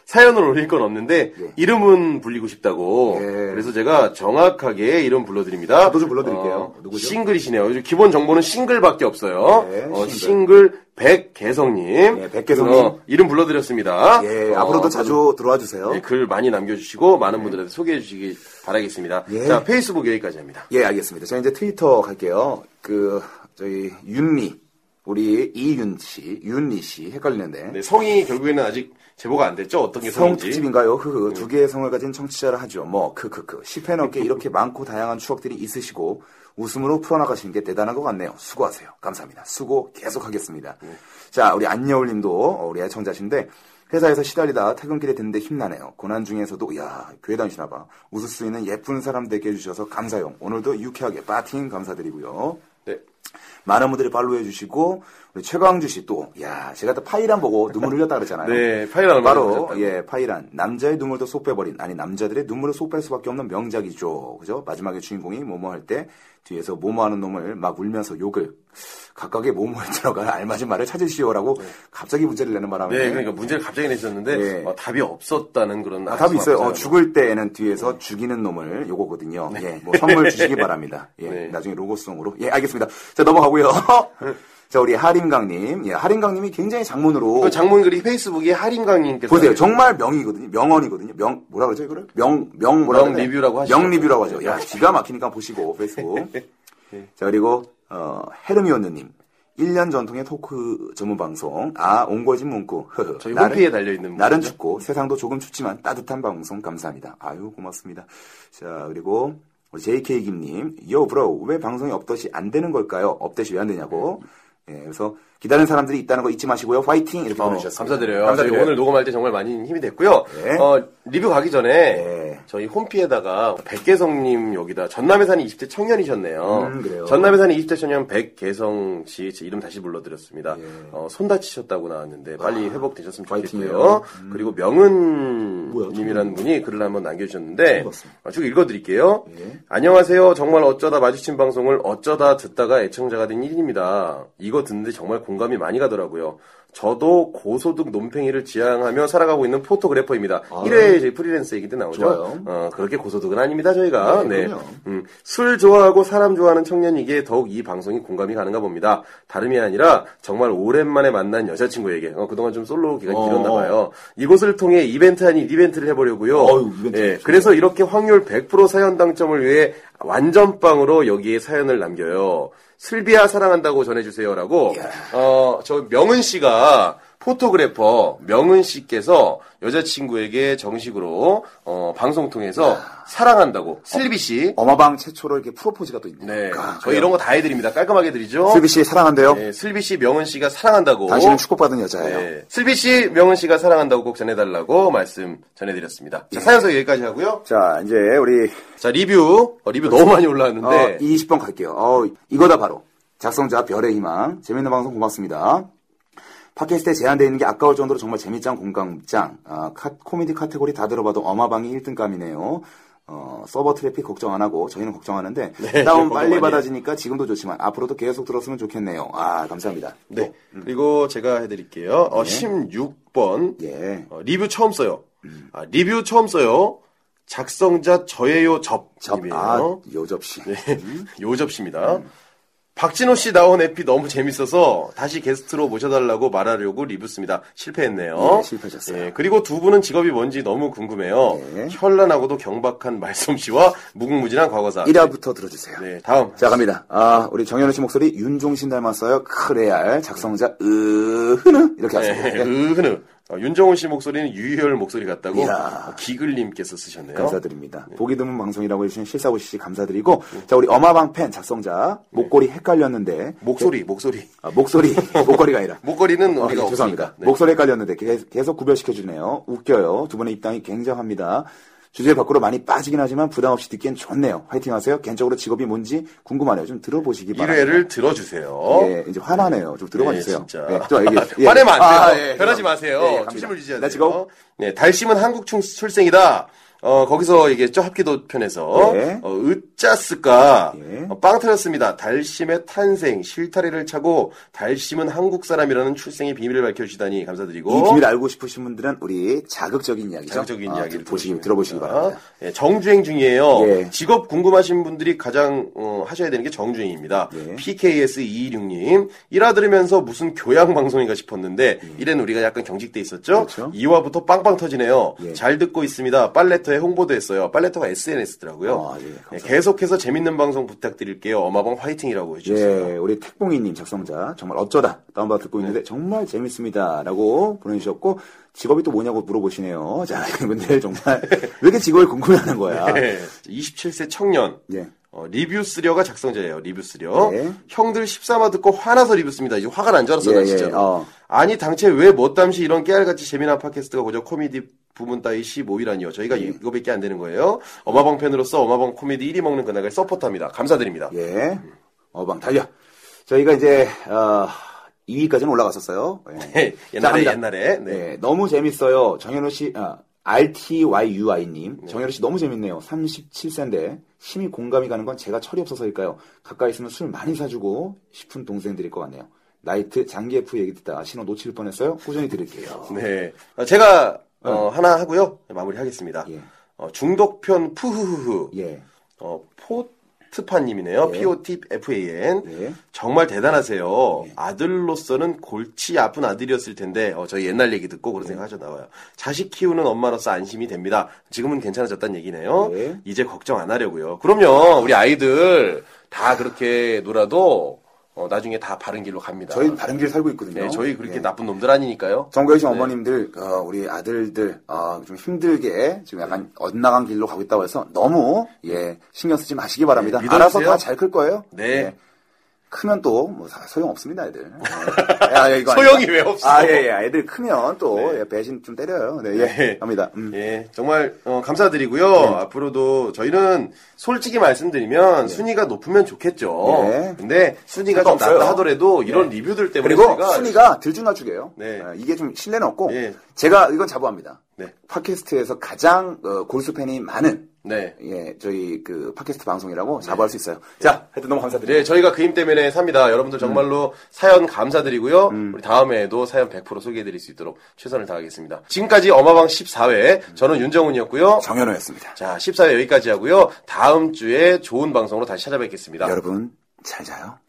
사연을 올릴 건 없는데 이름은 불리고 싶다고.
예.
그래서 제가 정확하게 이름 불러드립니다.
저도 좀 불러드릴게요.
어,
누구죠?
싱글이시네요. 요즘 기본 정보는 싱글밖에 없어요.
네,
어,
싱글.
싱글. 백개성님.
예, 백개성님.
어, 이름 불러드렸습니다.
예,
어,
앞으로도 자주 들어와 주세요.
예, 글 많이 남겨주시고 많은 분들한테 소개해 주시기 바라겠습니다.
예.
자, 페이스북 여기까지 합니다.
예, 알겠습니다. 자, 이제 트위터 갈게요. 그, 저희, 윤리. 우리 이윤 씨, 윤리 씨, 헷갈리는데.
네, 성이 결국에는 아직 제보가 안 됐죠? 어떤 게
성
성인지. 네.
특집인가요? 흐흐. 두 개의 성을 가진 청취자라 하죠. 뭐, 크크크. 10회 넘게 이렇게 많고 다양한 추억들이 있으시고, 웃음으로 풀어나가시는 게 대단한 것 같네요. 수고하세요. 감사합니다. 수고 계속하겠습니다.
네.
자, 우리 안여울 님도 우리 애청자신데, 회사에서 시달리다 퇴근길에 듣는데 힘나네요. 고난 중에서도, 야 교회 다니시나 봐. 웃을 수 있는 예쁜 사람 되게 해주셔서 감사해요. 오늘도 유쾌하게 빠팅 감사드리고요.
네.
많은 분들이 팔로우해 주시고, 우리 최광주 씨 또, 야 제가 또 파이란 보고 눈물 흘렸다 그랬잖아요.
네, 파이란
바로
흘렸다고.
예 파이란 남자의 눈물도 쏙 빼버린 아니 남자들의 눈물을 쏙 뺄 수밖에 없는 명작이죠 그죠 마지막에 주인공이 뭐뭐 할 때 뒤에서 뭐뭐하는 놈을 막 울면서 욕을 각각의 뭐뭐에 들어갈 알맞은 말을 찾으시오라고 갑자기 문제를 내는 바람에
네, 그러니까 문제를 갑자기 내셨는데
네.
어, 답이 없었다는 그런
아, 답이 있어요 어,
아쉬움
죽을 때에는 뒤에서
네.
죽이는 놈을 요거거든요 예, 뭐 선물 주시기 바랍니다 예,
네.
나중에 로고송으로 예 알겠습니다 자 넘어가고요 자 우리 하림강님 예 하림강님이 굉장히 장문으로
그 장문 글이 페이스북에 하림강님께서
보세요. 정말 명이거든요. 명언이거든요. 명 뭐라 그러죠 이거를? 명 명 뭐라
명
그러나요?
리뷰라고 하시죠. 네.
명 리뷰라고 하죠. 야 기가 막히니까 보시고 페이스북. 자 그리고 어, 헤르미온느님. 1년 전통의 토크 전문 방송. 아 온골진 문구. 흐흐.
저희
나름-
홈페이지에 달려있는
날은
문구죠.
춥고 세상도 조금 춥지만 따뜻한 방송 감사합니다. 아유 고맙습니다. 자 그리고 우리 JK 김님, 요 브로 왜 방송이 업데이 안 되는 걸까요? 업데이 왜 안 되냐고. 예, 그래서 기다리는 사람들이 있다는 거 잊지 마시고요. 화이팅 이렇게
어,
보내주셨습니다.
감사드려요.
감사드려요.
저희 오늘 녹음할 때 정말 많이 힘이 됐고요.
네.
어, 리뷰 가기 전에
네.
저희 홈피에다가 백개성님 여기다 전남에 사는 20대 청년이셨네요.
음, 그래요.
전남에 사는 20대 청년 백개성 씨제 이름 다시 불러드렸습니다.
예.
어, 손 다치셨다고 나왔는데
아,
빨리 회복되셨으면
화이팅이에요.
좋겠고요.
음.
그리고 명은님이라는 분이 글을 한번 남겨주셨는데 어, 쭉 읽어드릴게요.
예.
안녕하세요. 정말 어쩌다 마주친 방송을 어쩌다 듣다가 애청자가 된 1인입니다. 이거 듣는데 정말 공감이 많이 가더라고요. 저도 고소득 논팽이를 지향하며 살아가고 있는 포토그래퍼입니다. 1회 저희 프리랜서 얘기 때 나오죠.
아. 좋아요.
어, 그렇게 고소득은 아닙니다, 저희가.
네,
네.
그럼요.
음, 술 좋아하고 사람 좋아하는 청년이기에 더욱 이 방송이 공감이 가는가 봅니다. 다름이 아니라 정말 오랜만에 만난 여자친구에게, 어, 그동안 좀 솔로 기간이 길었나 봐요. 이곳을 통해 이벤트 아닌 이벤트를 해보려고요.
어휴, 이벤트
예,
좋죠.
그래서 이렇게 확률 100% 사연 당첨을 위해 완전빵으로 여기에 사연을 남겨요. 슬비야 사랑한다고 전해주세요라고, 어, 저 명은 씨가 포토그래퍼 명은 씨께서 여자친구에게 정식으로 어, 방송 통해서 사랑한다고 슬비 씨
어마방 최초로 이렇게 프로포즈가 또 있네요.
네.
어. 아,
저희 이런 거 다 해드립니다. 깔끔하게 드리죠.
슬비 씨 사랑한대요.
네, 슬비 씨, 명은 씨가 사랑한다고.
당신은 축복받은 여자예요.
네. 슬비 씨, 명은 씨가 사랑한다고 꼭 전해달라고 말씀 전해드렸습니다.
예.
자, 사연서 여기까지 하고요.
자 이제 우리
자, 리뷰. 어, 리뷰 너무 많이 올라왔는데.
어, 20번 갈게요. 어, 이거다 바로 작성자 별의 희망 재밌는 방송 고맙습니다. 팟캐스트에 제한되어 있는 게 아까울 정도로 정말 재밌짱 공감짱 아, 카- 코미디 카테고리 다 들어봐도 어마방이 1등감이네요. 어, 서버 트래픽 걱정 안 하고 저희는 걱정하는데
걱정
다운 빨리
많이
받아지니까 지금도 좋지만 앞으로도 계속 들었으면 좋겠네요. 아 감사합니다.
네.
음.
그리고 제가 해드릴게요. 어, 16번.
예.
어, 리뷰 처음 써요. 아, 리뷰 처음 써요. 작성자 저예요 접.
접,
님이에요. 네.
아, 음. 요접시.
요접씨입니다. 박진호 씨 나온 에피 너무 재밌어서 다시 게스트로 모셔달라고 말하려고 리뷰 씁니다. 실패했네요.
예, 실패하셨어요.
예, 그리고 두 분은 직업이 뭔지 너무 궁금해요.
예.
현란하고도 경박한 말솜씨와 무궁무진한 과거사.
1화부터 들어주세요.
네, 다음.
자 갑니다. 아 우리 정현우 씨 목소리 윤종신 닮았어요. 크레알 작성자 으흐느 이렇게
네,
하세요. 네.
으흐느. 어, 윤정훈 씨 목소리는 유희열 목소리 같다고
이야.
어, 기글님께서 쓰셨네요.
감사드립니다. 보기 드문 방송이라고 해주신 실사고 씨 감사드리고 자 우리 어마방 팬 작성자 목걸이 헷갈렸는데
네. 목소리, 목소리.
아, 목소리 목걸이가 아니라
목걸이는
어,
우리가
예, 죄송합니다.
없으니까. 네.
목소리 헷갈렸는데 계- 계속 구별시켜 주네요. 웃겨요. 두 분의 입당이 굉장합니다. 주제 밖으로 많이 빠지긴 하지만 부담 없이 듣기엔 좋네요. 화이팅 하세요. 개인적으로 직업이 뭔지 궁금하네요. 좀 들어보시기 바랍니다.
1회를 들어주세요.
예, 이제 화나네요. 좀 들어가
예,
주세요.
진짜.
예, 좀 알겠- 예.
화내면 안 돼요.
아, 예,
변하지
그럼.
마세요.
예, 예, 갑니다.
초심을 유지해야
Let's go.
돼요. 네, 달심은 한국 충- 출생이다. 어, 어, 거기서 얘기했죠. 합기도 편에서.
예.
어, 으짜스까.
예.
어, 빵 터졌습니다. 달심의 탄생, 실타래를 차고, 달심은 한국 사람이라는 출생의 비밀을 밝혀주시다니 감사드리고.
이 비밀 알고 싶으신 분들은 우리 자극적인 이야기죠.
어? 자극적인
아,
이야기를
보시기
보시면
들어보시기
됩니다.
바랍니다.
예, 정주행 중이에요.
네. 예.
직업 궁금하신 분들이 가장 어, 하셔야 되는 게 정주행입니다.
예.
PKS226님 일화 들으면서 무슨 교양 방송인가 싶었는데 이래는 우리가 약간 경직돼 있었죠.
예. 그렇죠.
이화부터 빵빵 터지네요.
예.
잘 듣고 있습니다. 빨래터에 홍보도 했어요. 빨래터가 SNS더라고요.
아, 예, 감사합니다.
계속해서 재밌는 방송 부탁드릴게요. 어마방 화이팅이라고 해주셨어요.
예, 우리 택봉이님 작성자 정말 어쩌다 다운받아 듣고
네.
있는데 정말 재밌습니다라고 보내주셨고 직업이 또 뭐냐고 물어보시네요. 자, 여러분들 정말 왜 이렇게 직업을 궁금해하는 거야?
예. 27세 청년
예.
어, 리뷰 쓰려가 작성자예요. 리뷰 쓰려.
예.
형들 13화 듣고 화나서 리뷰 씁니다. 이제 화가 난 줄 알았어,
예,
나
예,
진짜.
어.
아니 당최 왜 못담시 이런 깨알같이 재미난 팟캐스트가 고작 코미디 부문 따위 15위라니요. 저희가
예.
이거밖에 안 되는 거예요. 어마방 팬으로서 어마방 코미디 1위 먹는 그날을 서포트합니다. 감사드립니다.
예. 어방 달려. 저희가 이제 어, 2위까지는 올라갔었어요. 예. 자,
네. 옛날에
갑니다.
옛날에 네.
예, 너무 재밌어요. 정현우 씨, 아, RTYUI님. 정현우 씨 너무 재밌네요. 37세인데, 심히 공감이 가는 건 제가 철이 없어서일까요? 가까이 있으면 술 많이 사주고 싶은 동생들일 것 같네요. 나이트 장기 F 얘기 듣다 신호 놓칠 뻔했어요. 꾸준히 들을게요.
네. 어, 제가 어, 하나 하고요. 마무리하겠습니다.
예.
어, 중독편 푸후후후.
예.
어, 포트파님이네요.
예.
P-O-T-F-A-N.
예.
정말 대단하세요. 아들로서는 골치 아픈 아들이었을 텐데, 어, 저희 옛날 얘기 듣고
예.
그런 생각 하셔 나와요. 자식 키우는 엄마로서 안심이 됩니다. 지금은 괜찮아졌다는 얘기네요.
예.
이제 걱정 안 하려고요. 그럼요, 우리 아이들 다 그렇게 놀아도, 어, 나중에 다 바른 길로 갑니다.
저희 바른 길 살고 있거든요.
네, 저희 그렇게
예.
나쁜 놈들 아니니까요.
정거해 주신
네.
어머님들, 어, 우리 아들들, 어, 좀 힘들게 지금 약간 엇나간 길로 가고 있다고 해서 너무, 예, 신경 쓰지 마시기 바랍니다.
네, 믿어주세요.
알아서 다 잘 클 거예요.
네.
예. 크면 또, 뭐, 사- 소용 없습니다, 애들. 예. 야, 야, 이거 아니다.
소용이 왜 없어?
아, 예, 예. 애들 크면 또,
네.
예, 배신 좀 때려요. 네, 예.
네.
갑니다. 음.
예, 정말 어, 감사드리고요.
네.
앞으로도 저희는 솔직히 말씀드리면 순위가 높으면 좋겠죠.
네.
근데 순위가 좀
상관없어요. 네.
낮다 하더라도 이런 리뷰들 때문에
그리고
저희가-
순위가 들쭉날쭉해요.
네.
어, 이게 좀 신뢰는 없고,
예.
제가 이건 자부합니다.
네.
팟캐스트에서 가장 어, 골수 팬이 많은
네.
예, 저희 그 팟캐스트 방송이라고 자부할 수 있어요. 자, 하여튼 너무 감사드립니다.
네, 저희가 그 힘 때문에 삽니다.
음.
여러분들 정말로 사연 감사드리고요. 우리 다음에도 사연 100% 소개해드릴 수 있도록 최선을 다하겠습니다. 지금까지 어마방
음.
14회, 저는 윤정훈이었고요.
정현호였습니다.
자, 14회 여기까지 하고요. 다음 주에 좋은 방송으로 다시 찾아뵙겠습니다.
여러분, 잘 자요.